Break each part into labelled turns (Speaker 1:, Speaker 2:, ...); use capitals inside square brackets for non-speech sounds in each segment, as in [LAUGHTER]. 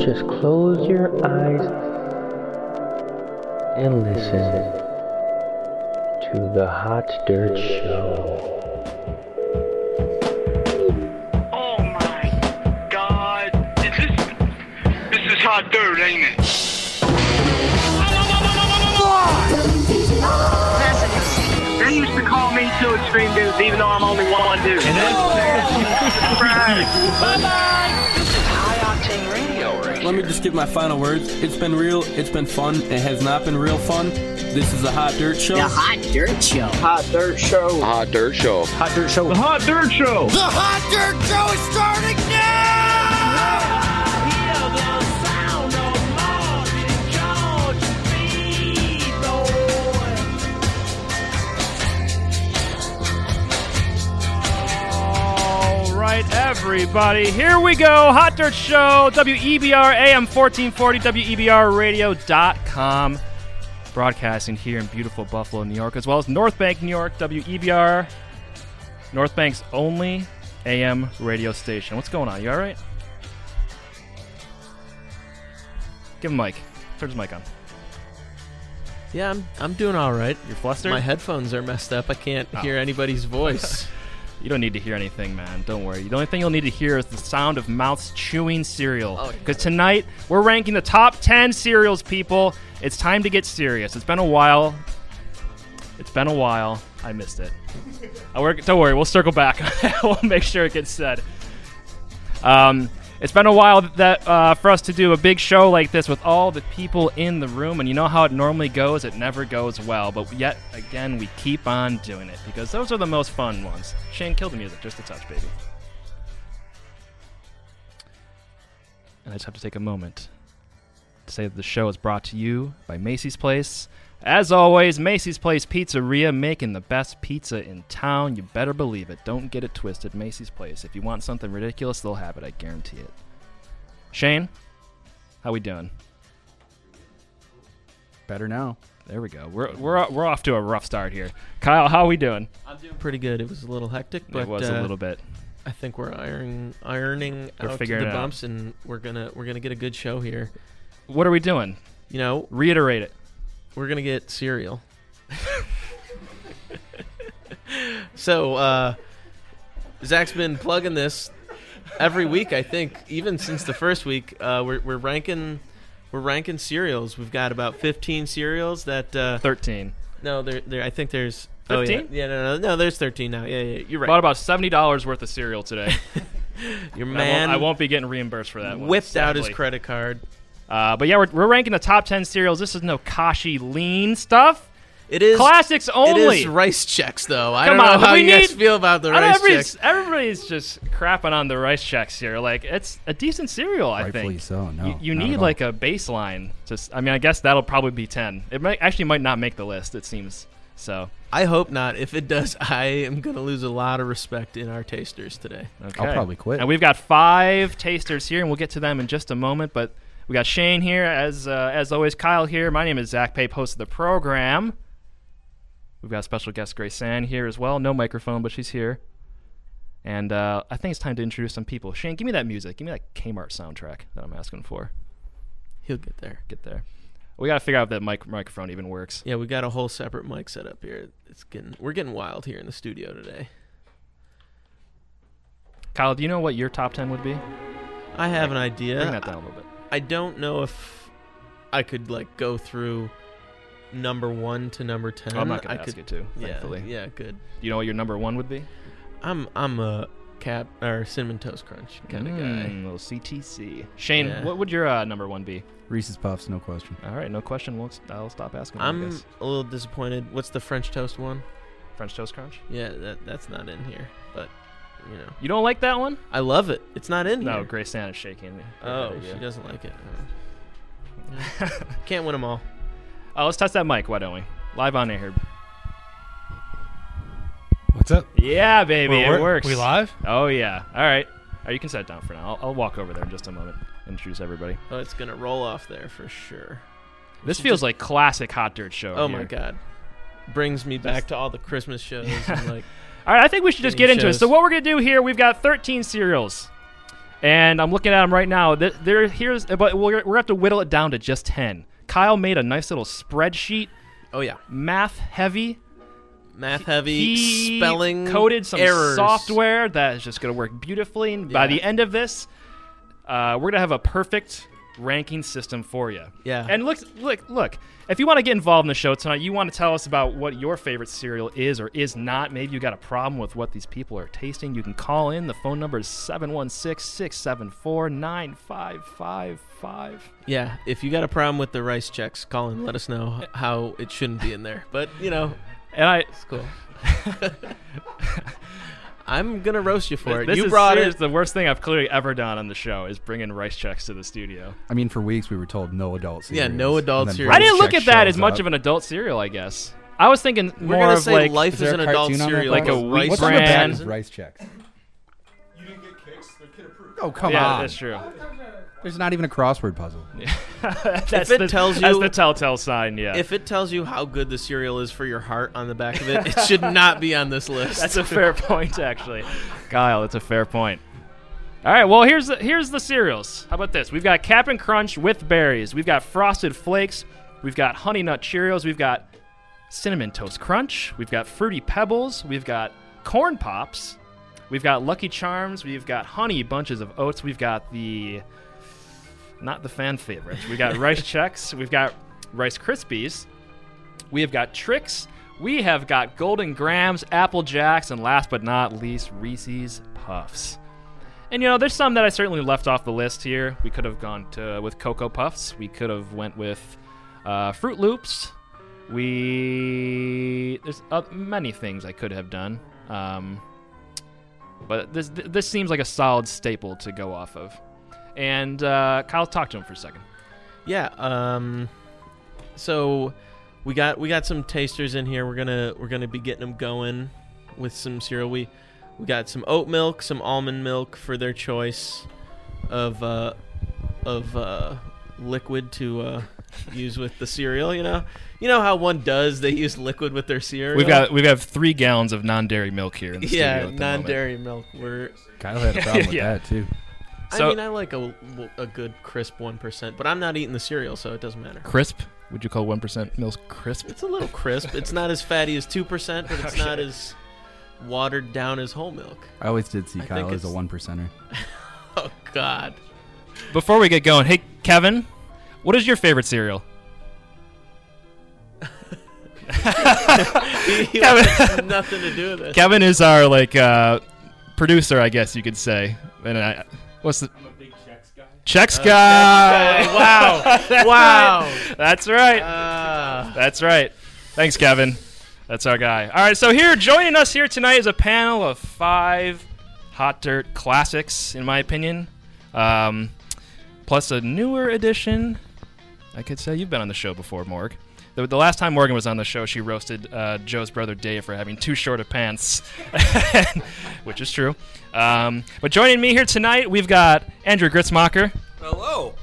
Speaker 1: Close your
Speaker 2: Oh.
Speaker 1: eyes and listen to the Hot Dirt Show.
Speaker 3: Oh my God! Is this this is hot dirt, ain't it? They used to call me two extreme dudes, even though I'm only one
Speaker 4: [LAUGHS]
Speaker 3: dude. right.
Speaker 5: Let me just give my final words. It's been real, it's been fun, it has not been real fun. This is a hot dirt show.
Speaker 6: The Hot Dirt Show.
Speaker 3: Hot dirt show.
Speaker 7: Hot Dirt Show.
Speaker 8: All right, everybody, here we go. Hot Dirt Show, E WEBR AM 1440, WEBRradio.com. Broadcasting here in beautiful Buffalo, New York, as well as North Bank, New York, WEBR, North Bank's only AM radio station. What's going on? You all right? Give him mic. Turn his mic on.
Speaker 9: Yeah, I'm, I'm doing all right.
Speaker 8: You're flustered? Oh.
Speaker 9: My headphones are messed up. I can't hear anybody's voice.
Speaker 8: [LAUGHS] You don't need to hear anything, man. Don't worry. The only thing you'll need to hear is the sound of mouths chewing cereal.
Speaker 9: Oh, yeah.
Speaker 8: Because tonight we're ranking the top 10 cereals, people. It's time to get serious. It's been a while. It's been a while. I missed it. [LAUGHS] I work, don't worry. We'll circle back. [LAUGHS] we'll make sure it gets said. Um, it's been a while that uh, for us to do a big show like this with all the people in the room, and you know how it normally goes. It never goes well, but yet again we keep on doing it because those are the most fun ones. Shane, kill the music just a touch, baby. And I just have to take a moment to say that the show is brought to you by Macy's Place. As always, Macy's Place Pizzeria making the best pizza in town. You better believe it. Don't get it twisted. Macy's Place. If you want something ridiculous, they'll have it. I guarantee it. Shane, how we doing?
Speaker 10: Better now.
Speaker 8: There we go. We're we're we're off to a rough start here. Kyle, how we doing?
Speaker 9: I'm doing pretty good. It was a little hectic, but
Speaker 8: it was
Speaker 9: uh,
Speaker 8: a little bit.
Speaker 9: I think we're iron, ironing
Speaker 8: We're
Speaker 9: out
Speaker 8: figuring
Speaker 9: the
Speaker 8: it out.
Speaker 9: bumps, and we're gonna we're gonna get a good show here.
Speaker 8: What are we doing?
Speaker 9: You know,
Speaker 8: Reiterate it.
Speaker 9: we're gonna get cereal. [LAUGHS] so uh, Zach's been plugging this every week. I think even since the first week, uh, we're, we're ranking we're ranking cereals. We've got about 15 cereals that uh,
Speaker 8: Thirteen.
Speaker 9: no, there there I think there's oh, yeah.
Speaker 8: 15?
Speaker 9: yeah no no no there's 13 now yeah yeah you're right.
Speaker 8: Bought about seventy dollars worth of cereal today.
Speaker 9: [LAUGHS] Your
Speaker 8: I won't-
Speaker 9: man
Speaker 8: I won't, be getting reimbursed for that. One,
Speaker 9: whipped out his
Speaker 8: sadly.
Speaker 9: credit card.
Speaker 8: Uh, but yeah, we're, we're ranking the top ten cereals. This is no kashi lean stuff.
Speaker 9: It is
Speaker 8: Classics only.
Speaker 9: It is rice checks though. I
Speaker 8: Come
Speaker 9: don't know
Speaker 8: on,
Speaker 9: how
Speaker 8: we
Speaker 9: you guys
Speaker 8: need-
Speaker 9: feel about the
Speaker 8: I know
Speaker 9: rice
Speaker 8: everybody's,
Speaker 9: checks.
Speaker 8: everybody's just crapping on the rice checks here. Like it's a decent cereal, I
Speaker 10: Rightfully
Speaker 8: think.
Speaker 10: so, no,
Speaker 8: you, you
Speaker 10: not
Speaker 8: need
Speaker 10: at
Speaker 8: like a baseline. Just, I mean, I guess that'll probably be ten. It might actually might not make the list. It seems so.
Speaker 9: I hope not. If it does, [LAUGHS] I am gonna lose a lot of respect in our tasters today.
Speaker 8: Okay.
Speaker 10: probably quit.
Speaker 8: And we've got five tasters here, and we'll get to them in just a moment. But we got Shane here, as uh, as always, Kyle here. My name is Zach Pape, host of the program. We've got special guest Grace Sand here as well. No microphone, but she's here. And uh, I think it's time to introduce some people. Shane, give me that music. Give me that Kmart soundtrack that I'm asking for.
Speaker 9: He'll get there.
Speaker 8: Get there. We got to figure out if that mic- microphone even works.
Speaker 9: Yeah, we got a whole separate mic set up here. It's getting we're getting wild here in the studio today.
Speaker 8: Kyle, do you know what your top 10 would be?
Speaker 9: I have an
Speaker 8: Bring
Speaker 9: idea.
Speaker 8: that down a little bit.
Speaker 9: I don't know if I could like go through number one to number ten.
Speaker 8: Oh, I'm not going
Speaker 9: I
Speaker 8: to ask
Speaker 9: could,
Speaker 8: you to,
Speaker 9: Yeah,
Speaker 8: thankfully.
Speaker 9: yeah, good.
Speaker 8: Do you know what your number one would be?
Speaker 9: I'm I'm a cap or cinnamon toast crunch kind of guy.
Speaker 8: Mm, little CTC. Shane,
Speaker 9: Yeah.
Speaker 8: what would your uh, number one be?
Speaker 10: Reese's Puffs, no question.
Speaker 8: All right, no question. We'll, I'll stop asking. I
Speaker 9: I'm
Speaker 8: guess.
Speaker 9: a little disappointed. What's the French toast one?
Speaker 8: French Toast Crunch.
Speaker 9: Yeah, that that's not in here. But you know,
Speaker 8: You don't like that one?
Speaker 9: I love it. It's not in
Speaker 8: No,
Speaker 9: here.
Speaker 8: Grace Sand is shaking. her
Speaker 9: Oh,
Speaker 8: head
Speaker 9: she
Speaker 8: again.
Speaker 9: doesn't like it. Oh. Can't win them all.
Speaker 8: Oh, let's touch that mic. Why don't we? Live on air. here.
Speaker 10: What's up?
Speaker 8: Yeah, baby,
Speaker 4: We're-
Speaker 8: it
Speaker 4: we're-
Speaker 8: works.
Speaker 4: We live?
Speaker 8: Oh yeah. All right. All right, you can sit down for now. I'll, I'll walk over there in just a moment. and Introduce everybody.
Speaker 9: Oh, it's gonna roll off there for sure.
Speaker 8: This feels like classic hot dirt show.
Speaker 9: Oh my
Speaker 8: here.
Speaker 9: god, brings me back to all the Christmas
Speaker 8: [LAUGHS]
Speaker 9: shows. and like,
Speaker 8: All right, I think we should just
Speaker 9: Game
Speaker 8: get into it.
Speaker 9: shows.
Speaker 8: So what we're gonna do here, we've got 13 cereals. And I'm looking at them right now. Th- There, here's, but we're, we're gonna have to whittle it down to just ten. Kyle made a nice little spreadsheet,
Speaker 9: Oh yeah,
Speaker 8: math heavy.
Speaker 9: math heavy,
Speaker 8: He
Speaker 9: spelling
Speaker 8: coded some
Speaker 9: errors.
Speaker 8: software that is just gonna work beautifully. And by
Speaker 9: Yeah.
Speaker 8: the end of this, uh, we're gonna have a perfect ranking system for you.
Speaker 9: Yeah.
Speaker 8: And look, look, look. If you want to get involved in the show tonight, you want to tell us about what your favorite cereal is or is not. Maybe you got a problem with what these people are tasting. You can call in. The phone number is 716 674 9555.
Speaker 9: Yeah, if you got a problem with the rice checks, call and let us know how it shouldn't be in there. But you know,
Speaker 8: And I.
Speaker 9: it's
Speaker 8: [LAUGHS]
Speaker 9: cool. I'm gonna roast you for it.
Speaker 8: This
Speaker 9: you
Speaker 8: is
Speaker 9: brought
Speaker 8: serious-
Speaker 9: it.
Speaker 8: the worst thing I've clearly ever done on the show is bringing rice checks to the studio.
Speaker 10: I mean, for weeks we were told no adult
Speaker 9: Yeah,
Speaker 10: cereals.
Speaker 9: no adult
Speaker 10: and then
Speaker 9: cereals.
Speaker 8: I
Speaker 10: Rice
Speaker 8: didn't look
Speaker 10: Chex
Speaker 8: at that as
Speaker 10: shows
Speaker 8: much
Speaker 10: up.
Speaker 8: of an adult cereal, I guess. I was thinking
Speaker 9: We're
Speaker 8: more
Speaker 9: gonna
Speaker 8: of
Speaker 9: say
Speaker 8: like
Speaker 9: life is,
Speaker 10: there
Speaker 9: an
Speaker 10: a
Speaker 9: adult
Speaker 10: cartoon on that
Speaker 9: cereal,
Speaker 10: box?
Speaker 8: Like a
Speaker 9: with
Speaker 8: wheat
Speaker 9: rice
Speaker 10: What's on the back
Speaker 8: brand.
Speaker 10: of
Speaker 9: checks.
Speaker 10: rice checks? Oh come
Speaker 8: yeah,
Speaker 10: on!
Speaker 8: that's true.
Speaker 10: There's not even a crossword puzzle.
Speaker 8: [LAUGHS] That's
Speaker 9: it
Speaker 8: the,
Speaker 9: tells
Speaker 8: that's
Speaker 9: you-
Speaker 8: the telltale sign. Yeah,
Speaker 9: If it tells you how good the cereal is for your heart on the back of it, it should not be on
Speaker 8: [LAUGHS]
Speaker 9: this list.
Speaker 8: that's a fair point, [LAUGHS] actually, Kyle. That's a fair point. All right, well here's the, here's the cereals. How about this? We've got Cap'n Crunch with berries. We've got Frosted Flakes. We've got Honey Nut Cheerios. We've got Cinnamon Toast Crunch. We've got Fruity Pebbles. We've got Corn Pops. We've got Lucky Charms. We've got Honey Bunches of Oats. We've got the not the fan favorites. We got Rice Chex. We've got Rice Krispies. We have got Tricks. We have got Golden Grams, Apple Jacks, and last but not least, Reese's Puffs. And you know, there's some that I certainly left off the list here. We could have gone to with Cocoa Puffs. We could have went with uh, Fruit Loops. We there's uh, many things I could have done, um, but this this seems like a solid staple to go off of. And uh, Kyle, talk to him for a second.
Speaker 9: Yeah. Um, so we got we got some tasters in here. We're gonna we're gonna be getting them going with some cereal. We we got some oat milk, some almond milk for their choice of uh, of uh, liquid to uh, use with the cereal. You know, you know how one does. They use liquid with their cereal.
Speaker 8: We've got we have three gallons of non-dairy milk here. In the
Speaker 9: yeah
Speaker 8: studio at the moment.
Speaker 9: non-dairy milk. We're
Speaker 10: Kyle had a problem with
Speaker 8: [LAUGHS] Yeah.
Speaker 10: that too.
Speaker 9: I
Speaker 8: So-
Speaker 9: mean I like a a good crisp one percent, but I'm not eating the cereal, so it doesn't matter.
Speaker 8: crisp. Would you call one percent milk crisp?
Speaker 9: It's a little crisp. It's not as fatty as two percent, but it's not as watered down as whole
Speaker 8: [LAUGHS]
Speaker 9: milk.
Speaker 10: I always did see
Speaker 9: I
Speaker 10: Kyle
Speaker 9: think
Speaker 10: as a
Speaker 9: it's-
Speaker 10: one percenter.
Speaker 9: Oh God.
Speaker 8: Before we get going, hey Kevin, what is your favorite cereal? [LAUGHS]
Speaker 9: He
Speaker 8: Kevin.
Speaker 9: has nothing to do with [LAUGHS] this. [LAUGHS]
Speaker 8: Kevin is our like uh, producer, I guess you could say. And I, what's the? I'm a big
Speaker 9: Uh,
Speaker 8: checks guy. Checks
Speaker 9: [LAUGHS]
Speaker 8: guy.
Speaker 9: Wow.
Speaker 8: [LAUGHS]
Speaker 9: wow.
Speaker 8: That's right.
Speaker 9: Uh,
Speaker 8: That's right. Thanks, Kevin. That's our guy. All right, so here joining us here tonight is a panel of five hot dirt classics, in my opinion, um, plus a newer edition. I could say you've been on the show before, Morg. The, the last time Morgan was on the show, she roasted uh, Joe's brother Dave for having too short of pants, [LAUGHS] which is true. Um, but joining me here tonight, we've got Andrew Gritzmacher,
Speaker 6: Hello.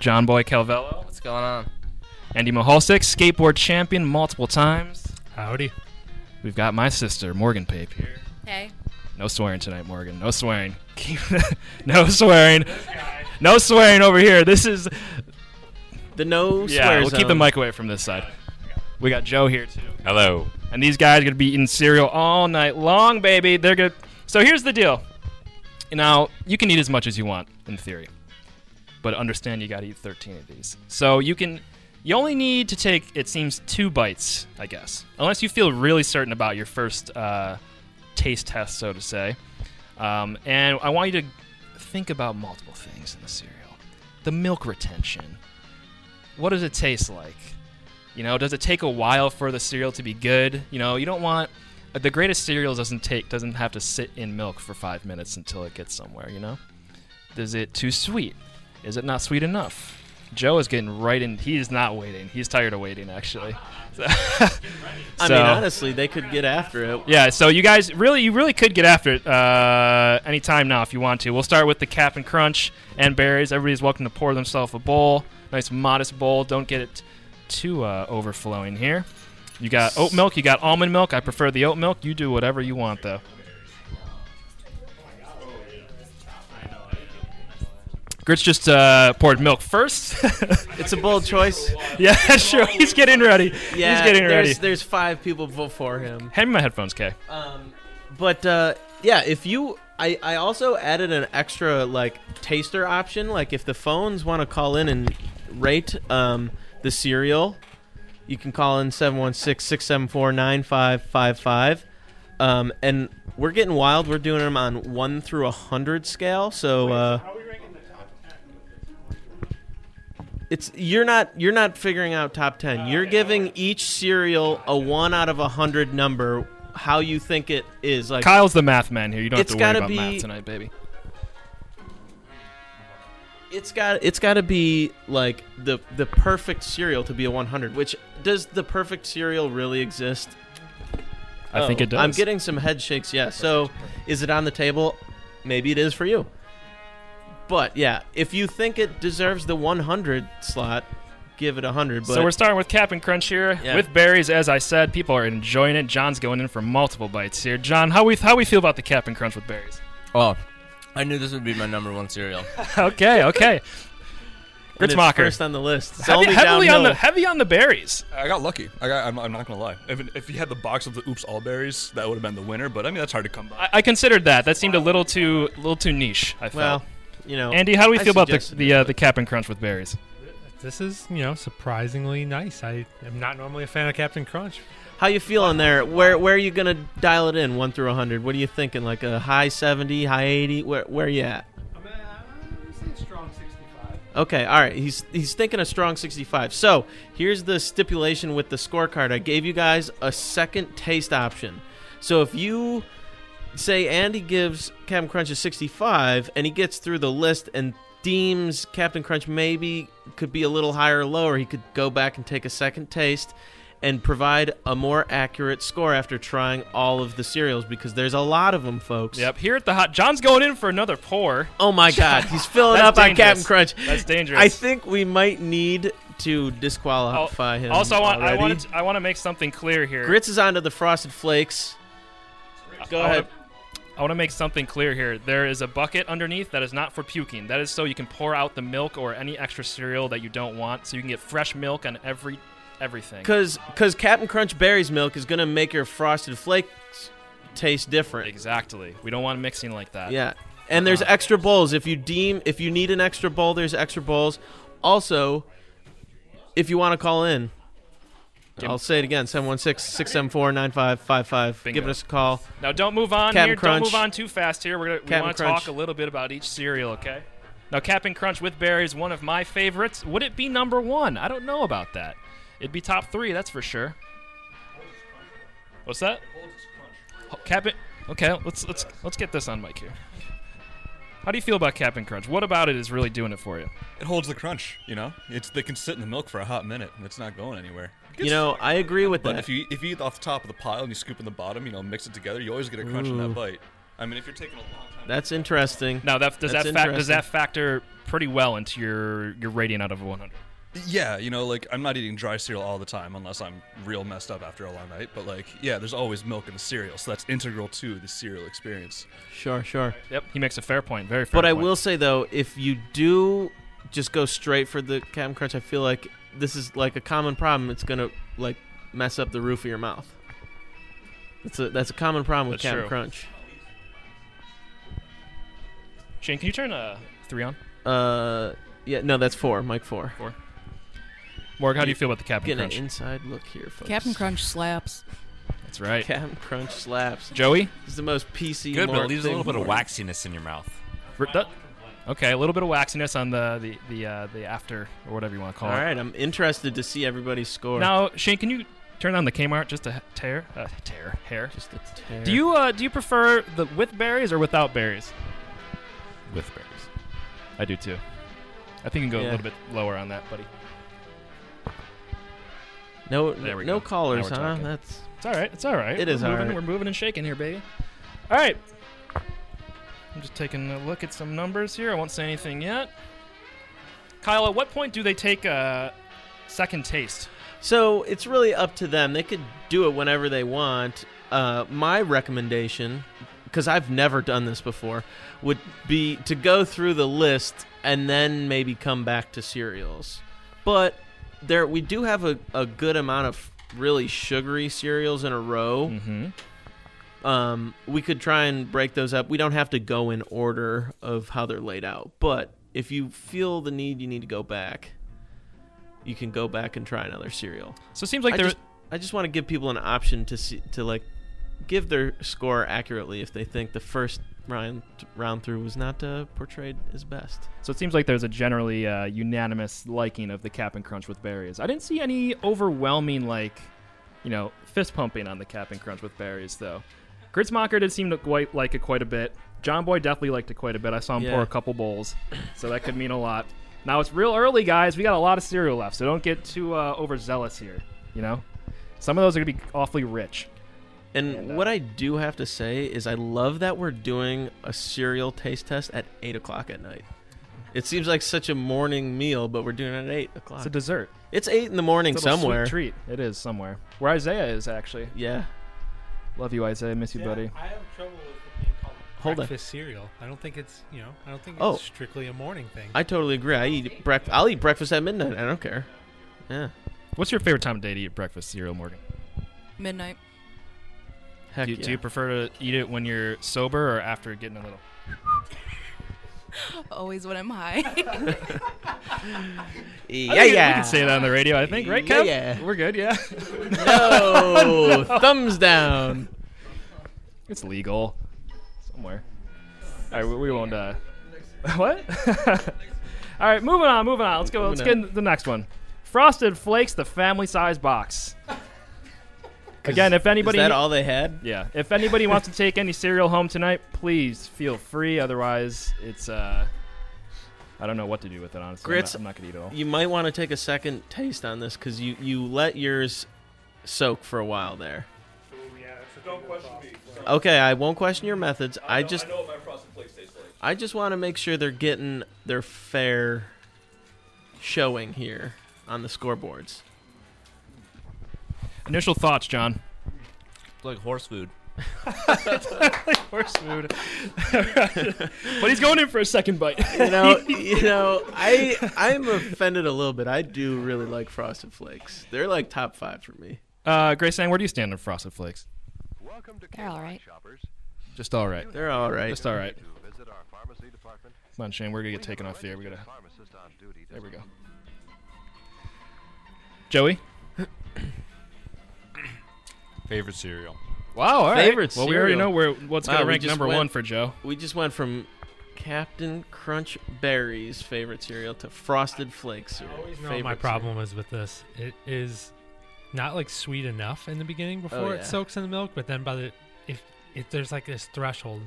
Speaker 8: John Boy Calvello,
Speaker 6: What's going on?
Speaker 8: Andy Maholsick, skateboard champion multiple times.
Speaker 7: Howdy.
Speaker 8: We've got my sister, Morgan Pape, here.
Speaker 4: Hey.
Speaker 8: No swearing tonight, Morgan. No swearing. [LAUGHS] no swearing. No swearing over here. This is.
Speaker 9: the no
Speaker 8: Yeah,
Speaker 9: swear
Speaker 8: we'll keep the
Speaker 9: zone.
Speaker 8: mic away from this side. We got Joe here, too.
Speaker 7: Hello.
Speaker 8: And these guys are going to be eating cereal all night long, baby. They're going to. So here's the deal. Now, you can eat as much as you want, in theory. But understand you got to eat 13 of these. So you can. You only need to take, it seems, two bites, I guess. Unless you feel really certain about your first uh, taste test, so to say. Um, and I want you to think about multiple things in the cereal the milk retention. What does it taste like? You know, does it take a while for the cereal to be good? You know, you don't want the greatest cereal doesn't take doesn't have to sit in milk for five minutes until it gets somewhere. You know, is it too sweet? Is it not sweet enough? Joe is getting right in. He is not waiting. He's tired of waiting, actually. [LAUGHS] So,
Speaker 9: I mean, honestly, they could get after it.
Speaker 8: yeah, so you guys really, you really could get after it uh, anytime now if you want to. We'll start with the Cap'n Crunch and berries. Everybody's welcome to pour themselves a bowl, nice modest bowl. Don't get it too uh, overflowing here. You got oat milk, you got almond milk. I prefer the oat milk. You do whatever you want though. Gritch just uh, poured milk first. [LAUGHS]
Speaker 9: It's a bold choice.
Speaker 8: yeah, sure. He's getting ready.
Speaker 9: Yeah,
Speaker 8: He's getting
Speaker 9: there's,
Speaker 8: ready.
Speaker 9: There's five people before him.
Speaker 8: Hand me my headphones, Kay.
Speaker 9: Um, but uh, yeah, if you, I, I also added an extra like taster option. Like if the phones want to call in and rate um, the cereal, you can call in 716-674-9555. Um, and we're getting wild. We're doing them on one through a hundred scale. So. Uh, it's you're not you're not figuring out top 10 you're giving each cereal a 1 out of a 100 number how you think it is like
Speaker 8: Kyle's the math man here. You don't
Speaker 9: It's
Speaker 8: have to worry
Speaker 9: gotta
Speaker 8: about
Speaker 9: be-
Speaker 8: math tonight, baby.
Speaker 9: it's got it's got to be like the the perfect cereal to be a 100 which does the perfect cereal really exist
Speaker 8: I think
Speaker 9: Oh,
Speaker 8: it does.
Speaker 9: i'm getting some head shakes yeah so is it on the table maybe it is for you but yeah if you think it deserves the 100 slot give it a 100 but
Speaker 8: so we're starting with Cap'n Crunch here
Speaker 9: Yeah.
Speaker 8: with berries. As I said, people are enjoying it. John's going in for multiple bites here. John, how we how we feel about the Cap'n Crunch with berries?
Speaker 6: Oh, I knew this would be my number one cereal.
Speaker 8: [LAUGHS] okay, okay.
Speaker 9: and
Speaker 8: Gritz
Speaker 9: it's
Speaker 8: Mocker.
Speaker 9: first on the list it's
Speaker 8: Heavy,
Speaker 9: only
Speaker 8: heavily
Speaker 9: downhill.
Speaker 8: on the heavy on the berries.
Speaker 7: I got lucky. I got, I'm, I'm not gonna lie. If, it- if you had the box of the Oops All Berries, that would have been the winner. But I mean, that's hard to come by.
Speaker 8: I, I considered that. That seemed a little too little too niche. I felt.
Speaker 9: well you know
Speaker 8: Andy, how do we
Speaker 9: I
Speaker 8: feel about the
Speaker 9: suggested
Speaker 8: the, uh, the Cap'n Crunch with berries?
Speaker 4: This is, you know, surprisingly nice. I am not normally a fan of Captain Crunch.
Speaker 9: How you feeling there? Where where are you gonna dial it in? One through hundred. What are you thinking? Like a high seventy, high eighty? Where where you at?
Speaker 4: I'm, saying strong 65.
Speaker 9: Okay, all right. He's he's thinking a strong sixty-five. So here's the stipulation with the scorecard. I gave you guys a second taste option. So if you say Andy gives Captain Crunch a sixty-five, and he gets through the list and deems Captain Crunch maybe could be a little higher or lower, he could go back and take a second taste. and provide a more accurate score after trying all of the cereals because there's a lot of them, folks.
Speaker 8: Yep. Here at the hot, John's going in for another pour.
Speaker 9: Oh my God,
Speaker 8: [LAUGHS]
Speaker 9: he's filling
Speaker 8: That's
Speaker 9: up on
Speaker 8: dangerous.
Speaker 9: Captain Crunch.
Speaker 8: That's dangerous.
Speaker 9: I think we might need to
Speaker 8: Al-
Speaker 9: disqualify him.
Speaker 8: also, I want
Speaker 9: already.
Speaker 8: I want to, I want to make something clear here.
Speaker 9: Grits is onto the Frosted Flakes. Go
Speaker 8: I
Speaker 9: ahead.
Speaker 8: Wanna, I want to make something clear here. There is a bucket underneath that is not for puking. That is so you can pour out the milk or any extra cereal that you don't want, so you can get fresh milk on every everything.
Speaker 9: Because because Captain Crunch Berry's milk is gonna make your Frosted Flakes taste different.
Speaker 8: Exactly. We don't want mixing like that.
Speaker 9: Yeah. And
Speaker 8: Uh-huh.
Speaker 9: there's extra bowls. If you deem if you need an extra bowl, there's extra bowls. Also, if you want to call in, I'll say it again 716-674-9555. Give
Speaker 8: Bingo.
Speaker 9: us a call.
Speaker 8: Now don't move on
Speaker 9: Cap'n
Speaker 8: here.
Speaker 9: Crunch.
Speaker 8: Don't move on too fast here. We're gonna, we
Speaker 9: Cap'n
Speaker 8: want to
Speaker 9: Crunch.
Speaker 8: talk a little bit about each cereal, okay? Now Cap'n Crunch with berry is one of my favorites. Would it be number one? I don't know about that. It'd be top three, that's for sure. What's that? Ho- Cap'n. Okay, let's let's let's get this on mic here. How do you feel about Cap'n Crunch? What about it is really doing it for you?
Speaker 7: It holds the crunch. You know, it's they can sit in the milk for a hot minute and it's not going anywhere.
Speaker 9: You know, I agree with
Speaker 7: But
Speaker 9: that.
Speaker 7: if you if you eat off the top of the pile and you scoop in the bottom, you know, mix it together, you always get a crunch in that bite. I mean, if you're taking a long time.
Speaker 9: That's interesting.
Speaker 8: Now that does
Speaker 9: That's
Speaker 8: that fac- does
Speaker 9: interesting.
Speaker 8: that factor pretty well into your your rating out of 100?
Speaker 7: Yeah, you know, like I'm not eating dry cereal all the time unless I'm real messed up after a long night. But like, yeah, there's always milk in the cereal, so that's integral to the cereal experience.
Speaker 9: Sure, sure.
Speaker 8: Yep, he makes a fair point. Very fair.
Speaker 9: But I
Speaker 8: point.
Speaker 9: will say though, if you do just go straight for the Captain Crunch, I feel like this is like a common problem. It's gonna like mess up the roof of your mouth. That's a that's a common problem with
Speaker 8: That's
Speaker 9: Captain
Speaker 8: true.
Speaker 9: Crunch.
Speaker 8: Shane, can you turn uh, three on?
Speaker 9: Uh, yeah, no, that's four. Mike four.
Speaker 8: Morg, how do you feel about the Captain
Speaker 9: Getting
Speaker 8: Crunch?
Speaker 9: an inside look here, folks.
Speaker 11: Captain Crunch slaps.
Speaker 8: That's right.
Speaker 9: Captain Crunch slaps.
Speaker 8: Joey?
Speaker 9: This is the most PC.
Speaker 6: Good, but
Speaker 9: Mort
Speaker 6: it leaves a
Speaker 9: thing
Speaker 6: little bit of
Speaker 9: Mort.
Speaker 6: waxiness in your mouth.
Speaker 8: R- that- okay, a little bit of waxiness on the the the, uh, the after or whatever you want to
Speaker 9: All
Speaker 8: call it.
Speaker 9: right, I'm interested to see everybody's score.
Speaker 8: Now, Shane, can you turn on the Kmart just a tear? Uh, tear. Hair.
Speaker 9: just a tear.
Speaker 8: Do you uh, do you prefer the with berries or without berries?
Speaker 6: With berries.
Speaker 8: I do too. I think you can go
Speaker 9: Yeah.
Speaker 8: a little bit lower on that, buddy.
Speaker 9: no
Speaker 8: There we
Speaker 9: no
Speaker 8: go.
Speaker 9: callers,
Speaker 8: Now we're
Speaker 9: huh?
Speaker 8: talking.
Speaker 9: That's
Speaker 8: It's all right. It's all right.
Speaker 9: It
Speaker 8: We're
Speaker 9: is all
Speaker 8: moving,
Speaker 9: right.
Speaker 8: We're moving and shaking here, baby. All right. I'm just taking a look at some numbers here. I won't say anything yet. Kyle, at what point do they take a second taste?
Speaker 9: So it's really up to them. They could do it whenever they want. Uh, my recommendation, because I've never done this before, would be to go through the list and then maybe come back to cereals. But there we do have a, a good amount of really sugary cereals in a row.
Speaker 8: Mm-hmm.
Speaker 9: Um, we could try and break those up. We don't have to go in order of how they're laid out, but if you feel the need, you need to go back. You can go back and try another cereal.
Speaker 7: So it seems like
Speaker 9: I
Speaker 7: there.
Speaker 9: just, I just want to give people an option to see to like give their score accurately if they think the first round round through was not uh, portrayed as best.
Speaker 8: So it seems like there's a generally uh, unanimous liking of the Cap'n Crunch with berries. I didn't see any overwhelming like, you know, fist pumping on the Cap'n Crunch with berries though. Gritzmacher did seem to quite like it quite a bit. John Boy definitely liked it quite a bit. I saw him pour
Speaker 9: Yeah.
Speaker 8: a couple bowls, so that could mean a lot. Now it's real early, guys. We got a lot of cereal left, so don't get too uh, overzealous here. You know, some of those are gonna be awfully rich.
Speaker 9: And what I do have to say is, I love that we're doing a cereal taste test at eight o'clock at night. It seems like such a morning meal, but we're doing it at eight
Speaker 8: It's
Speaker 9: o'clock.
Speaker 8: a dessert.
Speaker 9: It's eight in the morning
Speaker 8: It's a little sweet
Speaker 9: somewhere.
Speaker 8: treat. It is somewhere. Where Isaiah is actually.
Speaker 9: Yeah,
Speaker 8: Love you, Isaiah. Miss you, buddy.
Speaker 4: I have trouble with it being called
Speaker 9: Hold on.
Speaker 4: breakfast cereal. I don't think it's you know I don't think it's
Speaker 9: Oh.
Speaker 4: strictly a morning thing.
Speaker 9: I totally agree. I eat breakfast. I'll eat breakfast at midnight. I don't care. Yeah,
Speaker 8: What's your favorite time of day to eat breakfast cereal, Morgan?
Speaker 11: Midnight.
Speaker 9: heck
Speaker 8: Do you,
Speaker 9: yeah.
Speaker 8: do you prefer to eat it when you're sober or after getting a little?
Speaker 11: [GASPS] Always when I'm [LAUGHS] high.
Speaker 9: yeah, yeah.
Speaker 8: We can say that on the radio, I think, right,
Speaker 9: Yeah,
Speaker 8: Kev?
Speaker 9: yeah.
Speaker 8: We're good, yeah. [LAUGHS]
Speaker 9: No, [LAUGHS] thumbs down.
Speaker 8: It's legal somewhere. All right, we, we won't. Uh, [LAUGHS] what? [LAUGHS] All right, moving on, moving on. Let's go. Let's get
Speaker 9: Moving
Speaker 8: into the next one. Frosted Flakes, the family size box. Again, if anybody,
Speaker 9: Is that all they had?
Speaker 8: yeah, if anybody wants to take any cereal home tonight, please feel free. Otherwise, it's uh, I don't know what to do with it. Honestly, I'm not-
Speaker 9: Grits-
Speaker 8: I'm not, gonna eat it all.
Speaker 9: You might want to take a second taste on this because you you let yours soak for a while there.
Speaker 7: Don't question me.
Speaker 9: Okay, I won't question your methods. I, just
Speaker 7: I know what my frosted flakes taste like.
Speaker 9: I just want to make sure they're getting their fair showing here on the scoreboards.
Speaker 8: Initial thoughts, John.
Speaker 6: It's like horse food.
Speaker 8: [LAUGHS]
Speaker 4: [LAUGHS]
Speaker 8: Horse food. [LAUGHS] but he's going in for a second bite.
Speaker 9: You
Speaker 8: [LAUGHS]
Speaker 9: know, you know, I I'm offended a little bit. I do really like Frosted Flakes. They're like top five for me.
Speaker 8: Uh, Grace, where do you stand on Frosted Flakes?
Speaker 11: They're all right.
Speaker 8: Just all right.
Speaker 9: They're all right.
Speaker 8: Just all right. Come on, Shane. We're gonna get taken off the air. We gotta. There we go. Joey.
Speaker 6: Favorite cereal.
Speaker 8: Wow. All right.
Speaker 9: Favorite
Speaker 8: Well, we already know
Speaker 9: cereal.
Speaker 8: where what's
Speaker 9: Wow,
Speaker 8: gonna
Speaker 9: we
Speaker 8: rank
Speaker 9: just
Speaker 8: number
Speaker 9: went-
Speaker 8: one for Joe.
Speaker 9: We just went from Captain Crunch Berry's favorite cereal to Frosted Flakes cereal.
Speaker 4: always know
Speaker 9: favorite
Speaker 4: my problem is with this. It is not like sweet enough in the beginning before
Speaker 9: Oh, yeah.
Speaker 4: it soaks in the milk, but then by the if if there's like this threshold,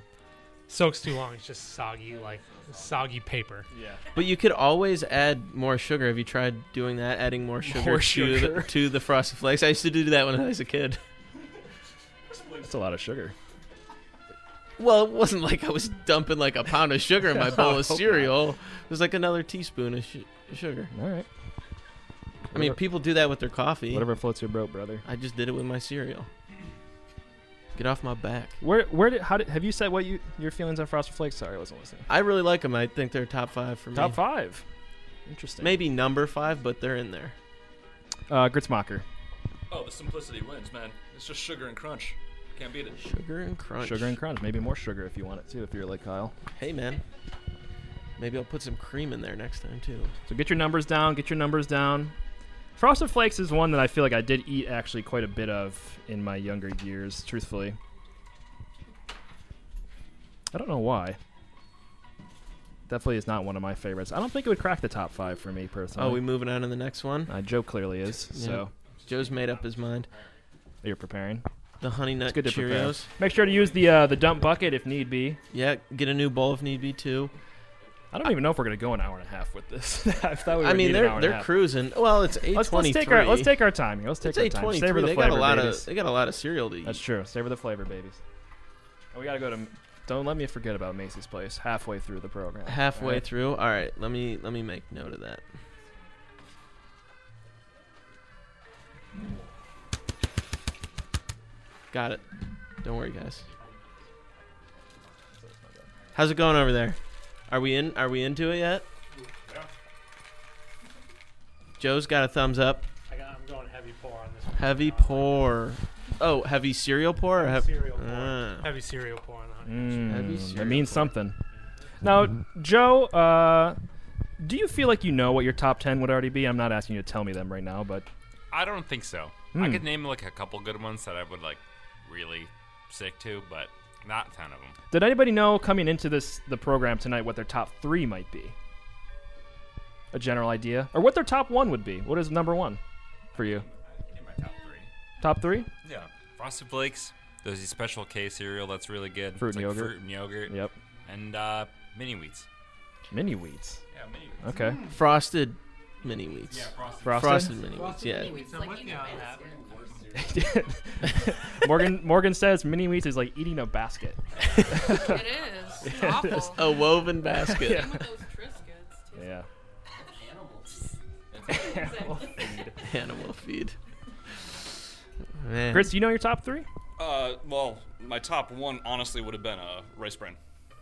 Speaker 4: soaks too long, it's just soggy like soggy paper.
Speaker 9: cereal. But you could always add more sugar. Have you tried doing that? Adding more sugar,
Speaker 8: More
Speaker 9: to
Speaker 8: sugar.
Speaker 9: The, to the Frosted Flakes. I used to do that when I was a kid. [LAUGHS]
Speaker 8: That's a lot of sugar.
Speaker 9: Well, it wasn't like I was dumping like a pound of
Speaker 4: [LAUGHS]
Speaker 9: sugar in my
Speaker 8: I
Speaker 9: bowl
Speaker 8: hope
Speaker 9: of cereal. It was like another teaspoon of sh- sugar.
Speaker 8: All right.
Speaker 9: I mean, people do that with their coffee.
Speaker 8: Whatever floats your boat, brother.
Speaker 9: I just did it with my cereal. Get off my back.
Speaker 8: Where where did how did have you said what you your feelings on Frosted Flakes? Sorry, I wasn't listening.
Speaker 9: I really like them. I think they're top five for me.
Speaker 8: Top five. Interesting.
Speaker 9: Maybe number five, but they're in there.
Speaker 8: Uh, Gritzmacher.
Speaker 7: Oh, the simplicity wins, man. It's just sugar and crunch. Can't beat it.
Speaker 9: Sugar and crunch.
Speaker 8: Sugar and crunch. Maybe more sugar if you want it too. If you're like Kyle.
Speaker 9: Hey, man. Maybe I'll put some cream in there next time, too.
Speaker 8: So get your numbers down. Get your numbers down. Frosted Flakes is one that I feel like I did eat actually quite a bit of in my younger years. Truthfully, I don't know why. Definitely is not one of my favorites. I don't think it would crack the top five for
Speaker 9: Oh,
Speaker 8: me
Speaker 9: we
Speaker 8: personally.
Speaker 9: moving on to the next one?
Speaker 8: uh, Joe clearly is. So
Speaker 9: Joe's made up his mind.
Speaker 8: you're preparing.
Speaker 9: The Honey Nut
Speaker 8: It's good to prepare.
Speaker 9: Cheerios.
Speaker 8: Make sure to use the uh, the dump bucket if need be.
Speaker 9: Yeah, get a new bowl if need be, too.
Speaker 8: I don't even know if we're gonna go an hour and a half with this. [LAUGHS] I thought we were
Speaker 9: I mean,
Speaker 8: an hour
Speaker 9: they're
Speaker 8: and a
Speaker 9: they're
Speaker 8: half.
Speaker 9: cruising. Well, it's 823.
Speaker 8: Let's, let's take our let's take our time here. Let's take
Speaker 9: it's
Speaker 8: our time.
Speaker 9: 823.
Speaker 8: Savor the
Speaker 9: they
Speaker 8: flavor,
Speaker 9: got a lot
Speaker 8: babies.
Speaker 9: of they got a lot of cereal to eat.
Speaker 8: That's true. Savor the flavor, babies. And we gotta go to. Don't let me forget about Macy's Place halfway through the program.
Speaker 9: halfway
Speaker 8: Alright.
Speaker 9: through. All right, let me let me make note of that. Got it. Don't worry, guys. How's it going over there? Are we in? Are we into it yet? Joe's got a thumbs up.
Speaker 4: I got, I'm going heavy pour on this one.
Speaker 9: Heavy pour. Oh, heavy cereal pour. Or hev-
Speaker 4: cereal pour.
Speaker 9: Ah.
Speaker 4: Heavy cereal pour on that.
Speaker 9: That'd be
Speaker 8: Mm,
Speaker 9: cereal
Speaker 8: that means something. Now, Joe, uh, do you feel like you know what your top 10 would already be? I'm not asking you to tell me them right now, but
Speaker 6: I don't think so. I could name like a couple good ones that I would like really stick to, but not a ton of them.
Speaker 8: did anybody know coming into this the program tonight what their top three might be? A general idea, or what their top one would be? What is number one for you?
Speaker 6: In my top three.
Speaker 8: Top three?
Speaker 6: Yeah. Frosted Flakes. There's a special K cereal that's really good.
Speaker 8: Fruit
Speaker 6: It's
Speaker 8: and
Speaker 6: like
Speaker 8: yogurt.
Speaker 6: Fruit and yogurt.
Speaker 8: Yep.
Speaker 6: And uh, mini wheats.
Speaker 8: Mini wheats.
Speaker 6: Yeah, mini wheats.
Speaker 8: Okay.
Speaker 9: Frosted mini wheats.
Speaker 8: Frosted.
Speaker 9: Frosted mini wheats. Yeah.
Speaker 4: I'm with you on that.
Speaker 8: [LAUGHS] Morgan Morgan says mini wheats is like eating a basket.
Speaker 11: It is.
Speaker 8: [LAUGHS]
Speaker 11: It's awful.
Speaker 9: [LAUGHS] A woven
Speaker 6: [LAUGHS]
Speaker 9: basket.
Speaker 11: Same with those Triscuits, too.
Speaker 8: Yeah.
Speaker 9: Animal feed. Man.
Speaker 8: Chris, do you know your top three?
Speaker 7: Uh, well, my top one honestly would have been uh, rice bran.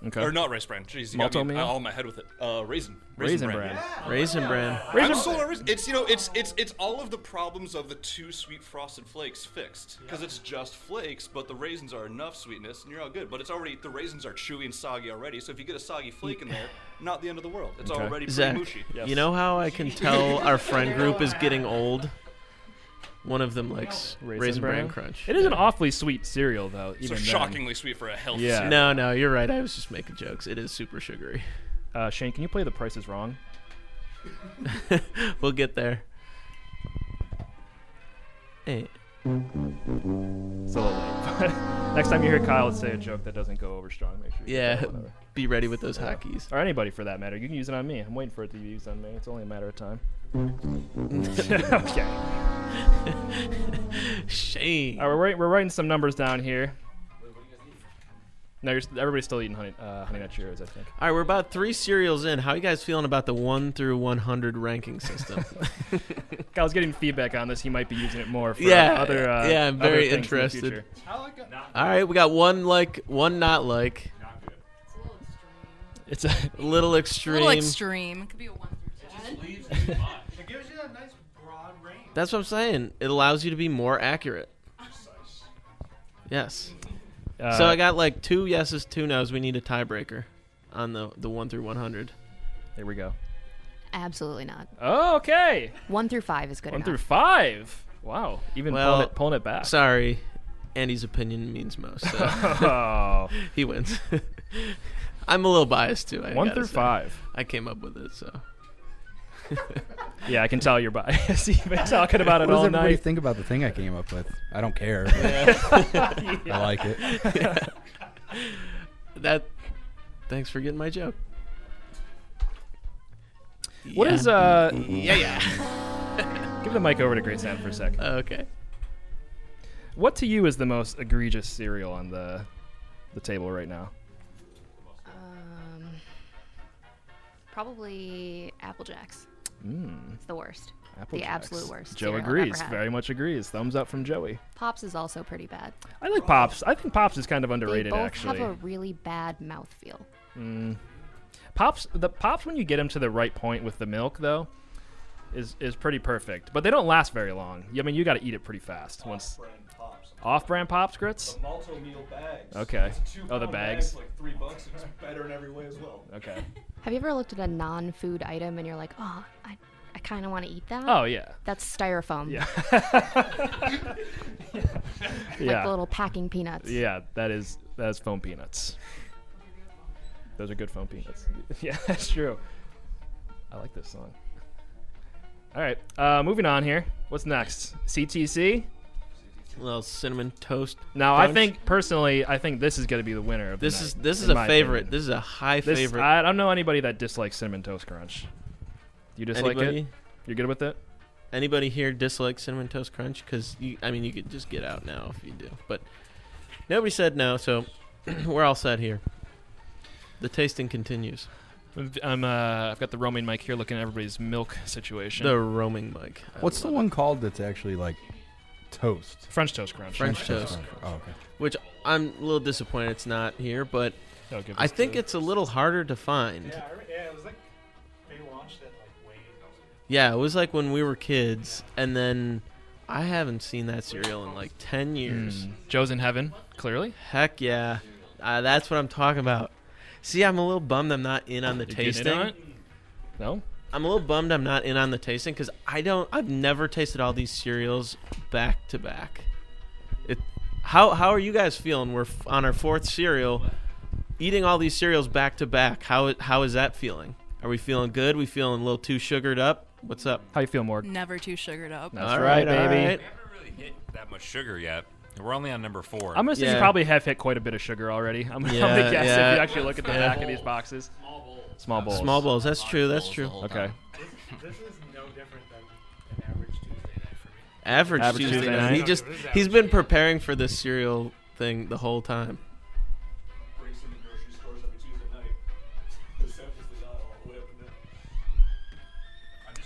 Speaker 8: Okay.
Speaker 7: Or not rice bran. Jeez, you
Speaker 8: Malto
Speaker 7: got me
Speaker 8: meal?
Speaker 7: all in my head with it. Uh, raisin.
Speaker 8: Raisin bran.
Speaker 9: Raisin bran.
Speaker 7: I'm
Speaker 8: Raisin-
Speaker 7: sold on raisin. It's you know, it's it's it's all of the problems of the two sweet frosted flakes fixed because it's just flakes, but the raisins are enough sweetness, and you're all good. But it's already the raisins are chewy and soggy already. So if you get a soggy flake in there, not the end of the world. It's already pretty
Speaker 9: Zach,
Speaker 7: mushy.
Speaker 9: you know how
Speaker 7: [LAUGHS]
Speaker 9: I can tell our friend group is getting old? One of them likes Raisin, Bran Crunch.
Speaker 8: It is an awfully sweet cereal, though.
Speaker 7: So
Speaker 8: Even then.
Speaker 7: shockingly sweet for a healthy.
Speaker 8: Yeah.
Speaker 7: snack.
Speaker 9: No, no, you're right. I was just making jokes. It is super sugary.
Speaker 8: Uh, Shane, can you play The Price Is Wrong?
Speaker 9: [LAUGHS] we'll get there. Hey,
Speaker 8: So [LAUGHS] next time you hear Kyle say a joke that doesn't go over strong, make sure. You
Speaker 9: yeah,
Speaker 8: say whatever.
Speaker 9: be ready with those hockeys.
Speaker 8: Or anybody for that matter. You can use it on me. I'm waiting for it to be used on me. It's only a matter of time. [LAUGHS] okay.
Speaker 9: [LAUGHS] Shame.
Speaker 8: All right, we're, write- we're writing some numbers down here. No, you're, st- everybody's still eating honey, uh, honey nut Cheerios, I think.
Speaker 9: All right, we're about three cereals in. How you guys feeling about the one through one hundred ranking system?
Speaker 8: Kyle's getting feedback on this. He might be using it more for
Speaker 9: Yeah,
Speaker 8: other. Uh,
Speaker 9: yeah, I'm
Speaker 8: other
Speaker 9: very
Speaker 8: things in the
Speaker 9: interested.
Speaker 8: future.
Speaker 9: All right, we got one like, one not like,
Speaker 11: It's a little extreme.
Speaker 8: It's a [LAUGHS]
Speaker 9: a little
Speaker 11: A
Speaker 9: extreme.
Speaker 11: little extreme. It could be a 1 through 10. [LAUGHS]
Speaker 4: It gives you that nice broad range.
Speaker 9: That's what I'm saying. It allows you to be more accurate. Yes.
Speaker 8: uh,
Speaker 9: so I got like two yeses, two nos. We need a tiebreaker on the the one through one hundred.
Speaker 8: Here we go.
Speaker 12: Absolutely not.
Speaker 8: Oh, okay.
Speaker 12: One through five is good
Speaker 8: One
Speaker 12: enough.
Speaker 8: through five. Wow. Even
Speaker 9: Well,
Speaker 8: pulling, it, pulling it back.
Speaker 9: Sorry, Andy's opinion means most. So
Speaker 8: [LAUGHS]
Speaker 9: [LAUGHS]
Speaker 8: Oh.
Speaker 9: he wins. I'm a little biased too. I
Speaker 8: One
Speaker 9: gotta
Speaker 8: through
Speaker 9: say.
Speaker 8: five.
Speaker 9: I came up with it, so
Speaker 8: [LAUGHS] Yeah, I can tell you're biased. [LAUGHS] You've been talking about it
Speaker 9: [LAUGHS]
Speaker 10: What does
Speaker 8: all
Speaker 10: everybody
Speaker 8: night.
Speaker 10: think about the thing I came up with? I don't
Speaker 8: [LAUGHS]
Speaker 10: care. but I like it.
Speaker 9: [LAUGHS]
Speaker 10: [LAUGHS]
Speaker 9: that. Thanks for getting my joke.
Speaker 8: What
Speaker 9: Yeah.
Speaker 8: is uh?
Speaker 9: Yeah, yeah. [LAUGHS]
Speaker 8: Give the mic over to Grace Ann for a second.
Speaker 9: okay.
Speaker 8: What to you is the most egregious cereal on the the table right now?
Speaker 12: Um, probably Apple Jacks. It's the worst.
Speaker 8: Hmm. Apple
Speaker 12: the
Speaker 8: Jacks.
Speaker 12: absolute worst.
Speaker 8: Joe
Speaker 12: cereal I've
Speaker 8: agrees.
Speaker 12: ever had.
Speaker 8: Very much agrees. Thumbs up from Joey.
Speaker 12: Pops is also pretty bad.
Speaker 8: I like Pops. I think Pops is kind of
Speaker 12: They
Speaker 8: underrated,
Speaker 12: both
Speaker 8: actually. Mm.
Speaker 12: have a really bad mouthfeel.
Speaker 8: Pops, the Pops when you get them to the right point with the milk though, is is pretty perfect. But they don't last very long. I mean, you got to eat it pretty fast once. Off-brand Pops grits.
Speaker 7: Malto meal bags.
Speaker 8: Okay. Oh, the bags.
Speaker 7: like three bucks. It's better in every way as well. [LAUGHS]
Speaker 8: Okay.
Speaker 12: Have you ever looked at a non-food item and you're like, oh, I, I kind of want to eat that?
Speaker 8: Oh yeah.
Speaker 12: That's styrofoam.
Speaker 8: Yeah.
Speaker 12: [LAUGHS] Like the
Speaker 8: Yeah.
Speaker 12: little packing peanuts.
Speaker 8: Yeah, that is that is foam peanuts. Those are good foam peanuts. [LAUGHS] Yeah, that's true. I like this song. All right, uh, moving on here. What's next? CTC.
Speaker 9: A little cinnamon toast.
Speaker 8: Now, I
Speaker 9: crunch.
Speaker 8: think personally, I think this is going to be the winner of the
Speaker 9: this is
Speaker 8: night,
Speaker 9: this is
Speaker 8: in
Speaker 9: a
Speaker 8: my
Speaker 9: favorite.
Speaker 8: opinion.
Speaker 9: This is a high
Speaker 8: This-
Speaker 9: favorite.
Speaker 8: I don't know anybody that dislikes cinnamon toast crunch. You dislike
Speaker 9: anybody
Speaker 8: it? You're good with it?
Speaker 9: anybody here dislike cinnamon toast crunch? Because you, I mean, you could just get out now if you do. But nobody said no, so [CLEARS THROAT] we're all set here. The tasting continues.
Speaker 8: I'm. Uh, I've got the roaming mic here, looking at everybody's milk situation.
Speaker 9: The roaming mic. I
Speaker 10: What's the
Speaker 9: love it.
Speaker 10: one called that's actually like toast?
Speaker 8: French toast crunch.
Speaker 9: French toast,
Speaker 10: Oh, okay.
Speaker 9: which I'm a little disappointed it's not here, but
Speaker 8: That'll give
Speaker 9: I
Speaker 8: us
Speaker 9: think
Speaker 8: the-
Speaker 9: it's a little harder to find.
Speaker 4: Yeah, I re- yeah, it was like they launched it like way.
Speaker 9: Yeah, it was like when we were kids, and then I haven't seen that cereal in like ten years.
Speaker 8: Hmm. Joe's in heaven, clearly.
Speaker 9: Heck yeah, uh, that's what I'm talking about. See, I'm a little bummed I'm not in on the
Speaker 8: You getting
Speaker 9: tasting.
Speaker 8: in on it? No.
Speaker 9: I'm a little bummed I'm not in on the tasting because I don't. I've never tasted all these cereals back to back. It. How how are you guys feeling? We're f- on our fourth cereal, eating all these cereals back to back. How how is that feeling? Are we feeling good? We feeling a little too sugared up? What's up?
Speaker 8: How you feel, Morg?
Speaker 11: Never too sugared up.
Speaker 9: All right, all right.
Speaker 6: We haven't really hit that much sugar yet. We're only on number four.
Speaker 8: I'm gonna say you
Speaker 9: Yeah.
Speaker 8: probably have hit quite a bit of sugar already. [LAUGHS] I'm, I'm
Speaker 9: Yeah,
Speaker 8: gonna guess
Speaker 9: yeah.
Speaker 8: if you actually look at the
Speaker 9: Yeah.
Speaker 8: back of these boxes. Small bowls.
Speaker 9: Small bowls. That's true. That's true.
Speaker 8: Okay.
Speaker 4: This is no different than an average Tuesday night for me.
Speaker 9: Average,
Speaker 8: Average
Speaker 9: Tuesday,
Speaker 8: Tuesday
Speaker 9: night.
Speaker 8: night.
Speaker 9: He just he's been preparing for this cereal thing the whole time.
Speaker 7: breaks into grocery stores every Tuesday night. [LAUGHS] The stuff is the dial all the way up and down.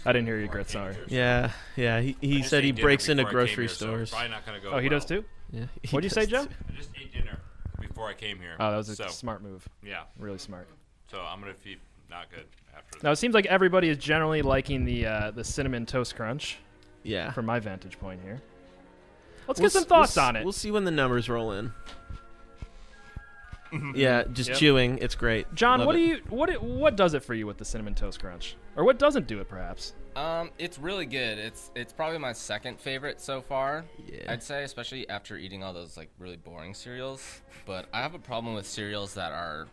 Speaker 8: I didn't hear you, Grit. Sorry.
Speaker 9: Yeah, yeah. He, he
Speaker 6: I just
Speaker 9: said
Speaker 6: ate
Speaker 9: he
Speaker 6: dinner
Speaker 9: breaks into
Speaker 6: before I came
Speaker 9: grocery
Speaker 6: here, so
Speaker 9: stores.
Speaker 6: probably not gonna go
Speaker 8: Oh, he does
Speaker 6: well.
Speaker 8: too.
Speaker 9: Yeah, he
Speaker 8: What'd you say,
Speaker 9: does.
Speaker 8: Joe?
Speaker 6: I just ate dinner before I came here.
Speaker 8: Oh, that was a
Speaker 6: so,
Speaker 8: smart move.
Speaker 6: Yeah.
Speaker 8: Really smart.
Speaker 6: So I'm gonna feel not good after
Speaker 8: Now it seems like everybody is generally liking the uh, the cinnamon toast crunch
Speaker 9: Yeah.
Speaker 8: from my vantage point here. Let's
Speaker 9: We'll
Speaker 8: get some
Speaker 9: s- we'll
Speaker 8: thoughts
Speaker 9: s-
Speaker 8: on it.
Speaker 9: We'll see when the numbers roll in. [LAUGHS] yeah, just
Speaker 8: Yep.
Speaker 9: chewing. It's great.
Speaker 8: John,
Speaker 9: Love
Speaker 8: what
Speaker 9: it.
Speaker 8: do you what it, what does it for you with the cinnamon toast crunch, or what doesn't do it perhaps?
Speaker 13: Um, it's really good. It's it's probably my second favorite so far.
Speaker 9: Yeah.
Speaker 13: I'd say, especially after eating all those like really boring cereals. But I have a problem with cereals that are,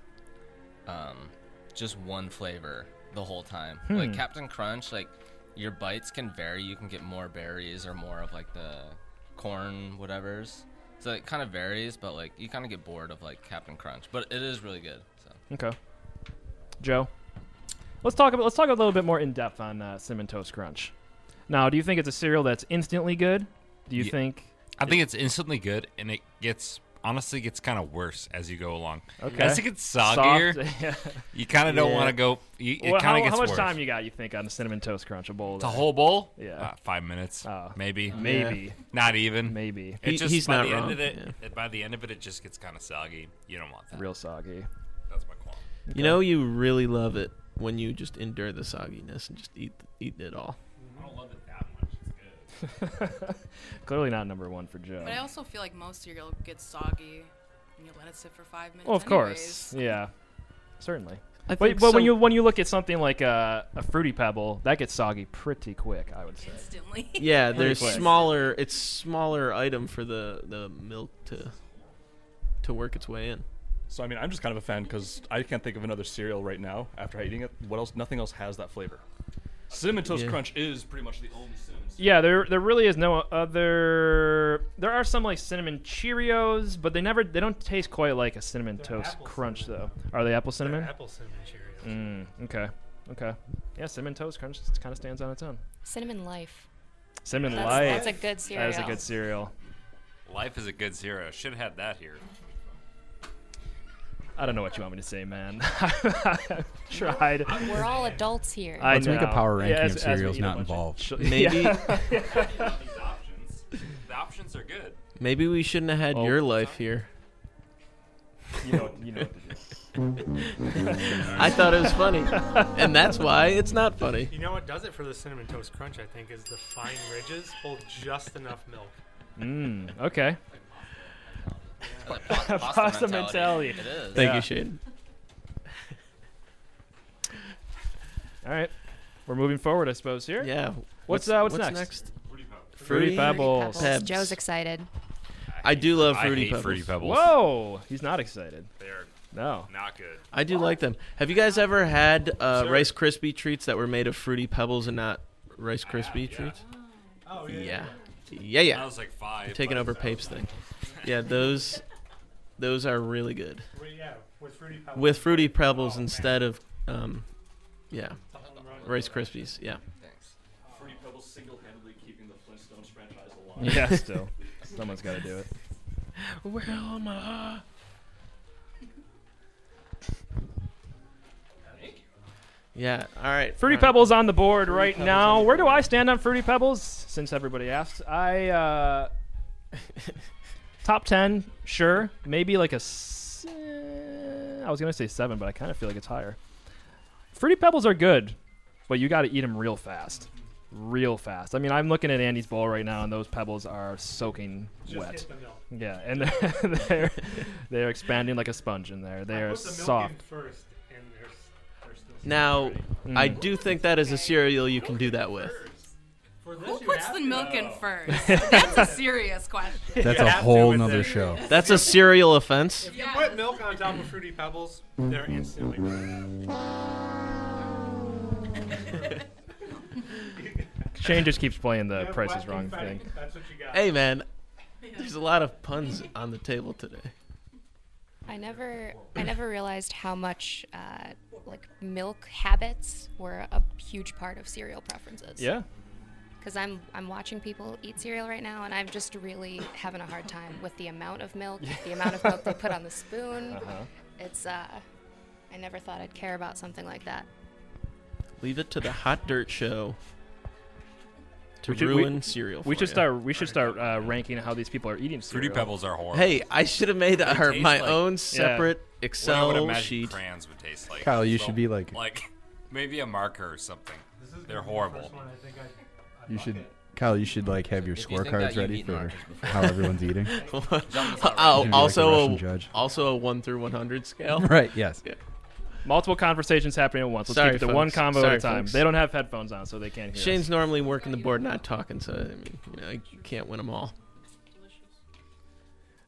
Speaker 13: um, just one flavor the whole time. Like
Speaker 8: Hmm.
Speaker 13: Captain Crunch, like your bites can vary. You can get more berries or more of like the corn whatever's. So it kind of varies, but like you kind of get bored of like Captain Crunch. But it is really good. So.
Speaker 8: Okay, Joe, let's talk about let's talk a little bit more in depth on uh, cinnamon toast crunch. Now, do you think it's a cereal that's instantly good? Do you
Speaker 6: Yeah.
Speaker 8: think?
Speaker 6: I think it's instantly good, and it gets honestly gets kind of worse as you go along.
Speaker 8: Okay.
Speaker 6: As it
Speaker 8: [LAUGHS]
Speaker 6: gets
Speaker 8: Soft,
Speaker 6: soggier,
Speaker 8: yeah.
Speaker 6: you kind of don't
Speaker 8: Yeah.
Speaker 6: want to go. You, it
Speaker 8: Well,
Speaker 6: kind
Speaker 8: how,
Speaker 6: of gets
Speaker 8: how much
Speaker 6: worse.
Speaker 8: time you got? You think on the cinnamon toast crunch a bowl?
Speaker 6: It's a whole bowl.
Speaker 8: Yeah. Oh.
Speaker 6: Uh, five minutes, maybe,
Speaker 8: Maybe.
Speaker 6: not even.
Speaker 8: Maybe.
Speaker 6: It
Speaker 9: He-
Speaker 6: just,
Speaker 9: he's
Speaker 6: by
Speaker 9: not
Speaker 6: the
Speaker 9: wrong,
Speaker 6: End of it, By the end of it, it just gets kind of soggy. You don't want that.
Speaker 8: real soggy.
Speaker 6: That's my qualm.
Speaker 9: You know, you really love it when you just endure the sogginess and just eat eat it
Speaker 8: [LAUGHS]
Speaker 9: all.
Speaker 6: I don't love it that much. It's good.
Speaker 8: Clearly not number one for Joe.
Speaker 11: But I also feel like most cereal gets soggy when you let it sit for five minutes.
Speaker 8: Well, of
Speaker 11: anyways.
Speaker 8: course, yeah, certainly.
Speaker 9: I
Speaker 8: But,
Speaker 9: think
Speaker 8: but when
Speaker 9: some-
Speaker 8: you when you look at something like a, a fruity pebble, that gets soggy pretty quick. I would say.
Speaker 11: Instantly.
Speaker 12: [LAUGHS]
Speaker 9: Yeah,
Speaker 8: Pretty
Speaker 9: there's
Speaker 8: quick.
Speaker 9: smaller. It's smaller item for the the milk to to work its way in.
Speaker 14: So I mean, I'm just kind of a fan because I can't think of another cereal right now after eating it. What else? Nothing else has that flavor.
Speaker 7: Cinnamon Toast
Speaker 14: Yeah.
Speaker 7: Crunch is pretty much the only cinnamon.
Speaker 8: Yeah, there there really is no other. There are some like cinnamon Cheerios, but they never they don't taste quite like a cinnamon toast crunch though. Are they apple cinnamon?
Speaker 4: apple cinnamon
Speaker 8: Cheerios. Mm, okay, okay. Yeah, cinnamon toast crunch kind of stands on its own.
Speaker 12: Cinnamon Life.
Speaker 8: Cinnamon
Speaker 12: That's-
Speaker 8: light.
Speaker 12: that's a good
Speaker 8: That is a
Speaker 12: cereal.
Speaker 8: good cereal.
Speaker 6: Life is a good zero. Should have had that
Speaker 8: [LAUGHS]
Speaker 6: here.
Speaker 8: I don't know what you want me to
Speaker 12: [LAUGHS]
Speaker 8: say, man. [LAUGHS] I've tried.
Speaker 15: We're all adults here.
Speaker 8: I
Speaker 10: Let's make a
Speaker 8: know.
Speaker 10: power ranking
Speaker 8: as-
Speaker 10: of
Speaker 8: as we
Speaker 10: cereals
Speaker 8: eat a
Speaker 10: not
Speaker 8: bunch of
Speaker 10: involved.
Speaker 8: [LAUGHS] ch-
Speaker 9: [LAUGHS] Maybe-
Speaker 8: Yeah.
Speaker 6: The options are good.
Speaker 9: Maybe we shouldn't have
Speaker 8: Oh.
Speaker 9: had your life here.
Speaker 8: You know, you know what to do.
Speaker 9: I thought it was funny, and that's why it's not funny.
Speaker 4: You know what does it for the cinnamon toast crunch? I think is the fine ridges hold just enough milk.
Speaker 8: Mm, okay.
Speaker 4: pasta
Speaker 8: Pasta mentality.
Speaker 4: mentality. It is.
Speaker 9: Thank
Speaker 8: Yeah.
Speaker 9: you, Shane.
Speaker 8: All right, we're moving forward, I suppose. Here.
Speaker 9: Yeah.
Speaker 8: What's
Speaker 9: What's-
Speaker 8: uh, what's,
Speaker 9: what's
Speaker 8: next?
Speaker 9: next? Fruity
Speaker 8: Fruity
Speaker 9: Fruity
Speaker 8: pebbles.
Speaker 9: Pebbles.
Speaker 12: Joe's excited.
Speaker 9: I do love
Speaker 6: I
Speaker 9: fruity
Speaker 6: hate
Speaker 9: pebbles.
Speaker 6: Fruity Pebbles.
Speaker 8: Whoa, he's not excited.
Speaker 6: They're
Speaker 8: no,
Speaker 6: not good.
Speaker 9: I do like them. Have you guys ever had uh,
Speaker 6: Sure.
Speaker 9: Rice Krispie treats that were made of fruity pebbles and not Rice Krispie treats? Oh yeah. Yeah. Yeah, yeah.
Speaker 6: I was like 5
Speaker 9: I'm taking
Speaker 6: but-
Speaker 9: over Pape's thing. Yeah, those those are really good.
Speaker 4: Well, yeah, with Fruity Pebbles.
Speaker 9: With Fruity Pebbles instead of um yeah.
Speaker 4: run.
Speaker 9: Rice Krispies, yeah.
Speaker 7: Fruity Pebbles single-handedly keeping the Flintstones franchise alive.
Speaker 8: Yeah, still, someone's got to do it.
Speaker 9: Well, my Yeah. All right.
Speaker 8: Fruity
Speaker 9: all right.
Speaker 8: Pebbles on the board
Speaker 9: Fruity
Speaker 8: right
Speaker 9: Pebbles
Speaker 8: now.
Speaker 9: on the
Speaker 8: Where do I stand on Fruity Pebbles? Since everybody asked,
Speaker 9: [LAUGHS]
Speaker 8: I uh, top ten, sure, maybe like a. Se- I was gonna say seven, but I kind of feel like it's higher. Fruity Pebbles are good. but you got to eat them real fast, real fast. I mean, I'm looking at Andy's bowl right now, and those pebbles are soaking
Speaker 4: Just
Speaker 8: wet.
Speaker 4: hit the milk.
Speaker 8: Yeah, and [LAUGHS] they're, they're they're expanding like a sponge in there. They
Speaker 4: I
Speaker 8: are
Speaker 4: put the milk
Speaker 8: soft.
Speaker 4: in first, and there's, there's still some
Speaker 9: Now,
Speaker 8: Mm.
Speaker 9: I do think that is a cereal you can do that with.
Speaker 11: Who puts the milk in first? That's a serious question.
Speaker 10: That's a whole nother show.
Speaker 9: That's a cereal offense.
Speaker 4: If you put milk on top of fruity pebbles, they're
Speaker 8: [LAUGHS]
Speaker 4: instantly. [LAUGHS]
Speaker 8: Shane just keeps playing the Price is
Speaker 4: wet
Speaker 8: Wrong
Speaker 4: confetti.
Speaker 8: thing.
Speaker 4: That's what you got. [LAUGHS]
Speaker 9: Hey, man, there's a lot of puns on the table today.
Speaker 12: I never, I never realized how much uh, like milk habits were a huge part of cereal preferences.
Speaker 8: Yeah.
Speaker 12: Because I'm, I'm watching people eat cereal right now, and I'm just really having a hard time with the amount of
Speaker 8: [LAUGHS]
Speaker 12: milk, the amount of milk they put on the spoon.
Speaker 9: Uh-huh.
Speaker 12: It's, uh, I never thought I'd care about something like that.
Speaker 9: Leave it to the hot dirt show to
Speaker 8: We should- we-
Speaker 9: ruin cereal.
Speaker 8: We
Speaker 9: for
Speaker 8: should
Speaker 9: ya.
Speaker 8: start. We should start uh, ranking how these people are eating cereal.
Speaker 6: Fruity Pebbles are horrible.
Speaker 9: Hey, I should have made
Speaker 6: They
Speaker 9: our,
Speaker 6: taste
Speaker 9: my
Speaker 6: like-
Speaker 9: own
Speaker 6: Yeah.
Speaker 9: separate
Speaker 6: What I would
Speaker 9: Excel
Speaker 6: imagine
Speaker 9: sheet.
Speaker 6: crayons would taste like.
Speaker 10: Kyle, you
Speaker 6: So,
Speaker 10: should be like-
Speaker 6: like maybe a marker or something. They're horrible.
Speaker 10: You should, Kyle. You should like have your
Speaker 6: you think
Speaker 10: scorecards
Speaker 6: that,
Speaker 10: ready
Speaker 6: you've
Speaker 10: for
Speaker 6: eaten
Speaker 10: how
Speaker 6: [LAUGHS]
Speaker 10: everyone's
Speaker 9: [LAUGHS]
Speaker 10: eating.
Speaker 9: Oh,
Speaker 10: You'd be like a
Speaker 9: also, [LAUGHS]
Speaker 10: Russian
Speaker 9: a,
Speaker 10: judge.
Speaker 9: also a one through one hundred
Speaker 10: [LAUGHS]
Speaker 9: scale.
Speaker 10: Right, yes.
Speaker 9: Yeah.
Speaker 8: Multiple conversations happening at once. Let's
Speaker 9: Sorry,
Speaker 8: keep the one
Speaker 9: folks.
Speaker 8: combo
Speaker 9: Sorry,
Speaker 8: at a time.
Speaker 9: folks.
Speaker 8: They don't have headphones on, so they can't hear.
Speaker 9: Shane's normally working the board, not talking, so I mean, you know, I can't win them all.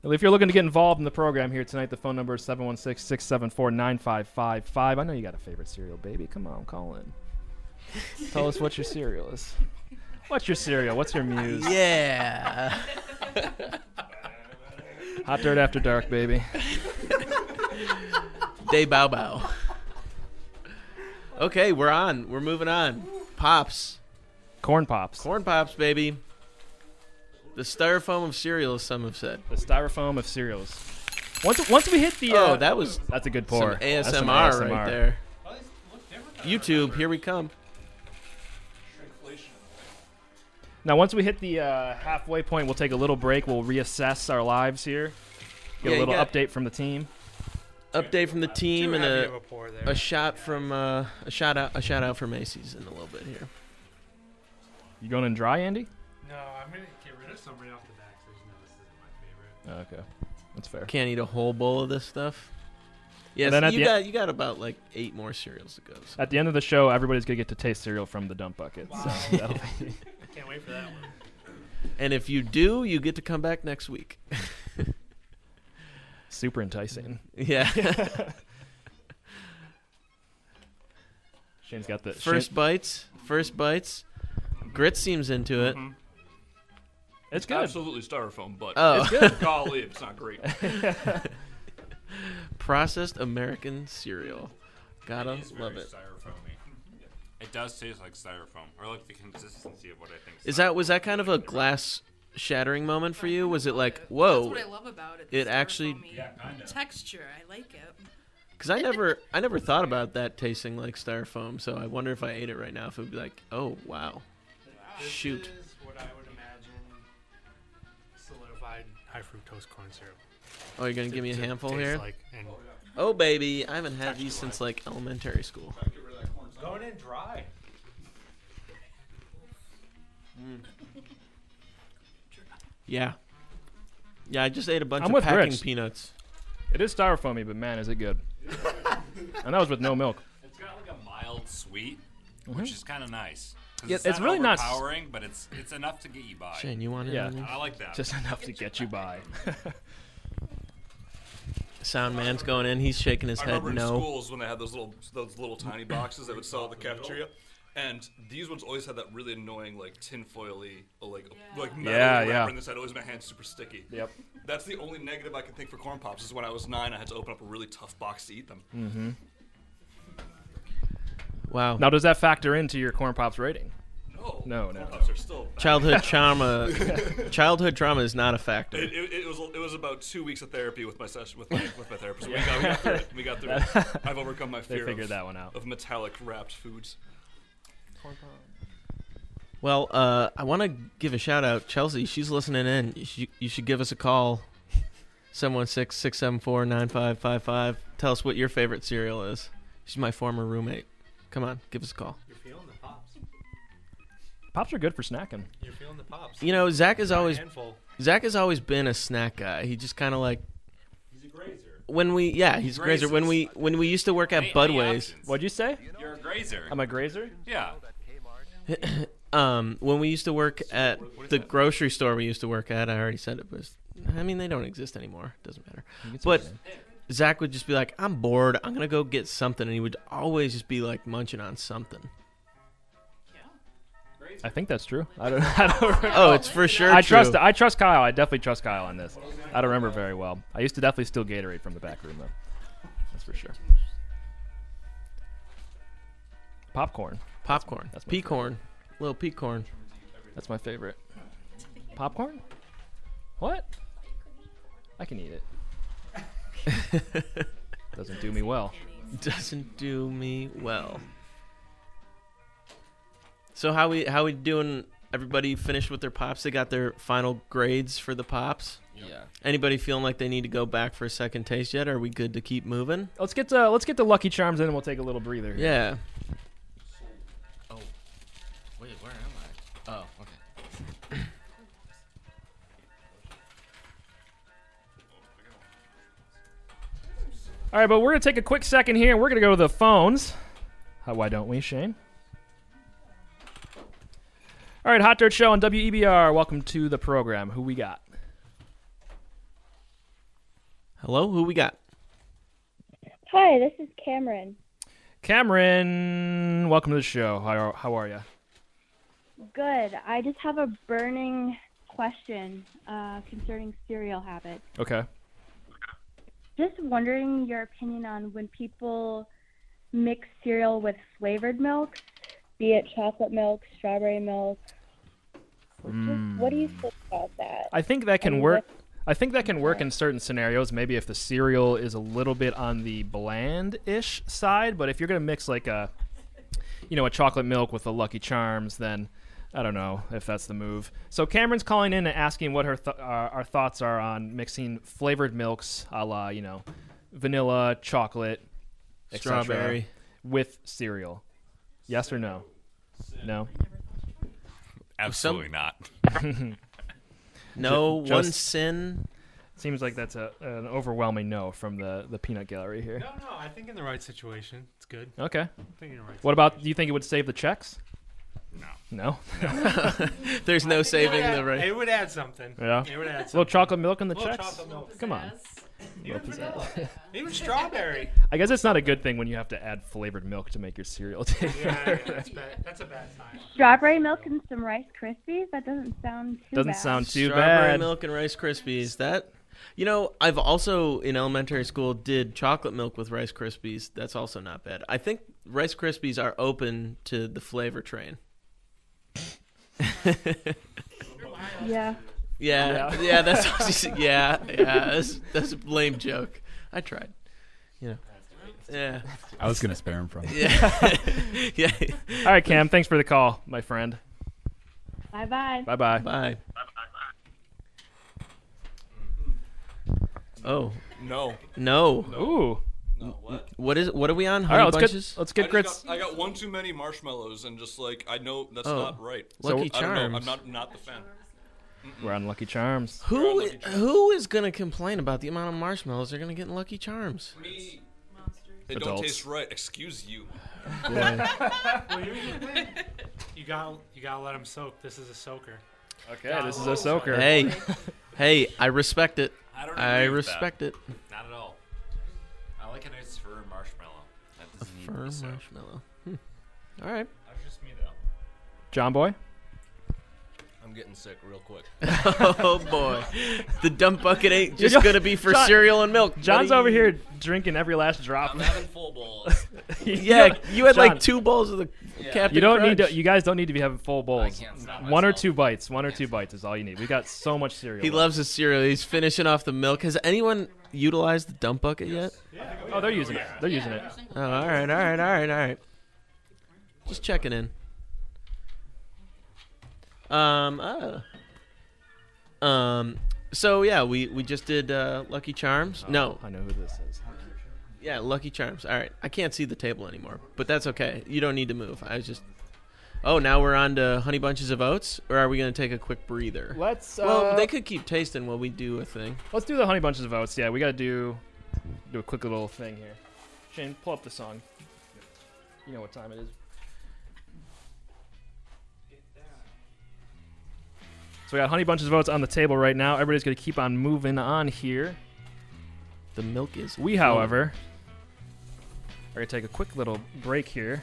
Speaker 8: Well, If you're looking to get involved in the program here tonight, the phone number is 716 674 9555. I know you got a favorite cereal, baby. Come on, call in. Tell us what your cereal
Speaker 9: [LAUGHS]
Speaker 8: is. What's your cereal? What's your muse?
Speaker 9: Yeah.
Speaker 8: Hot dirt after dark, baby.
Speaker 9: Day bow bow. Okay, we're on. We're moving on. Pops.
Speaker 8: Corn pops.
Speaker 9: Corn pops, baby. The styrofoam of cereals, some have said.
Speaker 8: The styrofoam of cereals. Once, once we hit the. Uh,
Speaker 9: oh, that was.
Speaker 8: That's a good pour.
Speaker 9: Some ASMR,
Speaker 8: That's some
Speaker 9: right
Speaker 8: ASMR.
Speaker 9: there. YouTube, here we come.
Speaker 8: Now, once we hit the uh, halfway point, we'll take a little break. We'll reassess our lives here. Get
Speaker 9: Yeah,
Speaker 8: a
Speaker 9: you
Speaker 8: little
Speaker 9: got-
Speaker 8: update from the team.
Speaker 9: Update from the team
Speaker 4: Too
Speaker 9: and
Speaker 4: heavy
Speaker 9: a,
Speaker 4: of a pour there.
Speaker 9: a shot from uh, a shout out a shout out for Macy's in a little bit here.
Speaker 8: You going in dry, Andy?
Speaker 4: No, I'm gonna get rid of some right off the back. So you know this isn't my favorite.
Speaker 8: Oh, Okay, that's fair.
Speaker 9: Can't eat a whole bowl of this stuff. Yeah,
Speaker 8: And then at
Speaker 9: you
Speaker 8: the- e
Speaker 9: got you got about like eight more cereals to go. So.
Speaker 8: At the end of the show, everybody's gonna get to taste cereal from the dump bucket. So that'll [LAUGHS] be
Speaker 4: Can't wait for that one.
Speaker 9: [LAUGHS] And if you do, you get to come back next
Speaker 8: [LAUGHS]
Speaker 9: week.
Speaker 8: super enticing.
Speaker 9: yeah.
Speaker 8: Shane's got the
Speaker 9: First
Speaker 8: Shane-
Speaker 9: bites. First bites. Grit seems into it.
Speaker 8: it's good.
Speaker 7: Absolutely styrofoam, but
Speaker 9: Oh.
Speaker 7: it's
Speaker 9: [LAUGHS]
Speaker 7: good. golly, it's not
Speaker 8: [LAUGHS]
Speaker 7: great.
Speaker 9: Processed American cereal. Gotta
Speaker 6: It is very
Speaker 9: love it.
Speaker 6: styrofoamy. It does taste like styrofoam, or like the consistency of what I think.
Speaker 9: Is that was that kind of a glass shattering moment for you? Was it like whoa?
Speaker 11: That's what I love about it. the
Speaker 9: It actually
Speaker 11: styrofoamy texture. I like it.
Speaker 9: because I never I never thought about that tasting like styrofoam. So I wonder if I ate it right now if it would be like oh wow, shoot.
Speaker 4: This is what I would imagine solidified high fructose corn syrup.
Speaker 9: Oh, you're gonna
Speaker 4: to-
Speaker 9: give me a
Speaker 4: to
Speaker 9: handful
Speaker 4: taste
Speaker 9: here?
Speaker 4: Like, and
Speaker 9: Oh baby, I haven't had these since like elementary school.
Speaker 4: going in dry.
Speaker 9: Mm. Yeah, yeah. I just ate a bunch
Speaker 8: I'm
Speaker 9: of
Speaker 8: with
Speaker 9: packing
Speaker 8: Rich.
Speaker 9: peanuts.
Speaker 8: It is styrofoamy, but man, is
Speaker 6: [LAUGHS]
Speaker 8: it good. and that was with no milk.
Speaker 6: It's got like a mild sweet, which is kind of nice.
Speaker 9: Mm-hmm.
Speaker 6: 'Cause
Speaker 8: Yeah, it's really not s-
Speaker 6: overpowering, but it's it's enough to get you by.
Speaker 9: Shane, you want it?
Speaker 8: Yeah,
Speaker 6: I like that.
Speaker 8: Just enough to get you by.
Speaker 9: Sound man's going in. He's shaking his
Speaker 7: I
Speaker 9: head.
Speaker 7: remember in
Speaker 9: No.
Speaker 7: schools when they had those little those little tiny boxes that would sell at the cafeteria, and these ones always had that really annoying like tinfoily uh, like like metal
Speaker 8: Yeah,
Speaker 7: wrapper
Speaker 8: yeah.
Speaker 7: on the side. Always my hands super sticky.
Speaker 8: Yep.
Speaker 7: That's the only negative I can think for corn pops is when I was nine, I had to open up a really tough box to eat them.
Speaker 8: Mm-hmm.
Speaker 9: Wow.
Speaker 8: [LAUGHS] Now, does that factor into your corn pops rating?
Speaker 7: No.
Speaker 8: No, no.
Speaker 7: Corn pops are still bad.
Speaker 9: Childhood trauma.
Speaker 7: [LAUGHS]
Speaker 9: childhood trauma is not a factor.
Speaker 7: It, it, it was it was about two weeks of therapy with my session with my, with my therapist. We got, we got through it. We got through
Speaker 9: [LAUGHS]
Speaker 7: it. I've overcome my
Speaker 8: They
Speaker 7: fear
Speaker 8: figured
Speaker 7: of,
Speaker 8: that one out.
Speaker 7: of metallic wrapped foods.
Speaker 9: Well, uh, I want to give a shout out, Chelsea. She's listening in. You should, you should give us a call, 716-674-9555. Tell us what your favorite cereal is. She's my former roommate. Come on, give us a call.
Speaker 4: [LAUGHS] You're feeling it.
Speaker 8: [LAUGHS] Pops are good for snacking.
Speaker 7: You're feeling the pops.
Speaker 9: You know, Zach has
Speaker 7: They're a
Speaker 9: always
Speaker 7: handful.
Speaker 9: Zach has always been a snack guy. He just kind of like. When we yeah he's a grazer when we when we used to work at Budways
Speaker 8: What'd you say?
Speaker 6: You're a grazer.
Speaker 8: I'm a grazer.
Speaker 6: Yeah.
Speaker 9: [LAUGHS] um when we used to work at the grocery store we used to work at I already said it was I mean they don't exist anymore doesn't matter but Zach would just be like I'm bored I'm gonna go get something and he would always just be like munching on something
Speaker 8: I think that's true. I don't. [LAUGHS] I don't remember.
Speaker 9: Oh, it's for sure
Speaker 8: I trust.
Speaker 9: true.
Speaker 8: I trust Kyle. I definitely trust Kyle on this. I don't remember very well. I used to definitely steal Gatorade from the back room though. That's for sure. Popcorn.
Speaker 9: popcorn
Speaker 8: That's my favorite.
Speaker 9: peacorn little peacorn
Speaker 8: That's my favorite. Popcorn? What? I can eat it. Doesn't do me well.
Speaker 9: doesn't do me well. So how we how we doing? Everybody finished with their pops. They got their final grades for the pops.
Speaker 13: Yeah.
Speaker 9: Anybody feeling like they need to go back for a second taste yet? Are we good to keep moving?
Speaker 8: Let's get to let's get to Lucky Charms, and then we'll take a little breather. here.
Speaker 9: Yeah.
Speaker 13: Oh. Wait, where am I? Oh, okay.
Speaker 8: All right, but we're gonna take a quick second here, and we're gonna go to the phones. How, why don't we, Shane? All right, Hot Dirt Show on WEBR. Welcome to the program. Who we got?
Speaker 9: Hello, who we got?
Speaker 15: Hi, this is Cameron.
Speaker 8: Cameron, welcome to the show. How are, how are you?
Speaker 15: Good. I just have a burning question uh, concerning cereal habits.
Speaker 8: Okay.
Speaker 15: Just wondering your opinion on when people mix cereal with flavored milks, be it chocolate milk, strawberry milk. What do you think about that?
Speaker 8: Hmm. I think that can
Speaker 15: And
Speaker 8: work. I think that can work in certain scenarios. Maybe if the cereal is a little bit on the bland-ish side, but if you're gonna mix like a, you know, a chocolate milk with a Lucky Charms, then I don't know if that's the move. So Cameron's calling in and asking what her th- uh, our thoughts are on mixing flavored milks, a la you know, vanilla, chocolate, et cetera,
Speaker 9: Strawberry.
Speaker 8: with cereal. Yes or no? No.
Speaker 6: Absolutely not.
Speaker 9: No
Speaker 8: Ju-
Speaker 9: one
Speaker 8: just-
Speaker 9: sin.
Speaker 8: Seems like that's a, an overwhelming no from the, the peanut gallery here.
Speaker 4: No, no. I think in the right situation, it's good.
Speaker 8: Okay.
Speaker 4: I think in the right
Speaker 8: What about? Do you think it would save the checks? No. No.
Speaker 9: [LAUGHS] There's no saving the right.
Speaker 4: It would add something.
Speaker 8: Yeah.
Speaker 4: It would add
Speaker 8: Little
Speaker 4: something.
Speaker 8: chocolate milk in the
Speaker 4: Little
Speaker 8: checks.
Speaker 4: chocolate milk.
Speaker 8: Come on.
Speaker 4: Even
Speaker 8: Milk is
Speaker 4: vanilla.
Speaker 8: [LAUGHS] out.
Speaker 4: Even strawberry.
Speaker 8: I guess it's not a good thing when you have to add flavored milk to make your cereal. taste
Speaker 4: yeah,
Speaker 8: better.
Speaker 4: [LAUGHS] that's, bad. that's a bad sign.
Speaker 15: Strawberry milk and some Rice Krispies? That doesn't sound too
Speaker 8: Doesn't
Speaker 15: bad.
Speaker 8: sound too
Speaker 9: Strawberry
Speaker 8: bad.
Speaker 9: milk and Rice Krispies. That, you know, I've also in elementary school did chocolate milk with Rice Krispies. That's also not bad. I think Rice Krispies are open to the flavor train.
Speaker 15: Yeah.
Speaker 9: Yeah, yeah,
Speaker 15: Yeah.
Speaker 9: that's what she said. yeah, yeah. That's, that's a lame joke. I tried. You know. Yeah.
Speaker 10: I was gonna spare him from it.
Speaker 9: Yeah. [LAUGHS] yeah. [LAUGHS]
Speaker 8: All right, Cam. Thanks for the call, my friend.
Speaker 15: Bye bye.
Speaker 8: Bye bye.
Speaker 9: Bye. Oh.
Speaker 7: No.
Speaker 9: No.
Speaker 8: Ooh.
Speaker 7: what?
Speaker 9: What is? What are we on?
Speaker 8: All right,
Speaker 9: Honey
Speaker 8: let's get-
Speaker 9: bunches.
Speaker 8: let's
Speaker 7: I just Got, I got one too many marshmallows, and just like I know that's
Speaker 9: Oh.
Speaker 7: not right.
Speaker 9: Lucky
Speaker 7: I don't know. I'm
Speaker 9: Charms.
Speaker 7: not not the fan.
Speaker 8: We're on Lucky Charms.
Speaker 9: Who i- who is gonna complain about the amount of marshmallows they're gonna get in Lucky Charms?
Speaker 7: Me. It
Speaker 9: Adults.
Speaker 7: don't taste right. Excuse you.
Speaker 4: [LAUGHS] Well, here's the thing. You gotta, you gotta let them soak. This is a soaker.
Speaker 8: Okay,
Speaker 4: Gotta
Speaker 8: this is
Speaker 4: let
Speaker 8: a
Speaker 4: 'em soak.
Speaker 8: soaker.
Speaker 6: [LAUGHS]
Speaker 9: Hey, hey, I respect it.
Speaker 6: I don't.
Speaker 9: I
Speaker 6: agree with that.
Speaker 9: respect it.
Speaker 6: Not at all. I like a nice firm marshmallow. That doesn't need to be
Speaker 9: Firm
Speaker 6: soaked.
Speaker 9: marshmallow. Hmm. All right.
Speaker 6: That's just me though.
Speaker 8: John Boy.
Speaker 13: I'm getting sick real quick.
Speaker 9: [LAUGHS] oh boy, the dump bucket ain't
Speaker 8: You're
Speaker 9: just gonna be for
Speaker 8: John-
Speaker 9: cereal and milk.
Speaker 8: John's
Speaker 9: buddy.
Speaker 8: over here drinking every last drop.
Speaker 13: I'm having full
Speaker 8: [LAUGHS]
Speaker 13: bowls.
Speaker 9: Yeah, you had
Speaker 8: John.
Speaker 9: like two bowls of the
Speaker 13: Yeah.
Speaker 9: Captain
Speaker 8: you don't need
Speaker 9: Crunch.
Speaker 8: to. You guys don't need to be having full bowls.
Speaker 13: can't stop
Speaker 8: One or two bites. One or two bites is all you need. We got so much cereal.
Speaker 9: He
Speaker 8: left.
Speaker 9: loves his cereal. He's finishing off the milk. Has anyone utilized the dump bucket yet?
Speaker 8: Oh, they're using it. They're using it.
Speaker 9: Oh, all right, all right, all right, all right. Just checking in. Um, uh, um, so yeah, we we just did uh, Lucky Charms. no,
Speaker 8: Oh, I know who this is.
Speaker 9: yeah, Lucky Charms. All right, I can't see the table anymore, but that's okay. You don't need to move. I was just, oh, now we're on to honey bunches of oats, or are we going to take a quick breather?
Speaker 8: Let's, uh,
Speaker 9: well, they could keep tasting while we do a thing.
Speaker 8: Let's do the honey bunches of oats. Yeah, we gotta do do a quick little thing here. Shane, pull up the song. You know [LAUGHS] what time it is. So we got honey bunches of oats on the table right now. Everybody's gonna keep on moving on here.
Speaker 9: The milk is.
Speaker 8: We, however, are gonna take a quick little break here.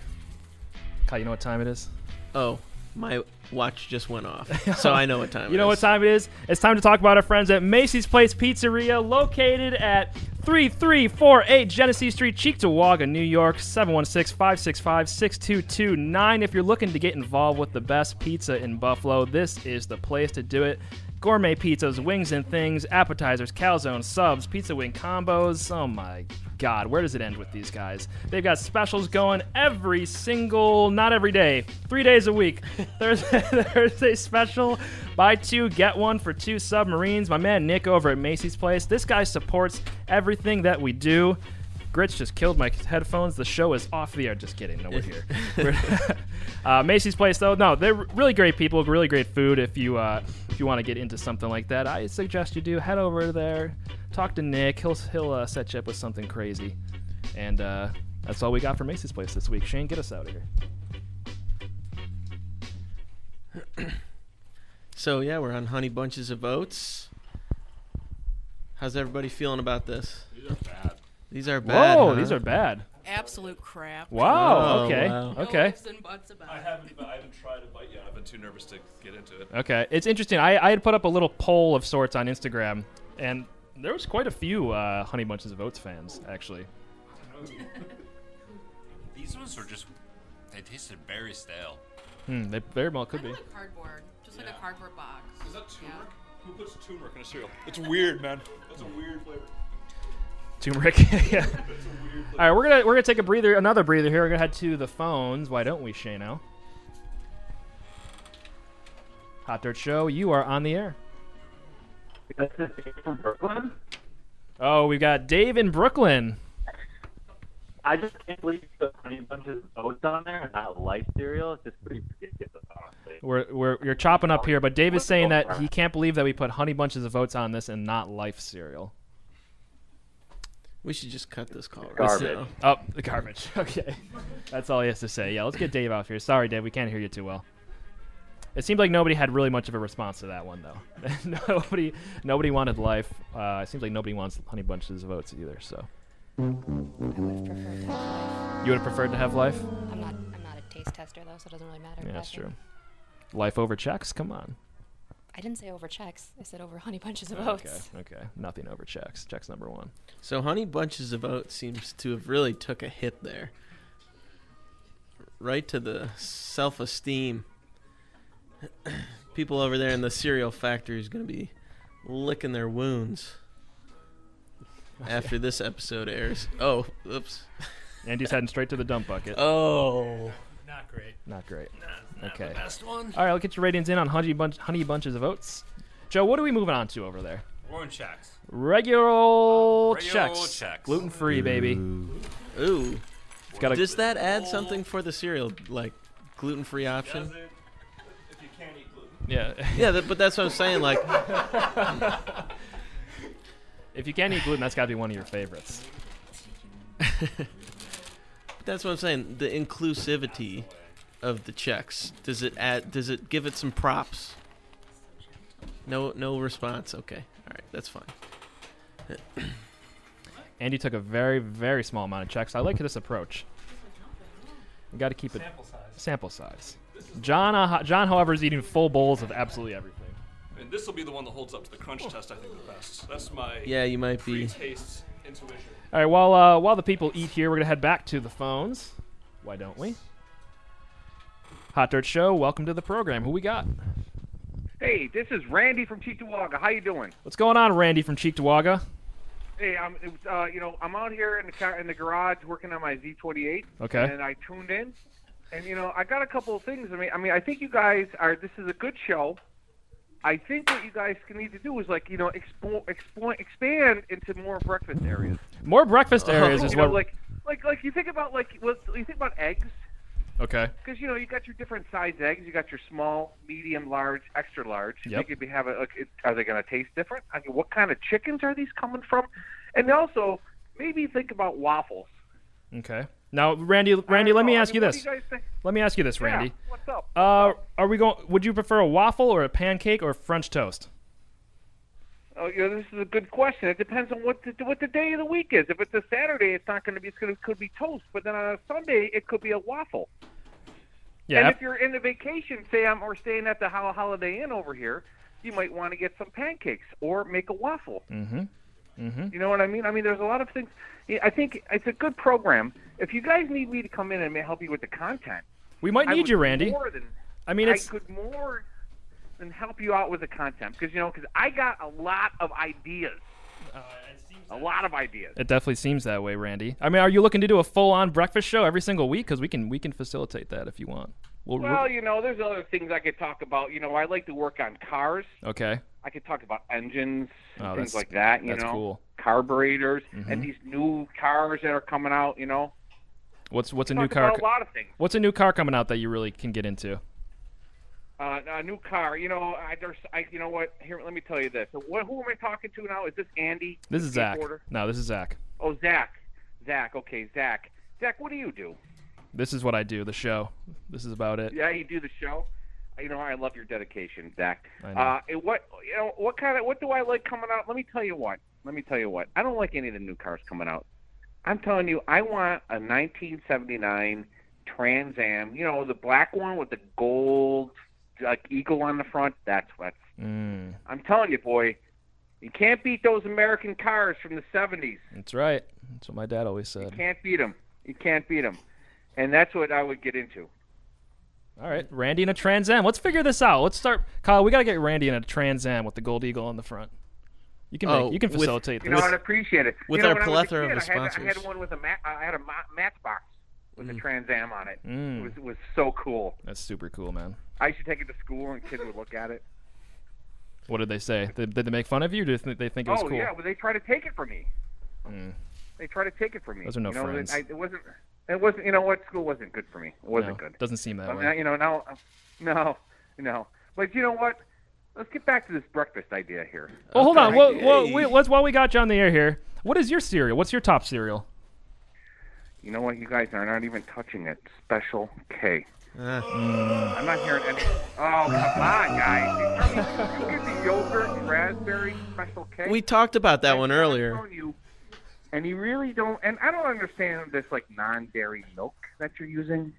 Speaker 8: Kyle, you know what time it is?
Speaker 9: Oh, my watch just went off,
Speaker 8: [LAUGHS]
Speaker 9: so I know what time.
Speaker 8: You know what time it is? It's time to talk about our friends at Macy's Place Pizzeria, located at 3348 Genesee Street, Cheektowaga, New York, 716 565 6229. If you're looking to get involved with the best pizza in Buffalo, this is the place to do it. Gourmet pizzas, wings and things, appetizers, calzones, subs, pizza wing combos. Oh my God, where does it end with these guys? They've got specials going every single, not every day, three days a week. There's [LAUGHS] Thursday special, buy two, get one for two submarines. My man Nick over at Macy's Place. This guy supports everything that we do. Grits just killed my headphones. The show is off the air. Just kidding. No, we're here. We're- [LAUGHS] uh, Macy's Place, though, no, they're really great people. Really great food. If you uh, if you want to get into something like that, I suggest you do head over there, talk to Nick. He'll he'll uh, set you up with something crazy. And uh, that's all we got for Macy's Place this week. Shane, get us out of here.
Speaker 9: So yeah, we're on honey bunches of oats. How's everybody feeling about this? These are bad. These are bad.
Speaker 8: Whoa,
Speaker 9: huh?
Speaker 8: these are bad.
Speaker 11: Absolute crap.
Speaker 8: Wow.
Speaker 9: Oh,
Speaker 8: okay.
Speaker 9: wow.
Speaker 8: Okay.
Speaker 7: I haven't, I haven't tried a bite yet. I've been too nervous to get into it.
Speaker 8: Okay, it's interesting. I, I had put up a little poll of sorts on Instagram, and there was quite a few uh, Honey Bunches of Oats fans actually.
Speaker 6: [LAUGHS]
Speaker 4: [LAUGHS]
Speaker 6: These ones were just. They tasted very stale.
Speaker 8: Hmm, they very well could be.
Speaker 11: Cardboard, just like a cardboard box.
Speaker 7: Is that turmeric? Who puts turmeric in a cereal? It's weird, man. That's a weird flavor.
Speaker 8: Turmeric. [LAUGHS] yeah. All right, we're gonna we're gonna take a breather, another breather here. We're gonna head to the phones. Why don't we, Shano? Hot Dirt Show, you are on the air.
Speaker 1: This is Dave from Brooklyn.
Speaker 8: Oh, we've got Dave in Brooklyn.
Speaker 1: I just can't believe you put honey bunches of oats on there and not light cereal. It's just pretty ridiculous, honestly.
Speaker 8: We're we're you're chopping up here, but Dave is saying that he can't believe that we put Honey Bunches of Oats on this and not Life cereal.
Speaker 9: We should just cut this call. right
Speaker 8: Garbage.
Speaker 9: now.
Speaker 8: Oh, the garbage. [LAUGHS] Okay. That's all he has to say. Yeah, let's get Dave off here. Sorry, Dave, we can't hear you too well. It seemed like nobody had really much of a response to that one, though. [LAUGHS] nobody, nobody wanted life. Uh, it seems like nobody wants honey bunches of oats either. So, you would have preferred to have life.
Speaker 12: I'm not. I'm not a taste tester though, so it doesn't really matter.
Speaker 8: Yeah,
Speaker 12: but I
Speaker 8: that's
Speaker 12: think-
Speaker 8: true. Life over checks. Come on.
Speaker 12: I didn't say over checks. I said over [LAUGHS] honey bunches of oats.
Speaker 8: Okay. Okay. Nothing over checks. Checks number one.
Speaker 9: So honey bunches of oats seems to have really took a hit there. Right to the self-esteem. People over there in the cereal factory is going to be licking their wounds
Speaker 8: Oh,
Speaker 9: after this episode
Speaker 8: [LAUGHS]
Speaker 9: airs. Oh, oops.
Speaker 8: Andy's heading straight to the dump bucket.
Speaker 9: Oh.
Speaker 4: Not great.
Speaker 8: Not great.
Speaker 4: not
Speaker 8: okay.
Speaker 4: the best one.
Speaker 8: All right, I'll get your ratings in on honey, bunch, honey bunches of oats. Joe, what are we moving on to over there?
Speaker 6: We're on checks.
Speaker 8: Regular old
Speaker 6: regular
Speaker 8: checks.
Speaker 6: old checks.
Speaker 8: Gluten free, baby.
Speaker 9: Ooh.
Speaker 8: gotta-
Speaker 9: Does that add something for the cereal like gluten-free option?
Speaker 7: If you can't eat gluten.
Speaker 8: Yeah.
Speaker 9: yeah, that, but that's what I'm
Speaker 7: [LAUGHS]
Speaker 9: saying
Speaker 8: [LAUGHS]
Speaker 9: like
Speaker 8: If you can't eat gluten, that's got to be one of your favorites.
Speaker 9: That's what I'm saying. The inclusivity of the checks. Does it add? Does it give it some props? No, no response. Okay, all right, that's fine.
Speaker 8: [CLEARS THROAT] Andy took a very, very small amount of checks. I like this approach. You got to keep it
Speaker 4: Sample size.
Speaker 8: Sample size. John, uh, John, however, is eating full bowls of absolutely everything.
Speaker 7: And this will be the one that holds up to the crunch test, I think, the best. That's my
Speaker 8: Yeah, you might be-
Speaker 7: pre-taste intuition.
Speaker 8: All right, while uh, while the people eat here, we're gonna head back to the phones. Why don't we? Hot Dirt Show, welcome to the program. Who we got?
Speaker 16: Hey, this is Randy from Cheektowaga. How you doing?
Speaker 8: What's going on, Randy from Cheektowaga?
Speaker 16: Hey, I'm it was, uh, you know I'm out here in the car, in the garage working on my Z28.
Speaker 8: Okay.
Speaker 16: And I tuned in, and you know I got a couple of things. I mean, I mean I think you guys are. This is a good show. I think what you guys need to do is like you know explore, explore expand into more breakfast areas. Oh,
Speaker 8: More breakfast areas is
Speaker 16: you know,
Speaker 8: what.
Speaker 16: like like like you think about like what you think about eggs.
Speaker 8: Okay.
Speaker 16: Because you know you got your different size eggs. You got your small, medium, large, extra large. You
Speaker 8: Yep.
Speaker 16: could be having. Like, it- are they going to taste different? I mean, what kind of chickens are these coming from? And also, maybe think about waffles.
Speaker 8: Okay. Now, Randy, Randy, let me ask you
Speaker 16: What do
Speaker 8: this.
Speaker 16: you guys think?
Speaker 8: Let me ask you this,
Speaker 16: Yeah,
Speaker 8: Randy.
Speaker 16: what's up?
Speaker 8: Uh, are we going? Would you prefer a waffle or a pancake or French toast?
Speaker 16: Oh, you know, this is a good question. It depends on what the, what the day of the week is. If it's a Saturday, it's not going to be. It's going to could be toast, but then on a Sunday, it could be a waffle.
Speaker 8: Yeah.
Speaker 16: And if you're in the vacation, say I'm or staying at the Hol- Holiday Inn over here, you might want to get some pancakes or make a waffle.
Speaker 8: mm-hmm. Mm-hmm.
Speaker 16: You know what I mean? I mean, there's a lot of things. Yeah, I think it's a good program. If you guys need me to come in and may help you with the content,
Speaker 8: We might
Speaker 16: I
Speaker 8: need
Speaker 16: would
Speaker 8: you, Randy.
Speaker 16: More than,
Speaker 8: I mean, it's-
Speaker 16: I could more than help you out with the content because you know, because I got a lot of ideas. a lot of ideas.
Speaker 8: It definitely seems that way, Randy. I mean, are you looking to do a full-on breakfast show every single week? Because we can we can facilitate that if you want. We'll,
Speaker 16: Well, you know, there's other things I could talk about. You know, I like to work on cars.
Speaker 8: okay.
Speaker 16: I could talk about engines, and
Speaker 8: Oh,
Speaker 16: things
Speaker 8: that's-
Speaker 16: like that. You
Speaker 8: that's
Speaker 16: know,
Speaker 8: cool.
Speaker 16: carburetors
Speaker 8: Mhm.
Speaker 16: and these new cars that are coming out. You know,
Speaker 8: What's what's a
Speaker 16: Talk
Speaker 8: new car?
Speaker 16: about a lot of things.
Speaker 8: What's a new car coming out that you really can get into?
Speaker 16: uh, a new car. You know, I there's, I, you know what? Here, let me tell you this. So what, who am I talking to now? Is this Andy?
Speaker 8: This
Speaker 16: the
Speaker 8: is Zach.
Speaker 16: skateboarder?
Speaker 8: No, this is Zach.
Speaker 16: Oh, Zach. Zach. Okay, Zach. Zach, what do you do?
Speaker 8: This is what I do. The show. This is about it.
Speaker 16: Yeah, you do the show. You know, I love your dedication, Zach.
Speaker 8: I know.
Speaker 16: Uh, and what you know, what kind of what do I like coming out? Let me tell you what. Let me tell you what. I don't like any of the new cars coming out. I'm telling you, I want a 1979 Trans Am. You know, the black one with the gold like eagle on the front. That's what
Speaker 8: Mm,
Speaker 16: I'm telling you, boy. You can't beat those American cars from the 70s.
Speaker 8: that's right. That's what my dad always
Speaker 16: You
Speaker 8: said.
Speaker 16: can't beat them. You can't beat them. And that's what I would get into.
Speaker 8: All right, Randy in a Trans Am. Let's figure this out. Let's start, Kyle. We gotta get Randy in a Trans Am with the gold eagle on the front. You can make,
Speaker 9: Oh,
Speaker 8: you can
Speaker 9: with-
Speaker 8: facilitate
Speaker 16: You
Speaker 8: this.
Speaker 16: know, I'd appreciate it.
Speaker 9: with
Speaker 16: you know,
Speaker 9: our
Speaker 16: when I was a
Speaker 9: plethora of
Speaker 16: kid, I had- I had
Speaker 9: sponsors.
Speaker 16: one with a ma- I had a ma- Matchbox with a Trans Am on it.
Speaker 8: Mm.
Speaker 16: It was it was so cool.
Speaker 8: That's super cool, man.
Speaker 16: I used to take it to school and kids would look at it.
Speaker 8: What did they say? Did, did they make fun of you? Did they think- they think it was
Speaker 16: oh
Speaker 8: cool?
Speaker 16: yeah, well, they try to take it from me.
Speaker 8: Mm.
Speaker 16: They try to take it from me.
Speaker 8: Those are no
Speaker 16: you know,
Speaker 8: friends.
Speaker 16: I, it wasn't. It wasn't. You know what? School wasn't good for me. It wasn't
Speaker 8: No,
Speaker 16: good.
Speaker 8: Doesn't seem that
Speaker 16: I mean,
Speaker 8: way.
Speaker 16: I- you know now. No, no. But you know what? Let's get back to this breakfast idea here.
Speaker 8: Well, hold on. Well, well,
Speaker 16: Hey.
Speaker 8: wait, let's while we got you on the air here. What is your cereal? What's your top cereal?
Speaker 16: You know what? You guys are not even touching it. Special K.
Speaker 8: Mm.
Speaker 16: Uh, I'm not hearing any. Oh, come on, guys. You get the yogurt, raspberry, special K.
Speaker 9: We talked about that one earlier.
Speaker 16: telling you, and you really don't. And I don't understand this like non-dairy milk that you're using.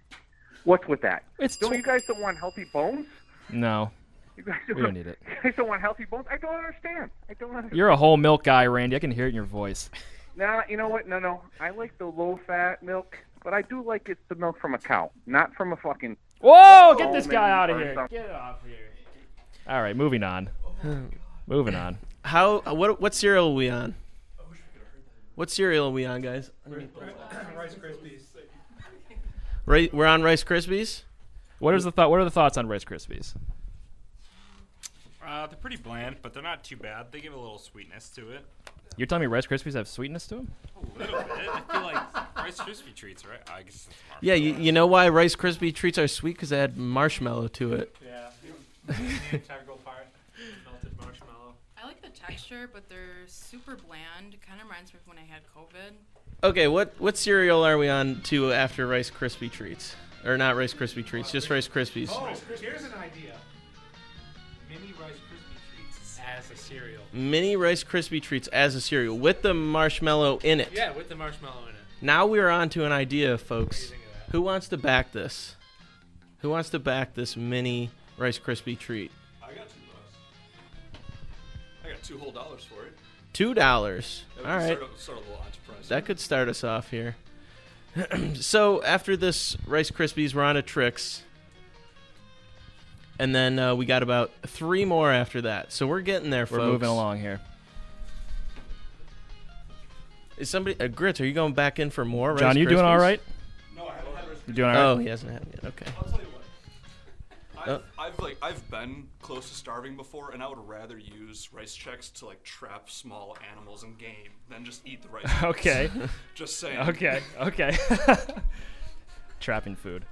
Speaker 16: What's with that?
Speaker 8: It's
Speaker 16: don't you guys don't want healthy bones?
Speaker 8: No,
Speaker 16: You guys
Speaker 8: we don't need it.
Speaker 16: [LAUGHS] You guys don't want healthy bones? I don't understand. I don't understand.
Speaker 8: You're a whole milk guy, Randy. I can hear it in your voice.
Speaker 16: Nah, you know what? No, no. I like the low-fat milk, but I do like it's the milk from a cow, not from a fucking.
Speaker 8: Whoa! Get this
Speaker 16: almond
Speaker 8: guy out of
Speaker 16: or
Speaker 8: here.
Speaker 16: something.
Speaker 8: Get off here. All right, moving on. moving on.
Speaker 9: How? What? What cereal are we on? What cereal are we on, guys?
Speaker 4: [COUGHS] Rice Krispies.
Speaker 9: Right, we're on Rice Krispies.
Speaker 8: What is the thought? What are the thoughts on Rice Krispies?
Speaker 6: Uh, they're pretty bland, but they're not too bad. They give a little sweetness to it.
Speaker 8: You're telling me Rice Krispies have sweetness to them?
Speaker 6: A little bit. [LAUGHS] I feel like Rice Krispie treats, right? I guess it's
Speaker 9: Yeah, you, you know why Rice Krispie treats are sweet? Because they add marshmallow to it.
Speaker 4: Yeah. Integral part. Melted marshmallow.
Speaker 11: I like the texture, but they're super bland. Kind of reminds me of when I had COVID.
Speaker 9: Okay, what what cereal are we on to after Rice Krispie treats? Or not Rice Krispie treats, just Rice Krispies.
Speaker 4: Oh, here's an idea. Mini Rice Krispie treats as a cereal.
Speaker 9: Mini Rice Krispie treats as a cereal with the marshmallow in it.
Speaker 4: Yeah, with the marshmallow in it.
Speaker 9: Now we are on to an idea, folks. Who wants to back this? Who wants to back this mini Rice Krispie treat?
Speaker 7: I got two bucks. I got two whole dollars for it.
Speaker 9: Two dollars.
Speaker 7: That would
Speaker 9: All right.
Speaker 7: Start a, start a little enterprise.
Speaker 9: That could start us off here. [CLEARS THROAT] so after this Rice Krispies, we're on to tricks, and then uh, we got about three more after that. So we're getting there,
Speaker 8: We're
Speaker 9: folks.
Speaker 8: moving along here.
Speaker 9: Is somebody uh, grits? Are you going back in for more? Rice
Speaker 8: John, you doing all
Speaker 9: Krispies?
Speaker 8: right?
Speaker 7: No, I haven't had Rice
Speaker 8: You doing all right?
Speaker 9: Oh, he hasn't had it yet. Okay.
Speaker 7: I'll tell you what. I've,
Speaker 9: Oh.
Speaker 7: I've like I've been close to starving before, and I would rather use rice checks to like trap small animals and game than just eat the
Speaker 8: [LAUGHS]
Speaker 7: rice.
Speaker 9: [LAUGHS]
Speaker 7: checks.
Speaker 8: Okay.
Speaker 7: [LAUGHS] just saying.
Speaker 8: Okay. Okay. [LAUGHS] Trapping food.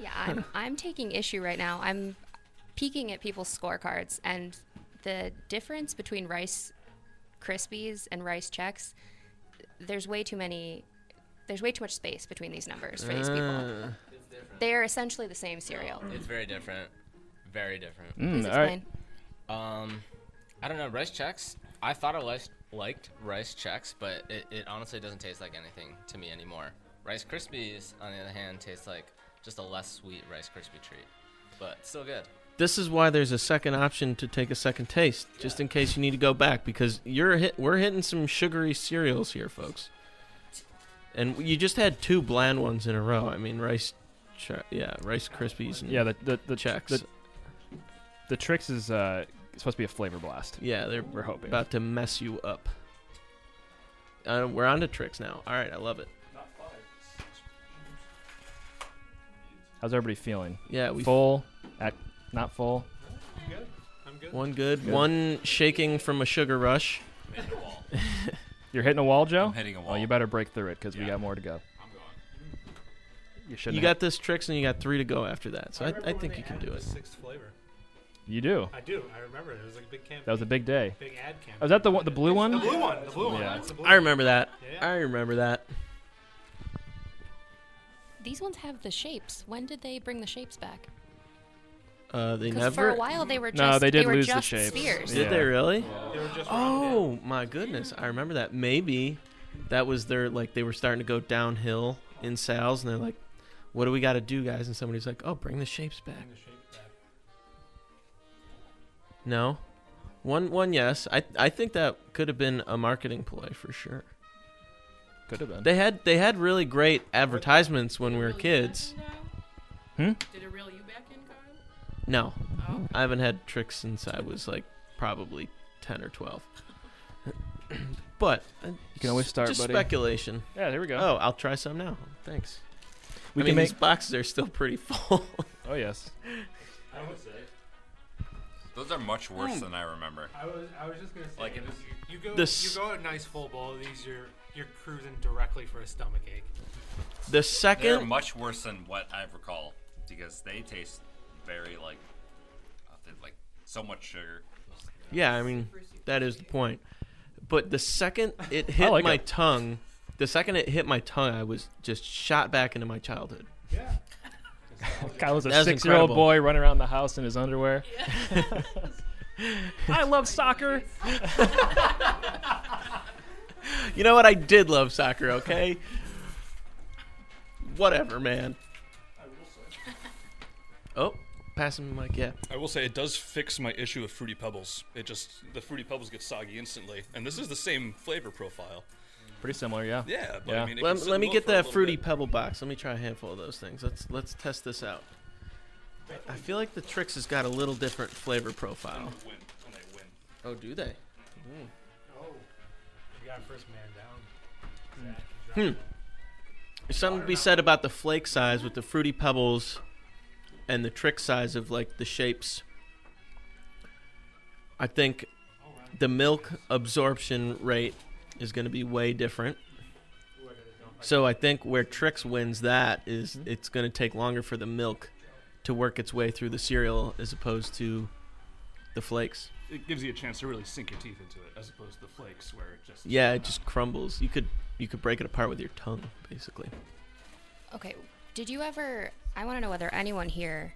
Speaker 12: Yeah,
Speaker 8: [LAUGHS]
Speaker 12: I'm, I'm taking issue right now. I'm peeking at people's scorecards, and the difference between Rice Krispies and Rice Checks, there's way too many. There's way too much space between these numbers for these people. They are essentially the same cereal.
Speaker 13: It's very different. Very different.
Speaker 8: Mm, Please all right.
Speaker 13: Um, I don't know. Rice checks. I thought I lis- liked rice checks, but it, it honestly doesn't taste like anything to me anymore. Rice Krispies, on the other hand, tastes like just a less sweet Rice Krispie treat, but still good.
Speaker 9: This is why there's a second option to take a second taste, just in case you need to go back, because you're hit, we're hitting some sugary cereals here, folks. And you just had two bland ones in a row. I mean, rice, Che- yeah, Rice Krispies. And
Speaker 8: Yeah, the the, the
Speaker 9: checks.
Speaker 8: The, the tricks is uh, supposed to be a flavor blast.
Speaker 9: yeah, they're
Speaker 8: we're hoping.
Speaker 9: about to mess you up. Uh, we're on to tricks now. All right, I love it.
Speaker 8: How's everybody feeling?
Speaker 9: Yeah, we-
Speaker 8: full at not full.
Speaker 9: One good,
Speaker 8: Good.
Speaker 9: one shaking from a sugar rush.
Speaker 8: [LAUGHS] You're hitting a wall, Joe.
Speaker 9: I'm hitting a
Speaker 8: Oh, you better break through it because we got more to go. I'm going. You shouldn't.
Speaker 9: you got this tricks, and you got three to go after that. So I,
Speaker 4: remember
Speaker 9: I
Speaker 4: when
Speaker 9: think
Speaker 4: they
Speaker 9: you can
Speaker 4: added
Speaker 9: do
Speaker 4: the
Speaker 9: it.
Speaker 4: Sixth flavor.
Speaker 8: You do.
Speaker 4: I do. I remember it. It was like a big campaign.
Speaker 8: That was a big day.
Speaker 4: Big ad campaign.
Speaker 8: Oh, is that the one, the blue one?
Speaker 4: The blue one. The blue one.
Speaker 8: Yeah.
Speaker 4: That's the blue
Speaker 9: I remember that.
Speaker 4: Yeah.
Speaker 9: I remember that.
Speaker 12: These ones have the shapes. When did they bring the shapes back?
Speaker 9: Uh, they
Speaker 12: 'Cause
Speaker 9: never.
Speaker 12: for a while they were
Speaker 8: No, just- they did they were lose the just
Speaker 12: shapes. spheres.
Speaker 9: Did
Speaker 8: Yeah.
Speaker 9: they really?
Speaker 4: They were just
Speaker 9: oh my goodness, I remember that. Maybe that was their like they were starting to go downhill in sales, and they're like, "What do we got to do, guys?" And somebody's like, "Oh, bring the shapes back." No, one one yes. I I think that could have been a marketing ploy for sure.
Speaker 8: Could have been.
Speaker 9: They had they had really great advertisements when we were kids. Hmm.
Speaker 11: Did it reel you back in, Kyle? Oh.
Speaker 9: No, I haven't had tricks since I was like probably ten or
Speaker 8: [COUGHS]
Speaker 9: twelve. but you
Speaker 8: can always start,
Speaker 9: Just
Speaker 8: buddy.
Speaker 9: speculation.
Speaker 8: Yeah, there we go.
Speaker 9: Oh, I'll try some now. Thanks.
Speaker 8: We
Speaker 9: I
Speaker 8: can
Speaker 9: mean,
Speaker 8: make-
Speaker 9: these boxes are still pretty full.
Speaker 8: Oh yes.
Speaker 4: I would say.
Speaker 6: Those are much worse
Speaker 4: Mm.
Speaker 6: than I remember.
Speaker 4: I was, I was just gonna say.
Speaker 6: Like,
Speaker 4: you, you go,
Speaker 9: this-
Speaker 4: you go a nice full bowl of these. You're, you're cruising directly for a stomach ache.
Speaker 9: the
Speaker 6: They're
Speaker 9: second,
Speaker 6: much worse than what I recall because they taste very like, uh, they're, like so much sugar.
Speaker 9: yeah, I mean that is the point. But the second
Speaker 8: [LAUGHS]
Speaker 9: it hit
Speaker 8: like
Speaker 9: my
Speaker 8: it.
Speaker 9: tongue, the second it hit my tongue, I was just shot back into my childhood.
Speaker 8: Guy was a
Speaker 9: That was
Speaker 8: six-year-old
Speaker 9: incredible.
Speaker 8: boy running around the house in his underwear. [LAUGHS]
Speaker 9: [LAUGHS]
Speaker 8: I love soccer.
Speaker 9: You know what? I did love soccer.
Speaker 8: [LAUGHS]
Speaker 9: Okay. Whatever, man. Oh, passing the mic. Yeah.
Speaker 7: I will say it does fix my issue of fruity pebbles. It just the fruity pebbles get soggy instantly, and this is the same flavor profile.
Speaker 8: Pretty similar, yeah.
Speaker 7: Yeah, but I mean, it can
Speaker 9: Let,
Speaker 7: sit
Speaker 9: let
Speaker 7: in
Speaker 9: me
Speaker 7: milk
Speaker 9: get
Speaker 7: for a
Speaker 9: that
Speaker 7: little
Speaker 9: fruity
Speaker 7: bit.
Speaker 9: pebble box. Let me try a handful of those things. Let's let's test this out. I feel like the Trix has got a little different flavor profile. Oh, do they?
Speaker 4: Oh, you got first man down. Zach,
Speaker 9: Hmm. There's something to be said about the flake size with the fruity pebbles, and the trick size of like the shapes. I think the milk absorption rate is going to be way different. So I think where Trix wins that is it's going to take longer for the milk to work its way through the cereal as opposed to the flakes.
Speaker 14: It gives you a chance to really sink your teeth into it, as opposed to the flakes where it just
Speaker 9: Yeah, it just crumbles. You could you could break it apart with your tongue basically.
Speaker 12: Okay, did you ever? I want to know whether anyone here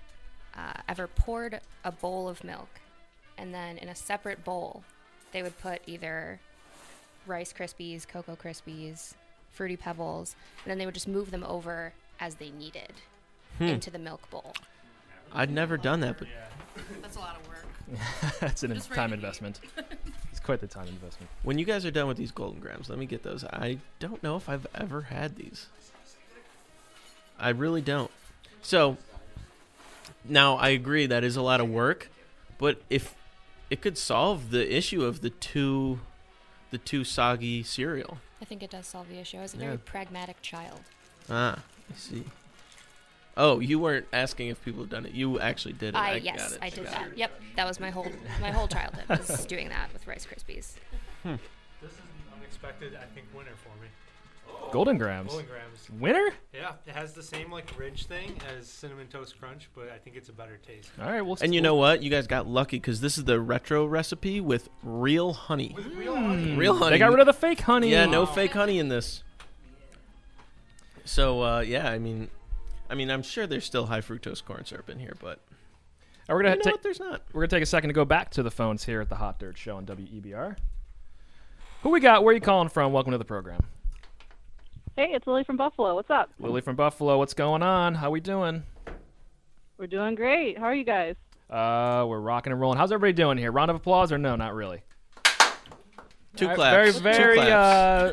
Speaker 12: uh, ever poured a bowl of milk, and then in a separate bowl, they would put either Rice Krispies, Cocoa Krispies, Fruity Pebbles, and then they would just move them over as they needed
Speaker 9: Hmm.
Speaker 12: into the milk bowl.
Speaker 9: I'd never done that, but
Speaker 11: That's a lot of
Speaker 9: [LAUGHS]
Speaker 11: work.
Speaker 8: [LAUGHS] That's an
Speaker 11: Just ready
Speaker 8: time
Speaker 11: to [LAUGHS]
Speaker 12: [LAUGHS]
Speaker 8: investment. It's quite the time investment.
Speaker 9: when you guys are done with these golden grams, let me get those. I don't know if I've ever had these. I really don't. So now I agree that is a lot of work, but if it could solve the issue of the two the two soggy cereal.
Speaker 12: I think it does solve the issue. I was a
Speaker 9: Yeah.
Speaker 12: very pragmatic child.
Speaker 9: Ah, I see. Oh, you weren't asking if people had done it. You actually did it.
Speaker 12: I,
Speaker 9: I got
Speaker 12: yes,
Speaker 9: it.
Speaker 12: I did
Speaker 9: got
Speaker 12: that.
Speaker 9: it.
Speaker 12: Yep, that was my whole my whole childhood
Speaker 8: Hmm.
Speaker 12: was doing that with Rice Krispies.
Speaker 4: This is an unexpected, I think, winner for me.
Speaker 8: Golden Grams.
Speaker 4: Golden Grams.
Speaker 8: Winner?
Speaker 4: Yeah, it has the same like ridge thing as cinnamon toast crunch, but I think it's a better taste.
Speaker 8: All right, we'll.
Speaker 9: And you know what? You guys got lucky because this is the retro recipe with real honey. Mm. real honey.
Speaker 8: They got rid of the fake honey.
Speaker 9: Yeah, no
Speaker 8: Wow.
Speaker 9: fake honey in this. So uh, yeah, I mean, I mean, I'm sure there's still high fructose corn syrup in here, but
Speaker 8: All right, we're gonna
Speaker 9: You know
Speaker 8: take,
Speaker 9: what? There's not.
Speaker 8: We're gonna take a second to go back to the phones here at the Hot Dirt Show on WEBR. Who we got? Where are you calling from? Welcome to the program,
Speaker 17: Hey, it's Lily from Buffalo. What's up?
Speaker 8: Lily from Buffalo. What's going on? How we doing?
Speaker 17: We're doing great. How are you guys?
Speaker 8: Uh, we're rocking and rolling. How's everybody doing here? Round of applause or no? Not really.
Speaker 9: Two
Speaker 8: All right,
Speaker 9: claps.
Speaker 8: Very, very.
Speaker 9: Two
Speaker 8: Uh,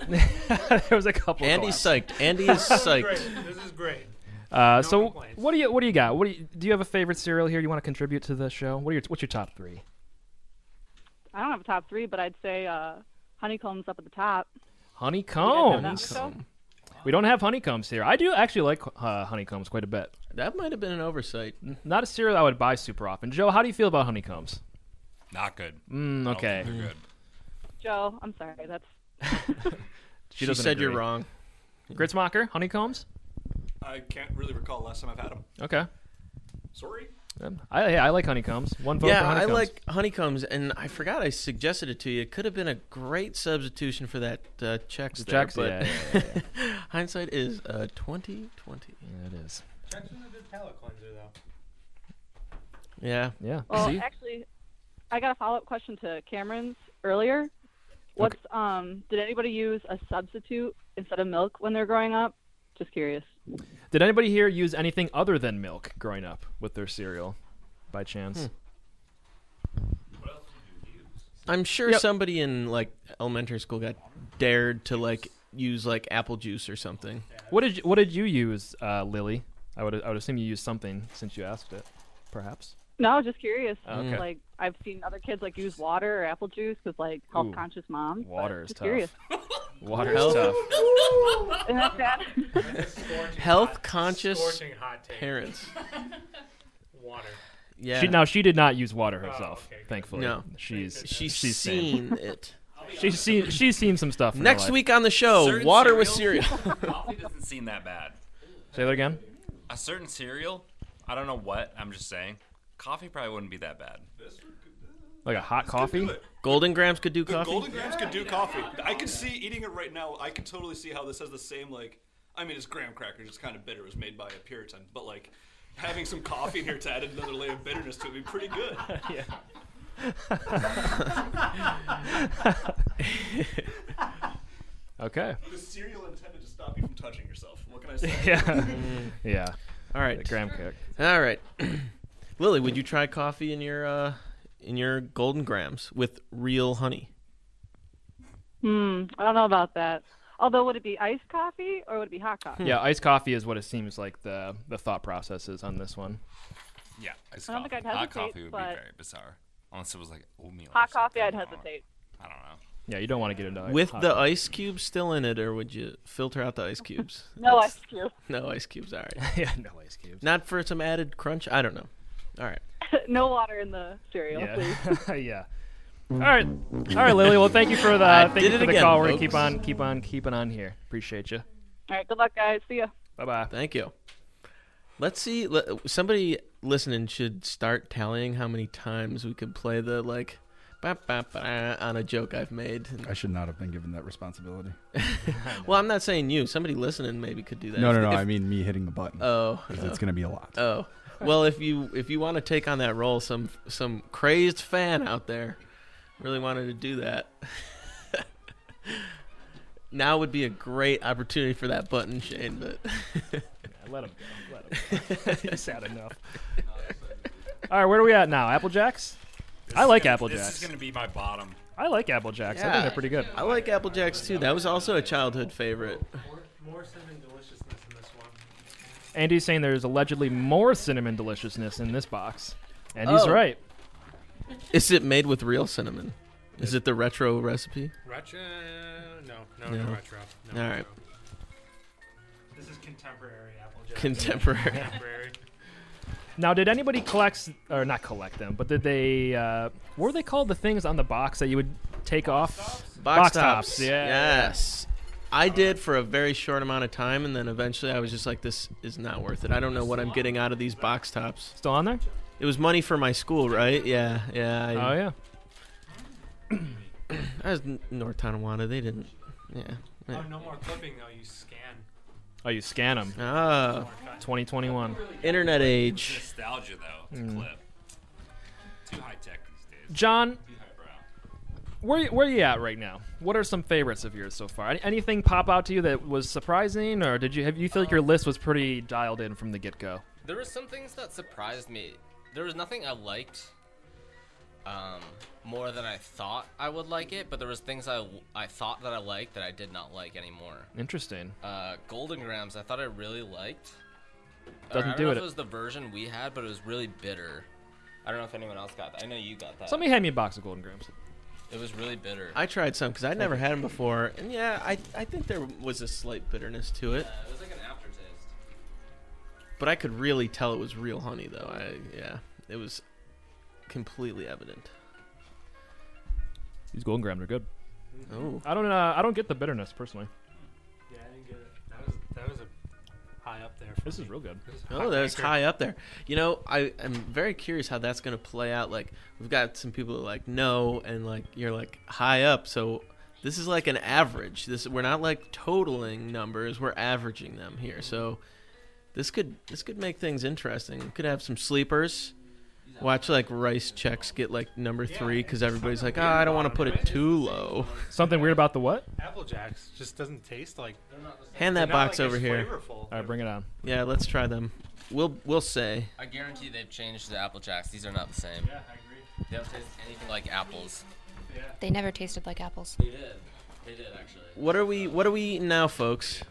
Speaker 8: [LAUGHS] there was a couple.
Speaker 9: Andy's
Speaker 8: claps.
Speaker 9: psyched. Andy is psyched.
Speaker 4: This is great.
Speaker 8: Uh, so what do you what do you got? What do you, do you have a favorite cereal here? You want to contribute to the show? What are your what's your top three?
Speaker 17: I don't have a top three, but I'd say uh, honeycombs up at the top.
Speaker 8: Honeycombs.
Speaker 17: Honeycomb.
Speaker 8: We don't have honeycombs here. I do actually like uh, honeycombs quite a bit.
Speaker 9: That might have been an oversight.
Speaker 8: Not a cereal I would buy super often. Joe, how do you feel about honeycombs?
Speaker 6: Not good.
Speaker 8: Mm,
Speaker 6: I don't
Speaker 8: okay.
Speaker 6: think they're good.
Speaker 17: Joe, I'm sorry. That's
Speaker 8: She,
Speaker 9: She
Speaker 8: doesn't
Speaker 9: said you're
Speaker 8: agree.
Speaker 9: wrong.
Speaker 8: Gritzmacher, honeycombs.
Speaker 7: I can't really recall last time I've had them.
Speaker 8: Okay.
Speaker 7: Sorry.
Speaker 8: Um, I yeah, I like honeycombs. One vote
Speaker 9: yeah,
Speaker 8: for honeycombs.
Speaker 9: I like honeycombs, and I forgot I suggested it to you. It could have been a great substitution for that uh, checks.
Speaker 8: The
Speaker 9: there,
Speaker 8: Chex,
Speaker 9: but
Speaker 8: yeah, yeah, yeah,
Speaker 9: [LAUGHS] hindsight is uh, twenty twenty.
Speaker 8: Yeah, it is.
Speaker 4: Check's in a good palate cleanser though.
Speaker 8: [LAUGHS]
Speaker 9: Yeah.
Speaker 8: Yeah.
Speaker 17: well.
Speaker 8: [LAUGHS] See?
Speaker 17: Actually, I got a follow-up question to Cameron's earlier. What's um? Did anybody use a substitute instead of milk when they're growing up? Just curious.
Speaker 8: Did anybody here use anything other than milk growing up with their cereal, by chance?
Speaker 9: Hmm. I'm sure
Speaker 8: Yep.
Speaker 9: somebody in like elementary school got dared to like use like apple juice or something.
Speaker 8: What did you, what did you use, uh, Lily? I would I would assume you used something since you asked it, perhaps.
Speaker 17: No, just curious.
Speaker 8: Oh, okay.
Speaker 17: Like I've seen other kids like use water or apple juice with like
Speaker 8: Ooh,
Speaker 17: health-conscious moms. but
Speaker 8: water is
Speaker 17: just
Speaker 8: tough.
Speaker 17: Curious.
Speaker 8: Water
Speaker 9: Health-
Speaker 8: is tough.
Speaker 17: Isn't that sad?
Speaker 9: Health conscious
Speaker 4: scorching hot take.
Speaker 9: parents.
Speaker 4: [LAUGHS] Water.
Speaker 9: Yeah.
Speaker 8: She, now she did not use water herself,
Speaker 4: okay, good.
Speaker 8: thankfully.
Speaker 9: No.
Speaker 8: She's
Speaker 9: She's
Speaker 8: sane.
Speaker 9: seen it.
Speaker 8: [LAUGHS] She's seen she's seen some stuff. in her
Speaker 9: Next
Speaker 8: life.
Speaker 9: week on the show, water with
Speaker 6: [LAUGHS]
Speaker 9: cereal.
Speaker 6: coffee doesn't seem that bad.
Speaker 8: [LAUGHS] Say that again.
Speaker 6: A certain cereal, I don't know what. I'm just saying, coffee probably wouldn't be that bad.
Speaker 8: Like a hot coffee.
Speaker 9: Golden Grams could do
Speaker 7: The
Speaker 9: coffee.
Speaker 7: Golden Grams could do coffee. I could see eating it right now. I could totally see how this has the same like. I mean, it's graham crackers. It's kind of bitter. It was made by a Puritan, but like having some coffee in here to add another layer of bitterness to it would be pretty good.
Speaker 8: [LAUGHS] yeah. okay.
Speaker 7: The cereal intended to stop you from touching yourself. What can I say?
Speaker 8: Yeah. yeah.
Speaker 9: All right.
Speaker 8: The graham cake.
Speaker 9: All right. [CLEARS THROAT] Lily, would you try coffee in your uh, in your Golden Grams with real honey?
Speaker 17: Hmm. I don't know about that. Although, would it be iced coffee or would it be hot coffee?
Speaker 9: Hmm.
Speaker 8: Yeah, iced coffee is what it seems like the the thought process is on this one.
Speaker 6: Yeah, iced
Speaker 17: I don't think
Speaker 6: coffee.
Speaker 17: I'd
Speaker 6: Hot
Speaker 17: hesitate,
Speaker 6: coffee would
Speaker 17: but-
Speaker 6: be very bizarre, unless it was like oatmeal.
Speaker 17: Hot
Speaker 6: or
Speaker 17: coffee, I'd
Speaker 6: something.
Speaker 17: hesitate. [LAUGHS]
Speaker 6: I don't know.
Speaker 8: Yeah, you don't want to get into it.
Speaker 9: with
Speaker 8: hot
Speaker 9: the
Speaker 8: coffee.
Speaker 9: ice cubes still in it, or would you filter out the
Speaker 17: [LAUGHS]
Speaker 9: ice cubes?
Speaker 17: No ice cube.
Speaker 9: [LAUGHS] No ice cubes. All right.
Speaker 8: [LAUGHS] yeah, no ice cubes.
Speaker 9: Not for some added crunch. I don't know. All right.
Speaker 17: no water in the cereal,
Speaker 9: [LAUGHS]
Speaker 17: please. [LAUGHS]
Speaker 8: Yeah. [LAUGHS] yeah. All right. All right, Lily. Well, thank you for the
Speaker 9: I
Speaker 8: thank
Speaker 9: did
Speaker 8: you
Speaker 9: it
Speaker 8: for the
Speaker 9: again,
Speaker 8: call. We're gonna
Speaker 9: folks.
Speaker 8: keep on keep on keeping on here. Appreciate you.
Speaker 17: All right. Good luck, guys. See ya.
Speaker 8: Bye bye.
Speaker 9: Thank you. Let's see. le- Somebody listening should start tallying how many times we could play the like ba, ba, ba, on a joke I've made.
Speaker 10: I should not have been given that responsibility.
Speaker 9: Well, I'm not saying you. Somebody listening maybe could do that.
Speaker 10: No,
Speaker 9: If-
Speaker 10: no, no.
Speaker 9: if-
Speaker 10: I mean me hitting the button.
Speaker 9: Oh,
Speaker 10: 'Cause
Speaker 9: oh.
Speaker 10: it's gonna be a lot.
Speaker 9: Oh, well, if you if you want to take on that role, some some crazed fan out there really wanted to do that. [LAUGHS] now would be a great opportunity for that button, Shane. But [LAUGHS]
Speaker 8: let him go. [LAUGHS] Let him. He's had enough. All right, where are we at now? Apple Jacks. I like Apple
Speaker 6: This is
Speaker 8: Jacks.
Speaker 6: gonna be my bottom.
Speaker 8: I like Apple Jacks. I think they're pretty good.
Speaker 9: I like Apple Jacks too. That was also a childhood favorite.
Speaker 4: More cinnamon deliciousness in this one.
Speaker 8: Andy's saying there's allegedly more cinnamon deliciousness in this box, and he's
Speaker 9: Oh.
Speaker 8: right.
Speaker 9: Is it made with real cinnamon? Is it the retro recipe?
Speaker 4: Retro? No, no, no,
Speaker 9: No.
Speaker 4: retro. No,
Speaker 9: All
Speaker 4: retro.
Speaker 9: right.
Speaker 4: This is contemporary Applejack.
Speaker 9: Contemporary.
Speaker 4: contemporary.
Speaker 8: Now, did anybody collect or not collect them? But did they? Uh, what were they called? The things on the box that you would take off.
Speaker 9: Box tops.
Speaker 8: Yeah.
Speaker 9: Yes. I did for a very short amount of time, and then eventually I was just like, "This is not worth it. I don't know what I'm getting out of these box tops."
Speaker 8: Still on there?
Speaker 9: It was money for my school, right? Yeah, yeah. I,
Speaker 8: Oh, yeah.
Speaker 9: [CLEARS THROAT] I was in North Tonawanda. They didn't. Yeah.
Speaker 4: Oh,
Speaker 9: yeah.
Speaker 4: no more clipping though. You scan.
Speaker 8: Oh, you scan them.
Speaker 9: Ah.
Speaker 8: 2021.
Speaker 9: Internet age.
Speaker 6: Nostalgia though. It's a
Speaker 8: Mm.
Speaker 6: clip. Too high tech these days.
Speaker 8: John, where you- where you at right now? What are some favorites of yours so far? Any- Anything pop out to you that was surprising, or did you have you feel like your list was pretty dialed in from the get go?
Speaker 13: There were some things that surprised me. There was nothing I liked um, more than I thought I would like it, but there was things I, I thought that I liked that I did not like anymore.
Speaker 8: Interesting.
Speaker 13: Uh, Golden Grams, I thought I really liked. Or
Speaker 8: Doesn't
Speaker 13: I don't
Speaker 8: do
Speaker 13: know
Speaker 8: it.
Speaker 13: if it was the version we had, but it was really bitter. I don't know if anyone else got that. I know you got
Speaker 6: Uh,
Speaker 13: that.
Speaker 8: Somebody hand me a box of Golden Grams.
Speaker 13: It was really bitter.
Speaker 9: I tried some because I'd never had them before, and yeah, I I think there was a slight bitterness to it,
Speaker 13: it was like an aftertaste.
Speaker 9: but I could really tell it was real honey though. I yeah, it was completely evident.
Speaker 8: These Golden Grams are good.
Speaker 9: Oh.
Speaker 8: I don't uh, I don't get the bitterness personally.
Speaker 4: Yeah, I didn't get it. That was that was a high up there. For
Speaker 8: This is real good.
Speaker 9: Oh, that was high up there. You know, I am very curious how that's going to play out. Like, we've got some people that are like no, and like you're like high up. So this is like an average. This we're not like totaling numbers. We're averaging them here. So this could this could make things interesting. We could have some sleepers. Watch like rice checks get like number three because everybody's like, oh, I don't want to put it too low.
Speaker 8: Something weird about the what?
Speaker 4: Apple Jacks just doesn't taste like.
Speaker 9: Hand
Speaker 4: they're not,
Speaker 9: that box
Speaker 4: like, as
Speaker 9: over here.
Speaker 4: Flavorful.
Speaker 8: All right, bring it on.
Speaker 9: Yeah, let's try them. We'll we'll say.
Speaker 13: I guarantee they've changed the Apple Jacks. These are not the same. Yeah, I agree. They don't taste anything like apples.
Speaker 12: They never tasted like apples.
Speaker 13: They did. They did, actually.
Speaker 9: What are we What are we eating now, folks?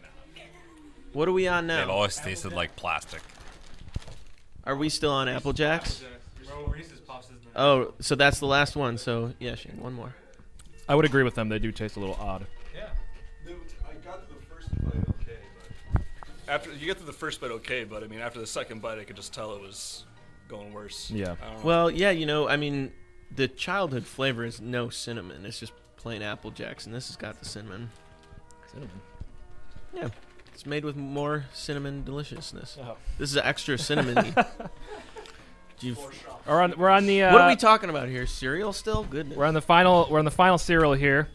Speaker 9: What are we on now?
Speaker 6: They've always tasted like plastic.
Speaker 9: Are we still on Apple Jacks?
Speaker 4: Reese's Puffs is
Speaker 9: Oh, so that's the last one. So yeah, Shane, one more.
Speaker 8: I would agree with them. They do taste a little odd.
Speaker 7: Yeah. I got the first bite okay, but after you get to the first bite okay, but I mean after the second bite, I could just tell it was going worse. I don't know.
Speaker 9: Well, yeah, you know, I mean, the childhood flavor is no cinnamon. It's just plain Apple Jacks, and this has got the cinnamon.
Speaker 8: Cinnamon.
Speaker 9: Yeah, it's made with more cinnamon deliciousness.
Speaker 8: Oh.
Speaker 9: This is extra
Speaker 8: [LAUGHS]
Speaker 9: cinnamon.
Speaker 8: Or on, we're on the. Uh,
Speaker 9: what are we talking about here? Cereal still? Goodness.
Speaker 8: We're on the final. We're on the final cereal here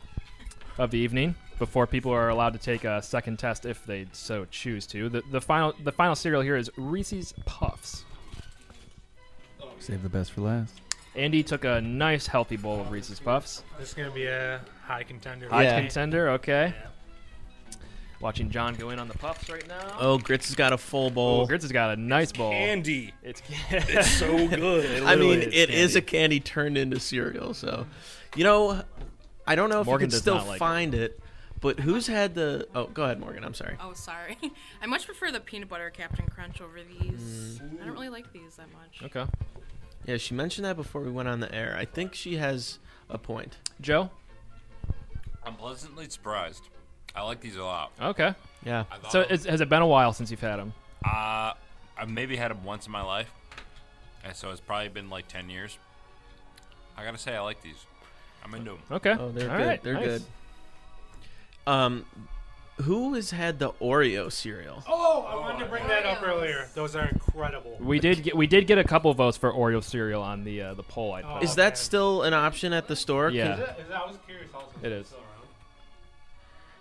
Speaker 8: of the evening before people are allowed to take a second test if they so choose to. The, the final. The final cereal here is Reese's Puffs.
Speaker 10: Save the best for last.
Speaker 8: Andy took a nice healthy bowl of Reese's Puffs.
Speaker 4: This is gonna be a high contender.
Speaker 8: High contender. Okay. Watching John go in on the puffs right now.
Speaker 9: Oh, Grits has got a full bowl.
Speaker 8: Oh, Grits has got a nice bowl. [LAUGHS]
Speaker 9: candy.
Speaker 4: [LAUGHS]
Speaker 8: It's
Speaker 9: It's so
Speaker 8: good. It
Speaker 9: I mean,
Speaker 8: literally
Speaker 9: it
Speaker 8: is
Speaker 9: is a candy turned into cereal. So, you know, I don't know if
Speaker 8: Morgan
Speaker 9: you
Speaker 8: does
Speaker 9: can still
Speaker 8: not like it.
Speaker 9: find it. but who's had the? Oh, go ahead, Morgan. I'm sorry.
Speaker 11: Oh, sorry. [LAUGHS] I much prefer the peanut butter Captain Crunch over these.
Speaker 7: Mm.
Speaker 11: I don't really like these that much.
Speaker 8: Okay.
Speaker 9: Yeah, she mentioned that before we went on the air. I think she has a point.
Speaker 8: Joe.
Speaker 6: I'm pleasantly surprised. I like these a lot.
Speaker 8: Okay.
Speaker 9: Yeah.
Speaker 6: I
Speaker 8: So
Speaker 6: thought-
Speaker 8: is, has it been a while since you've had them?
Speaker 6: Uh, I maybe had them once in my life, and so it's probably been like ten years. I gotta say, I like these. I'm into them.
Speaker 8: Okay.
Speaker 9: Oh, they're
Speaker 8: All
Speaker 9: good.
Speaker 8: right,
Speaker 9: they're
Speaker 8: nice.
Speaker 9: good. Um, who has had the Oreo cereal?
Speaker 4: Oh,
Speaker 8: [LAUGHS]
Speaker 4: I wanted to bring that up earlier. Those are incredible.
Speaker 8: We did get we did get a couple votes for Oreo cereal on the uh, the poll I put.
Speaker 9: Is
Speaker 8: up.
Speaker 9: that still an option at the store?
Speaker 8: Yeah.
Speaker 9: Can-
Speaker 4: Is that, is that, I was curious also. if
Speaker 8: It
Speaker 4: it's
Speaker 8: is.
Speaker 4: still around.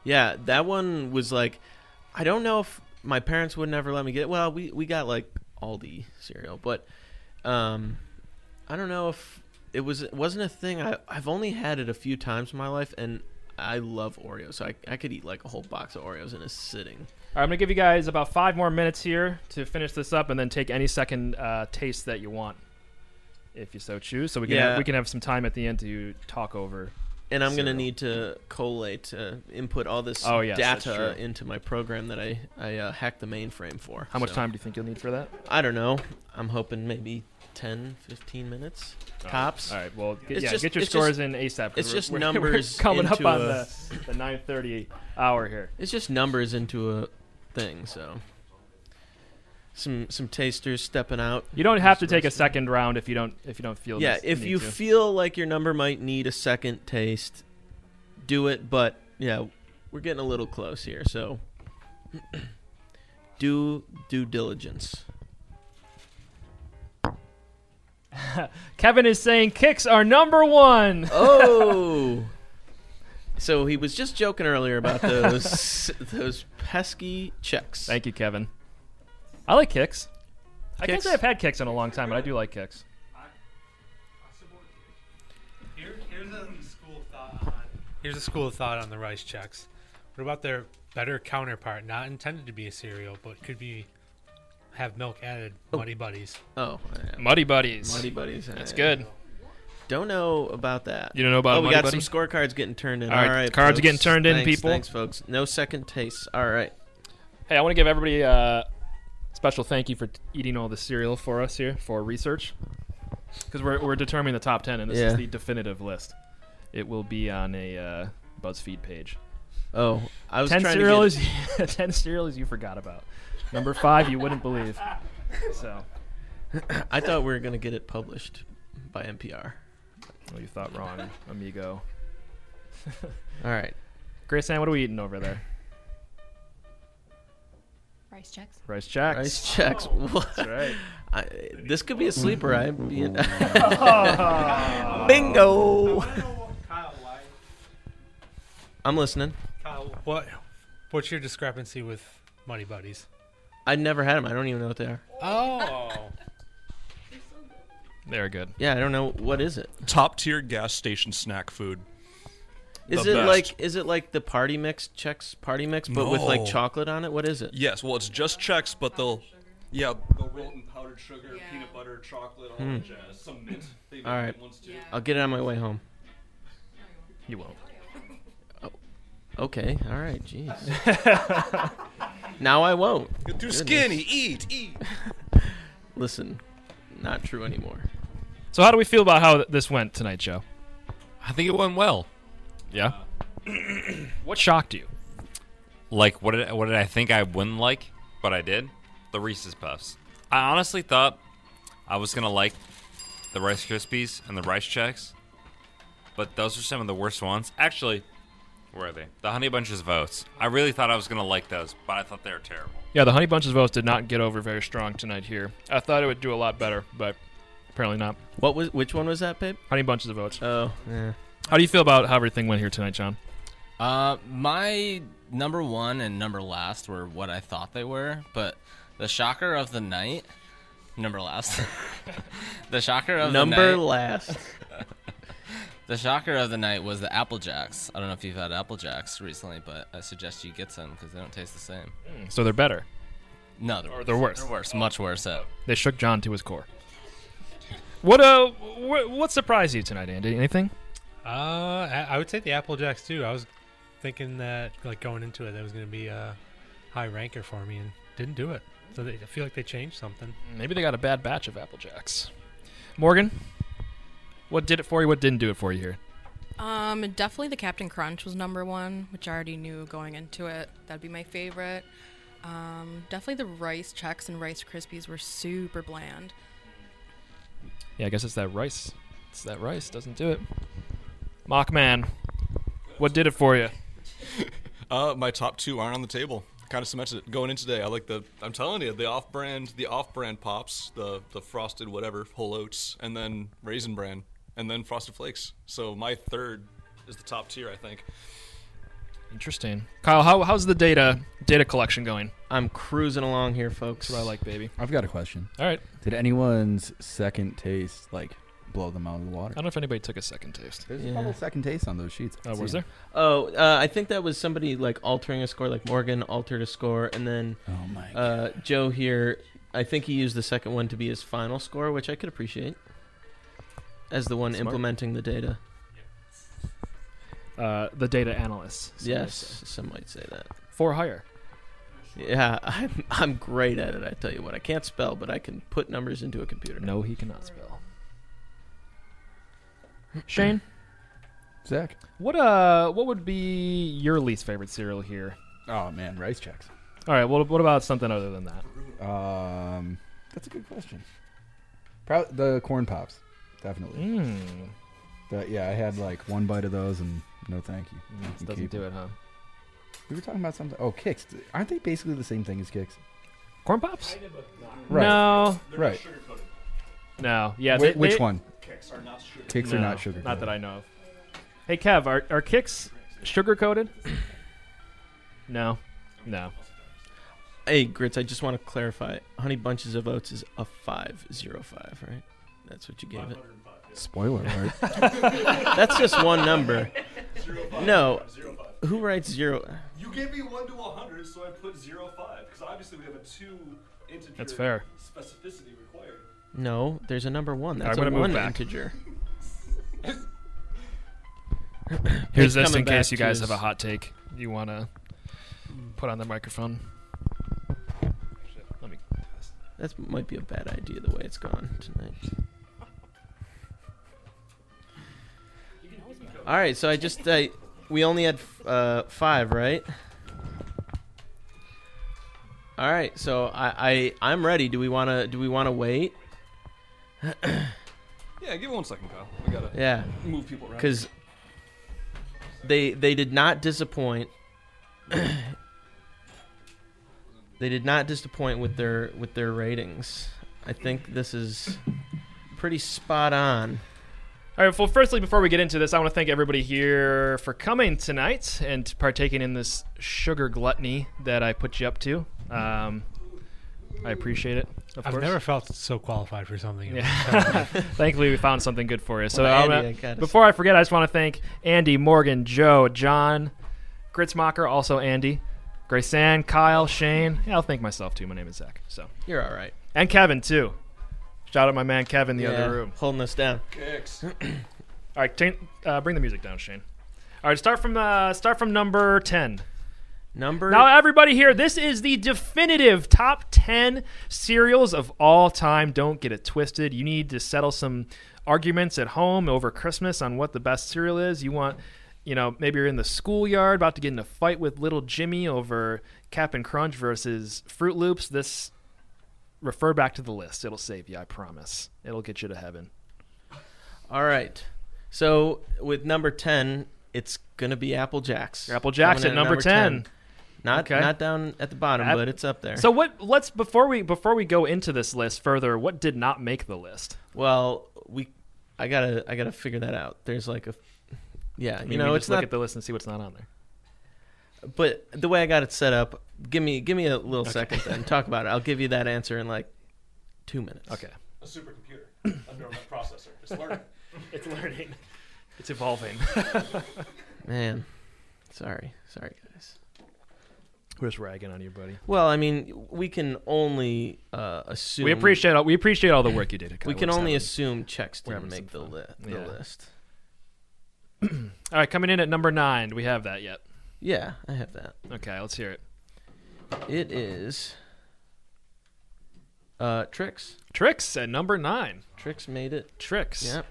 Speaker 9: Yeah, that one was like, I don't know if my parents would never let me get. Well, we we got like Aldi cereal, but um, I don't know if it was it wasn't a thing. I I've only had it a few times in my life, and I love Oreos, so I I could eat like a whole box of Oreos in a sitting.
Speaker 8: All right, I'm gonna give you guys about five more minutes here to finish this up, and then take any second uh, taste that you want, if you so choose. So we can
Speaker 9: Yeah.
Speaker 8: have, we can have some time at the end to talk over.
Speaker 9: And I'm gonna
Speaker 8: cereal.
Speaker 9: need to collate, uh, input all this
Speaker 8: Oh, yes, that's
Speaker 9: data
Speaker 8: true.
Speaker 9: into my program that I I uh, hacked the mainframe for.
Speaker 8: How much
Speaker 9: so.
Speaker 8: time do you think you'll need for that?
Speaker 9: I don't know. I'm hoping maybe 10, 15 minutes tops.
Speaker 8: Oh, All right. Well, get,
Speaker 9: It's
Speaker 8: yeah,
Speaker 9: just-
Speaker 8: get your
Speaker 9: it's just-
Speaker 8: scores in ASAP. 'cause
Speaker 9: It's
Speaker 8: we're-
Speaker 9: just
Speaker 8: we're- [LAUGHS] we're
Speaker 9: numbers
Speaker 8: coming up
Speaker 9: into
Speaker 8: on
Speaker 9: a-
Speaker 8: the the 9:30 hour here.
Speaker 9: It's just numbers into a thing. So some some tasters stepping out.
Speaker 8: You don't have to take a second round if you don't if you don't feel.
Speaker 9: Yeah,
Speaker 8: this
Speaker 9: if
Speaker 8: need
Speaker 9: you
Speaker 8: to.
Speaker 9: feel like your number might need a second taste, do it. But yeah, we're getting a little close here, so
Speaker 8: [CLEARS THROAT]
Speaker 9: do due
Speaker 8: [LAUGHS]
Speaker 9: diligence.
Speaker 8: Kevin is saying kicks are number one. [LAUGHS]
Speaker 9: Oh. So he was just joking earlier about
Speaker 8: [LAUGHS]
Speaker 9: those those pesky checks.
Speaker 8: Thank you, Kevin. I like kicks. I can't
Speaker 9: Kicks?
Speaker 8: say I've had kicks in a long time, but I do like kicks.
Speaker 4: Here, here's a school of thought. On, here's a school of thought on the rice checks. What about their better counterpart, not intended to be a cereal, but could be have milk added, Muddy Buddies.
Speaker 9: Oh,
Speaker 8: Muddy Buddies.
Speaker 9: Muddy Buddies.
Speaker 8: That's
Speaker 9: I
Speaker 8: good.
Speaker 9: Don't know about that.
Speaker 8: You don't know about
Speaker 9: Oh, we
Speaker 8: Muddy
Speaker 9: got
Speaker 8: Buddy?
Speaker 9: some scorecards getting turned in.
Speaker 8: All right, cards are getting
Speaker 9: folks.
Speaker 8: turned in,
Speaker 9: Thanks,
Speaker 8: people.
Speaker 9: Thanks, folks. No second tastes. All right.
Speaker 8: Hey, I want to give everybody a special thank you for t- eating all the cereal for us here for research. Because we're, we're determining the top 10, and this
Speaker 9: Yeah.
Speaker 8: is the definitive list. It will be on a uh, BuzzFeed page.
Speaker 9: Oh, I was
Speaker 8: 10
Speaker 9: trying to
Speaker 8: cereals, to [LAUGHS] 10 cereals you forgot about. Number five, you wouldn't believe. [LAUGHS] So.
Speaker 9: I thought we were gonna get it published by NPR.
Speaker 8: Well, you thought wrong, amigo.
Speaker 9: All right.
Speaker 8: [LAUGHS] Grace Ann, what are we eating over there?
Speaker 12: Rice checks.
Speaker 8: Rice checks.
Speaker 9: Rice checks. What?
Speaker 8: Oh, That's right.
Speaker 9: I, this could be [LAUGHS] a sleeper. I'm
Speaker 8: [LAUGHS]
Speaker 9: being
Speaker 4: Oh.
Speaker 9: bingo. I'm listening.
Speaker 4: Kyle, Uh, what what's your discrepancy with Muddy Buddies?
Speaker 9: I never had them. I don't even know what they are.
Speaker 4: Oh,
Speaker 8: They're good.
Speaker 9: Yeah, I don't know what is it.
Speaker 7: Top tier gas station snack food.
Speaker 9: Is
Speaker 7: The
Speaker 9: it
Speaker 7: best.
Speaker 9: like is it like the party mix checks party mix, but with like
Speaker 7: No.
Speaker 9: chocolate on it? What is it?
Speaker 7: Yes, well, it's just checks, but they'll. Yeah, they'll roll it in powdered sugar, peanut butter, chocolate, all
Speaker 9: Hmm.
Speaker 7: that jazz, some mint. They even
Speaker 9: All
Speaker 7: put
Speaker 9: right,
Speaker 7: ones too.
Speaker 9: I'll get it on my way home.
Speaker 8: You won't.
Speaker 9: Oh. Okay. All right.
Speaker 7: [LAUGHS]
Speaker 9: Jeez. now I won't.
Speaker 7: You're too
Speaker 9: Goodness.
Speaker 7: skinny. Eat,
Speaker 9: [LAUGHS]
Speaker 7: eat.
Speaker 9: Listen, not true anymore.
Speaker 8: So, how do we feel about how th- this went tonight, Joe?
Speaker 6: I think it went well.
Speaker 8: Yeah. [CLEARS THROAT] what shocked you?
Speaker 6: Like what did I- what did I think I wouldn't like, but I did? The Reese's Puffs. I honestly thought I was gonna like the Rice Krispies and the Rice Checks, but those are some of the worst ones. Actually, where are they? The Honey Bunches of Oats. I really thought I was gonna like those, but I thought they were terrible.
Speaker 8: Yeah, the Honey Bunches of Oats did not get over very strong tonight here. I thought it would do a lot better, but apparently not.
Speaker 9: What was which one was that, babe?
Speaker 8: Honey Bunches of Oats.
Speaker 9: Oh, yeah.
Speaker 8: How do you feel about how everything went here tonight, John?
Speaker 13: Uh, my number one and number last were what I thought they were, but the shocker of the night, number last, [LAUGHS] the shocker of
Speaker 9: Number
Speaker 13: the night,
Speaker 7: [LAUGHS]
Speaker 8: Uh,
Speaker 9: last.
Speaker 13: [LAUGHS] the shocker of the night was the Apple Jacks. I don't know if you've had Apple Jacks recently, but I suggest you get some because they don't taste the same.
Speaker 8: So they're better.
Speaker 13: No, they're
Speaker 8: Or
Speaker 13: worse.
Speaker 8: they're worse.
Speaker 13: They're worse. Much worse. At
Speaker 8: They shook John to his core. What uh, what, what surprised you tonight, Andy? Anything?
Speaker 4: uh, I, I would say the Apple Jacks too. I was thinking that like going into it, that was going to be a high ranker for me, and didn't do it. So they, I feel like they changed something.
Speaker 8: Maybe they got a bad batch of Apple Jacks. Morgan, what did it for you? What didn't do it for you here?
Speaker 11: Um, definitely the Captain Crunch was number one, which I already knew going into it. That'd be my favorite. Um, definitely the rice checks and rice krispies were super bland.
Speaker 8: Yeah, I guess it's that rice. It's that rice doesn't do it. Mockman, what did it for you?
Speaker 7: Uh, my top two aren't on the table. Kind of cemented it going in today. I like the. I'm telling you, the off-brand, the off-brand pops, the the frosted whatever, whole oats, and then raisin bran, and then frosted flakes. So my third is the top tier, I think.
Speaker 8: Interesting. Kyle, how, how's the data data collection going?
Speaker 9: I'm cruising along here, folks.
Speaker 8: That's what I like, baby.
Speaker 10: I've got a question.
Speaker 8: All right.
Speaker 10: Did anyone's second taste like blow them out of the water? [LAUGHS]
Speaker 8: I don't know if anybody took a second taste.
Speaker 10: There's a couple second tastes on those sheets.
Speaker 8: Oh, was there?
Speaker 9: Oh, uh, I think that was somebody like altering a score, like Morgan altered a score, and then
Speaker 10: Oh my
Speaker 9: Uh, Joe here. I think he used the second one to be his final score, which I could appreciate as the one
Speaker 8: Smart.
Speaker 9: implementing the data.
Speaker 8: Uh, the data analysts. some
Speaker 9: yes,
Speaker 8: would say.
Speaker 9: some might say that.
Speaker 8: For hire.
Speaker 9: Yeah, I'm I'm great at it. I tell you what, I can't spell, but I can put numbers into a computer.
Speaker 8: No, he cannot spell.
Speaker 9: Hmm.
Speaker 8: Shane,
Speaker 10: Zach.
Speaker 8: what uh, what would be your least favorite cereal here?
Speaker 10: Oh man, rice checks.
Speaker 8: All right. Well, what about something other than that?
Speaker 10: Um, that's a good question. Prob- the corn pops, definitely.
Speaker 8: Mm.
Speaker 10: The- yeah, I had like one bite of those and no, thank you. You can
Speaker 8: Mm, doesn't
Speaker 10: keep
Speaker 8: do
Speaker 10: it.
Speaker 8: it, huh?
Speaker 10: We were talking about something. Oh, kicks. Aren't they basically the same thing as kicks?
Speaker 8: Corn pops?
Speaker 10: Right.
Speaker 9: Oh,
Speaker 8: No.
Speaker 10: Right.
Speaker 8: No. Yeah.
Speaker 10: Whi-
Speaker 8: they-
Speaker 10: which
Speaker 8: they-
Speaker 10: one? Kicks are not sugar- Kicks are
Speaker 8: No,
Speaker 10: not sugar-coated.
Speaker 8: Not that I know of. Hey Kev, are are kicks sugar coated? No. No.
Speaker 9: Hey, Grits, I just want to clarify. Honey Bunches of Oats is a 505, right? That's what you gave it.
Speaker 10: Spoiler alert.
Speaker 9: [LAUGHS] That's just one number.
Speaker 7: Zero five,
Speaker 9: No.
Speaker 7: zero five.
Speaker 9: Who writes zero?
Speaker 7: You gave me one to hundred, so I put zero five because obviously we have a two integer
Speaker 9: That's fair.
Speaker 7: specificity required.
Speaker 9: No, there's a number one. That's
Speaker 8: I'm
Speaker 9: a
Speaker 8: gonna move
Speaker 9: one
Speaker 8: back.
Speaker 9: integer.
Speaker 8: Here's
Speaker 9: It's
Speaker 8: this in
Speaker 9: coming
Speaker 8: case
Speaker 9: back
Speaker 8: you
Speaker 9: to
Speaker 8: guys
Speaker 9: his-
Speaker 8: have a hot take you want to put on the microphone. Let me.
Speaker 9: That might be a bad idea the way it's gone tonight. All right, so I just I we only had uh, five, right? All right, so I, I I'm ready. Do we wanna do we wanna wait?
Speaker 7: Yeah, give it one second, Kyle. We gotta
Speaker 9: Yeah.
Speaker 7: move people around.
Speaker 9: Because they they did not disappoint. [CLEARS THROAT] they did not disappoint with their with their ratings. I think this is pretty spot on.
Speaker 8: All right. Well, firstly, before we get into this, I want to thank everybody here for coming tonight and partaking in this sugar gluttony that I put you up to. Um, I appreciate it. Of
Speaker 4: I've
Speaker 8: course.
Speaker 4: never felt so qualified for something.
Speaker 8: [LAUGHS] Yeah. Thankfully, we found something good for you. So,
Speaker 4: Well,
Speaker 8: I'm
Speaker 4: Andy, I
Speaker 8: gonna-
Speaker 4: gotta
Speaker 8: before I forget, I just want to thank Andy, Morgan, Joe, John, Gritzmacher, also Andy, Graysan, Kyle, Shane. Yeah, I'll thank myself too. My name is Zach. So
Speaker 9: You're all right.
Speaker 8: and Kevin too. Shout out my man Kevin, the
Speaker 9: Yeah,
Speaker 8: other room,
Speaker 9: holding us down.
Speaker 7: Kicks.
Speaker 8: [CLEARS THROAT] all right, t- uh, bring the music down, Shane. All right, start from uh, start from number ten.
Speaker 9: Number
Speaker 8: Now, everybody here, this is the definitive top 10 cereals of all time. Don't get it twisted. You need to settle some arguments at home over Christmas on what the best cereal is. You want, you know, maybe you're in the schoolyard about to get in a fight with little Jimmy over Cap'n Crunch versus Fruit Loops. This, refer back to the list. It'll save you, I promise. It'll get you to heaven.
Speaker 9: All right. So with number ten, it's gonna be Apple Jacks.
Speaker 8: Apple Jacks
Speaker 9: Coming
Speaker 8: at
Speaker 9: in
Speaker 8: number 10.
Speaker 9: Not
Speaker 8: Okay.
Speaker 9: not down at the bottom,
Speaker 8: App-
Speaker 9: but it's up there.
Speaker 8: So what? Let's before we before we go into this list further. What did not make the list?
Speaker 9: Well, we, I gotta, I gotta figure that out. There's like a, yeah,
Speaker 8: I mean,
Speaker 9: you
Speaker 8: we
Speaker 9: know,
Speaker 8: just
Speaker 9: it's
Speaker 8: look
Speaker 9: not.
Speaker 8: at the list and see what's not on there.
Speaker 9: but the way I got it set up, give me, give me a little second, then talk about it. I'll give you that answer in like two minutes.
Speaker 8: Okay.
Speaker 7: A supercomputer, a neural net processor. It's learning.
Speaker 8: [LAUGHS] it's learning. It's [LAUGHS] evolving.
Speaker 9: Man, sorry, sorry guys.
Speaker 8: We're just ragging on you, buddy.
Speaker 9: Well, I mean, we can only uh, assume.
Speaker 8: We appreciate all, we appreciate all the work you did. Kyle.
Speaker 9: We
Speaker 8: We're
Speaker 9: can
Speaker 8: just
Speaker 9: only
Speaker 8: having-
Speaker 9: assume checks
Speaker 8: we're
Speaker 9: didn't
Speaker 8: having
Speaker 9: make the,
Speaker 8: some fun.
Speaker 9: li- the
Speaker 8: Yeah.
Speaker 9: list.
Speaker 8: [CLEARS THROAT] All right, coming in at number nine. Do we have that yet?
Speaker 9: Yeah, I have that.
Speaker 8: Okay, let's hear it.
Speaker 9: It is uh, tricks.
Speaker 8: Tricks at number nine.
Speaker 9: Tricks made it.
Speaker 8: Tricks.
Speaker 9: Yep.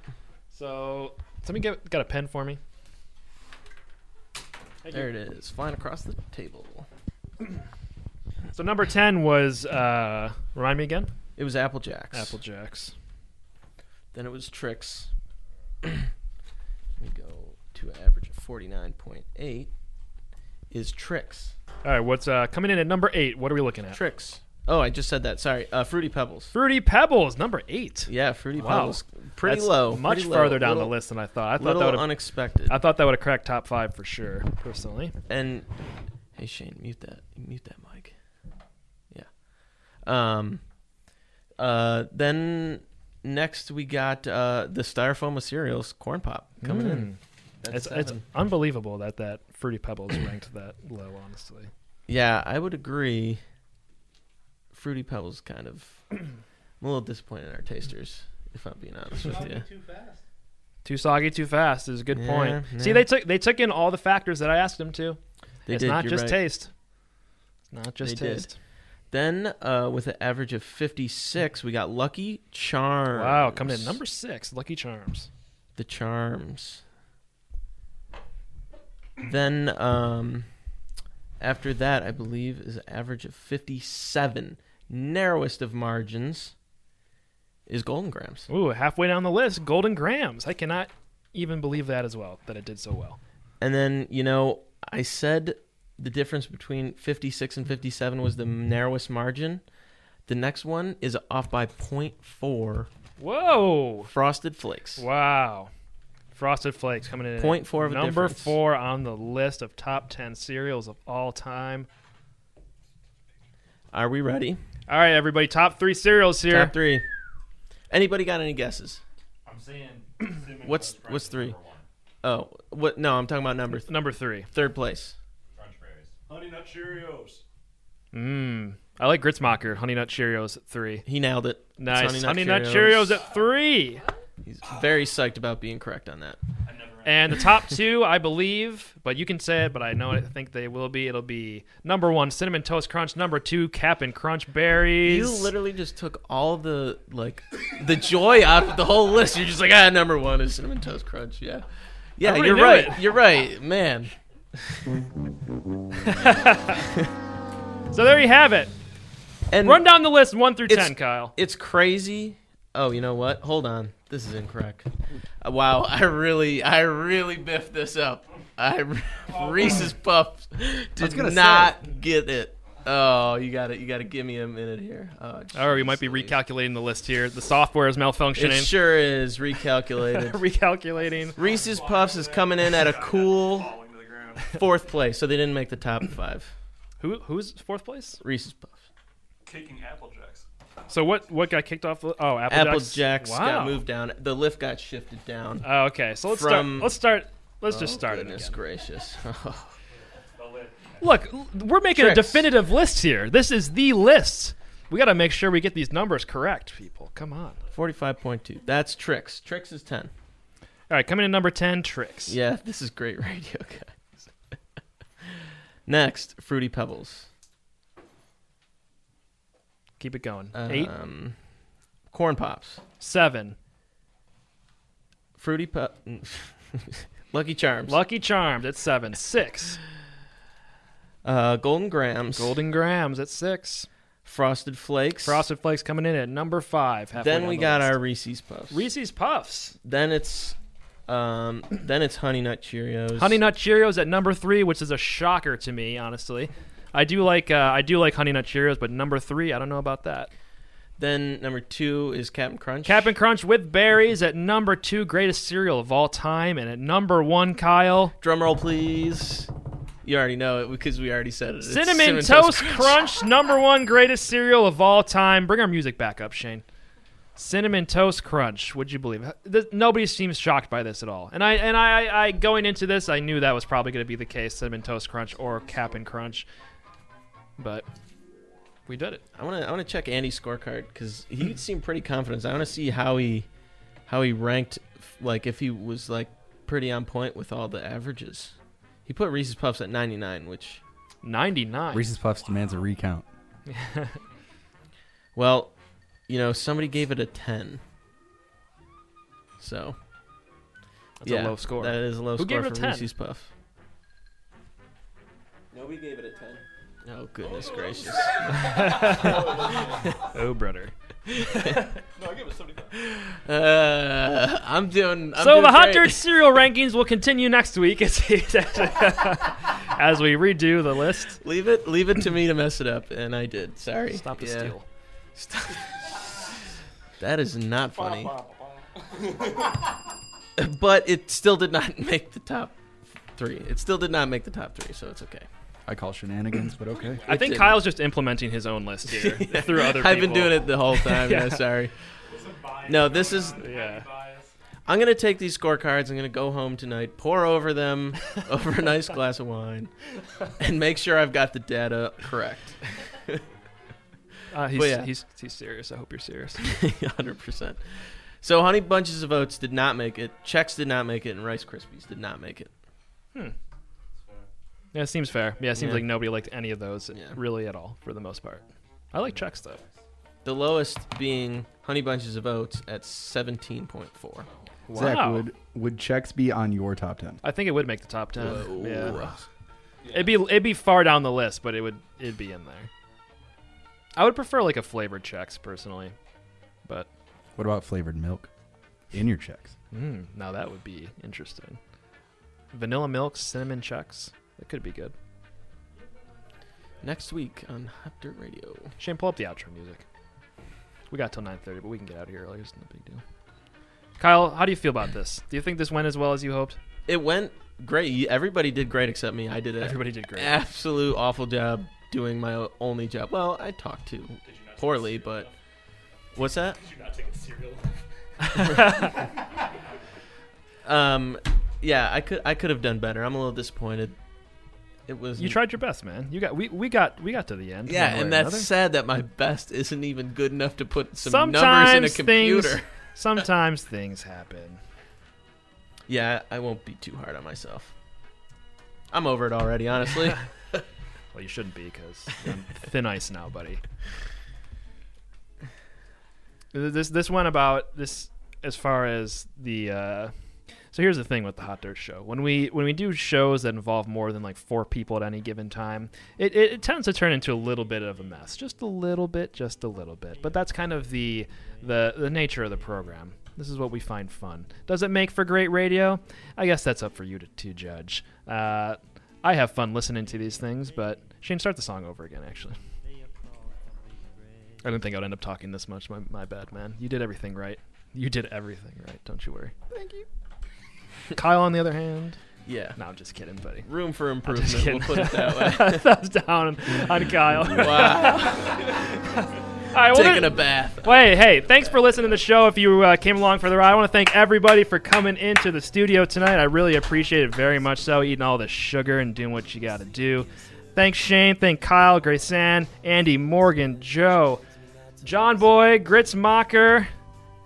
Speaker 8: So somebody get, got a pen for me.
Speaker 9: There it is, flying across the table.
Speaker 8: So number ten was uh, remind me again.
Speaker 9: It was Apple Jacks.
Speaker 8: Apple Jacks.
Speaker 9: Then it was [CLEARS THROAT] tricks. we go to an average of forty nine point eight. Is tricks.
Speaker 8: All right, what's uh, coming in at number eight? What are we looking at?
Speaker 9: Tricks. Oh, I just said that. Sorry. Uh, Fruity Pebbles.
Speaker 8: Fruity Pebbles, number eight.
Speaker 9: Yeah, Fruity
Speaker 8: Wow.
Speaker 9: Pebbles. Pretty
Speaker 8: That's
Speaker 9: low.
Speaker 8: Much
Speaker 9: pretty low.
Speaker 8: further down
Speaker 9: Little-
Speaker 8: the list than I thought. I thought
Speaker 9: little
Speaker 8: that would
Speaker 9: unexpected.
Speaker 8: I thought that would have cracked top five for sure, personally.
Speaker 9: And hey, Shane, mute that. Mute that mic. Yeah. Um. Uh. Then next we got uh the styrofoam of cereals, corn pop coming in. That's
Speaker 8: Hmm. It's, it's
Speaker 9: seven.
Speaker 8: unbelievable that that Fruity Pebbles [COUGHS] ranked that low, honestly.
Speaker 9: Yeah, I would agree. Fruity Pebbles kind of. I'm a little disappointed in our tasters, if I'm being honest with you.
Speaker 8: Too soggy, too fast is a good
Speaker 9: Yeah,
Speaker 8: point. See,
Speaker 9: yeah.
Speaker 8: they took they took in all the factors that I asked them to.
Speaker 9: They
Speaker 8: it's
Speaker 9: did,
Speaker 8: not
Speaker 9: you're
Speaker 8: just
Speaker 9: right.
Speaker 8: taste. It's not just
Speaker 9: They did.
Speaker 8: taste.
Speaker 9: Then, uh, with an average of 56, we got Lucky Charms.
Speaker 8: Wow, coming in number six, Lucky Charms.
Speaker 9: The Charms. Then, um, after that, I believe is an average of 57. Narrowest of margins is Golden Grams.
Speaker 8: Ooh, halfway down the list, Golden Grams. I cannot even believe that as well that it did so well.
Speaker 9: And then, you know, I said The difference between 56 and 57 was the narrowest margin. The next one is off by 0.4.
Speaker 8: Whoa!
Speaker 9: Frosted Flakes.
Speaker 8: Wow. Frosted Flakes coming in. at
Speaker 9: Point four of a
Speaker 8: number
Speaker 9: difference.
Speaker 8: four on the list of top ten cereals of all time.
Speaker 9: Are we ready?
Speaker 8: All right, everybody. Top three cereals here.
Speaker 9: Top three. Anybody got any guesses?
Speaker 6: I'm saying. [CLEARS THROAT]
Speaker 9: What's what's three? Oh, what? No, I'm talking about number th-
Speaker 8: number three.
Speaker 9: Third place.
Speaker 7: [LAUGHS] Honey Nut Cheerios.
Speaker 8: Mmm. I like Gritzmacher. Honey Nut Cheerios at three.
Speaker 9: He nailed it. It's
Speaker 8: Nice. Honey Nut, Cheerios.
Speaker 9: Cheerios.
Speaker 8: at three.
Speaker 9: He's very psyched about being correct on that.
Speaker 8: And
Speaker 9: [LAUGHS]
Speaker 8: the top two, I believe, but you can say it, but I know I think they will be. It'll be number one, Cinnamon Toast Crunch. Number two, Cap'n Crunch Berries.
Speaker 9: You literally just took all the like the joy out of the whole list. You're just like, ah, number one is cinnamon toast crunch. Yeah, yeah,
Speaker 8: already
Speaker 9: you're
Speaker 8: knew
Speaker 9: right.
Speaker 8: it.
Speaker 9: You're right, man.
Speaker 8: so there you have it.
Speaker 9: And
Speaker 8: Run down the list one through
Speaker 9: It's-
Speaker 8: ten, Kyle.
Speaker 9: It's crazy. Oh, you know what? Hold on. This is incorrect. Uh, wow, I really, I really biffed this up. I [LAUGHS] Reese's Puffs did
Speaker 8: gonna
Speaker 9: not get it. Oh, you got it. You got to give me a minute here. Oh,
Speaker 8: All right, we might be recalculating the list here. The software is malfunctioning.
Speaker 9: It sure is recalculated.
Speaker 8: [LAUGHS] Recalculating.
Speaker 9: Reese's Puffs is coming in at a cool fourth place, so they didn't make the top five.
Speaker 8: Who who's fourth place?
Speaker 9: Reese's Puffs.
Speaker 7: Kicking Apple Jacks.
Speaker 8: So what what got kicked off? The, oh, Apple,
Speaker 9: Apple
Speaker 8: Jacks.
Speaker 9: Jacks
Speaker 8: Wow.
Speaker 9: got moved down. The lift got shifted down.
Speaker 8: Oh, okay. So let's
Speaker 9: From-
Speaker 8: start. Let's start. Let's just
Speaker 9: Oh,
Speaker 8: start it.
Speaker 9: Goodness gracious. [LAUGHS]
Speaker 8: Look, l- we're making a
Speaker 9: Tricks.
Speaker 8: definitive list here. This is the list. We got to make sure we get these numbers correct, people. Come on.
Speaker 9: 45.2. That's tricks. Tricks is 10.
Speaker 8: All right, coming in number 10, tricks.
Speaker 9: Yeah, [LAUGHS] this is great radio, guys. [LAUGHS] Next, Fruity Pebbles.
Speaker 8: Keep it going. Eight.
Speaker 9: Um, Corn Pops.
Speaker 8: Seven.
Speaker 9: Fruity Pebbles. [LAUGHS] Lucky Charms.
Speaker 8: Lucky Charms at seven. Six.
Speaker 9: Uh, Golden Grams.
Speaker 8: Golden Grams at six.
Speaker 9: Frosted Flakes.
Speaker 8: Frosted Flakes coming in at number five. halfway
Speaker 9: Then
Speaker 8: down
Speaker 9: we
Speaker 8: the
Speaker 9: got
Speaker 8: list.
Speaker 9: our Reese's Puffs.
Speaker 8: Reese's Puffs.
Speaker 9: Then it's, um, then it's Honey Nut Cheerios.
Speaker 8: Honey Nut Cheerios at number three, which is a shocker to me, honestly. I do like uh, I do like Honey Nut Cheerios, but number three, I don't know about that.
Speaker 9: Then number two is Captain Crunch.
Speaker 8: Cap'n Crunch with berries at number two, greatest cereal of all time, and at number one, Kyle.
Speaker 9: Drum roll, please. You already know it because we already said it. It's
Speaker 8: Cinnamon, Toast, Crunch. number one greatest cereal of all time. Bring our music back up, Shane. Cinnamon Toast Crunch. Would you believe? it? Th- nobody seems shocked by this at all. And I and I, I, I going into this, I knew that was probably going to be the case. Cinnamon Toast Crunch or Cap'n Crunch, but we did it.
Speaker 9: I want to I want to check Andy's scorecard because he seemed pretty confident. I want to see how he how he ranked, f- like if he was like pretty on point with all the averages. He put Reese's Puffs at 99, which
Speaker 8: 99. [LAUGHS]
Speaker 10: Reese's Puffs demands a recount.
Speaker 9: well, you know somebody gave it a 10. So
Speaker 8: That's a low score.
Speaker 9: That is a low
Speaker 8: Who
Speaker 9: score
Speaker 8: gave it a
Speaker 9: for
Speaker 8: 10?
Speaker 9: Reese's Puff. Nobody gave it a 10. Oh goodness gracious! [LAUGHS]
Speaker 8: oh brother.
Speaker 7: No, I give it 75.
Speaker 9: Uh, I'm doing. I'm
Speaker 8: so
Speaker 9: doing
Speaker 8: the hot
Speaker 9: great. [LAUGHS]
Speaker 8: dirt cereal rankings will continue next week as, as we redo the list.
Speaker 9: Leave it. Leave it to me to mess it up, and I did. Sorry.
Speaker 8: Stop the
Speaker 9: Yeah.
Speaker 8: steal.
Speaker 9: Stop. That is not funny. but it still did not [LAUGHS] make the top three. It still did not make the top three, so it's okay.
Speaker 10: I call shenanigans, but okay.
Speaker 8: I think Kyle's just implementing his own
Speaker 9: [LAUGHS]
Speaker 8: list here through other.
Speaker 9: I've been
Speaker 8: people.
Speaker 9: doing it the whole
Speaker 8: [LAUGHS]
Speaker 9: time. yeah.
Speaker 8: Yeah.
Speaker 9: sorry. No, this is.
Speaker 8: Yeah.
Speaker 9: I'm gonna take these scorecards. I'm gonna go home tonight, pour over
Speaker 8: [LAUGHS]
Speaker 9: them over a nice glass of wine, and make sure I've got the data correct.
Speaker 8: [LAUGHS] Uh, he's,
Speaker 9: But yeah.
Speaker 8: he's he's serious. I hope
Speaker 9: [LAUGHS]
Speaker 8: you're serious.
Speaker 9: hundred percent. So Honey Bunches of Oats did not make it. Chex did not make it, and Rice Krispies did not make it.
Speaker 8: Yeah, it seems fair. Yeah, it seems
Speaker 9: Yeah.
Speaker 8: like nobody liked any of those really at all for the most part. I like checks though.
Speaker 9: The lowest being Honey Bunches of Oats at seventeen point four.
Speaker 10: Zach, would would checks be on your top ten?
Speaker 8: I think it would make the top ten.
Speaker 9: Whoa.
Speaker 8: Yeah. It'd be it'd be far down the list, but it would it'd be in there. I would prefer like a flavored checks personally, but
Speaker 10: What about flavored milk in your checks?
Speaker 8: mm, now that would be interesting. Vanilla milk, cinnamon checks. That could be good.
Speaker 9: next week on Hop Dirt Radio.
Speaker 8: Shane, pull up the outro music. We got till 9:30, but we can get out of here early. It's no big deal. Kyle, how do you feel about this? Do you think this went as well as you hoped?
Speaker 9: It went great. You- Everybody did great except me. I did it.
Speaker 8: Everybody did great.
Speaker 9: Absolute awful job doing my o- only job. Well, I talked to poorly, but what's that?
Speaker 4: Did you not take it serial?
Speaker 8: [LAUGHS]
Speaker 9: Um, yeah, I could I could have done better. I'm a little disappointed. It was
Speaker 8: You tried your best, man. You got we, we got we got to the end.
Speaker 9: Yeah,
Speaker 8: one way
Speaker 9: and
Speaker 8: or
Speaker 9: that's
Speaker 8: another.
Speaker 9: sad that my best isn't even good enough to put some numbers in a
Speaker 8: sometimes
Speaker 9: computer.
Speaker 8: things [LAUGHS] sometimes things happen.
Speaker 9: Yeah, I won't be too hard on myself. I'm over it already,
Speaker 8: [LAUGHS]
Speaker 9: honestly.
Speaker 8: Well, you shouldn't be because I'm thin ice now, buddy. This this went about this as far as the. Uh, so here's the thing with the hot dirt show. When we when we do shows that involve more than like four people at any given time, it, it, it tends to turn into a little bit of a mess. Just a little bit, just a little bit. But that's kind of the the the nature of the program. This is what we find fun. Does it make for great radio? I guess that's up for you to, to judge. Uh, I have fun listening to these things, but Shane, start the song over again, actually. I didn't think I'd end up talking this much. My, my bad, man. You did everything right. You did everything right. Don't you worry.
Speaker 9: Thank you.
Speaker 8: [LAUGHS] Kyle, on the other hand.
Speaker 9: Yeah.
Speaker 8: No, I'm just kidding, buddy.
Speaker 9: Room for
Speaker 8: I'm just
Speaker 9: improvement, we'll
Speaker 8: kidding.
Speaker 9: put it that
Speaker 8: [LAUGHS]
Speaker 9: way.
Speaker 8: Thumbs down on Kyle.
Speaker 9: Wow.
Speaker 8: [LAUGHS] All right, well,
Speaker 9: Taking
Speaker 8: there-
Speaker 9: a bath.
Speaker 8: Wait, hey, thanks for listening to the show. If you uh, came along for the ride, I want to thank everybody for coming into the studio tonight. I really appreciate it very much so, eating all the sugar and doing what you got to do. Thanks, Shane. Thank Kyle, Grayson, Andy, Morgan, Joe, John Boy, Gritz Mocker,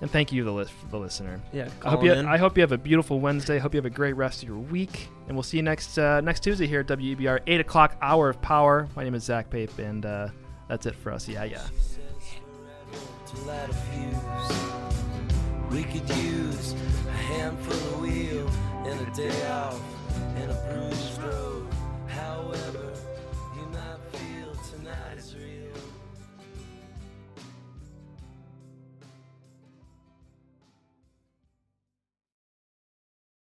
Speaker 8: and thank you, the, lis- the listener.
Speaker 9: Yeah,
Speaker 8: I hope
Speaker 9: calling
Speaker 8: you.
Speaker 9: in.
Speaker 8: I hope you have a beautiful Wednesday. Hope you have a great rest of your week, and we'll see you next uh, next Tuesday here at WEBR, eight o'clock hour of power. My name is Zach Pape, and uh, that's it for us. Yeah, yeah.
Speaker 2: to light a fuse. We could use a handful of wheel and a day off and a bruised road. However, you might feel tonight is real.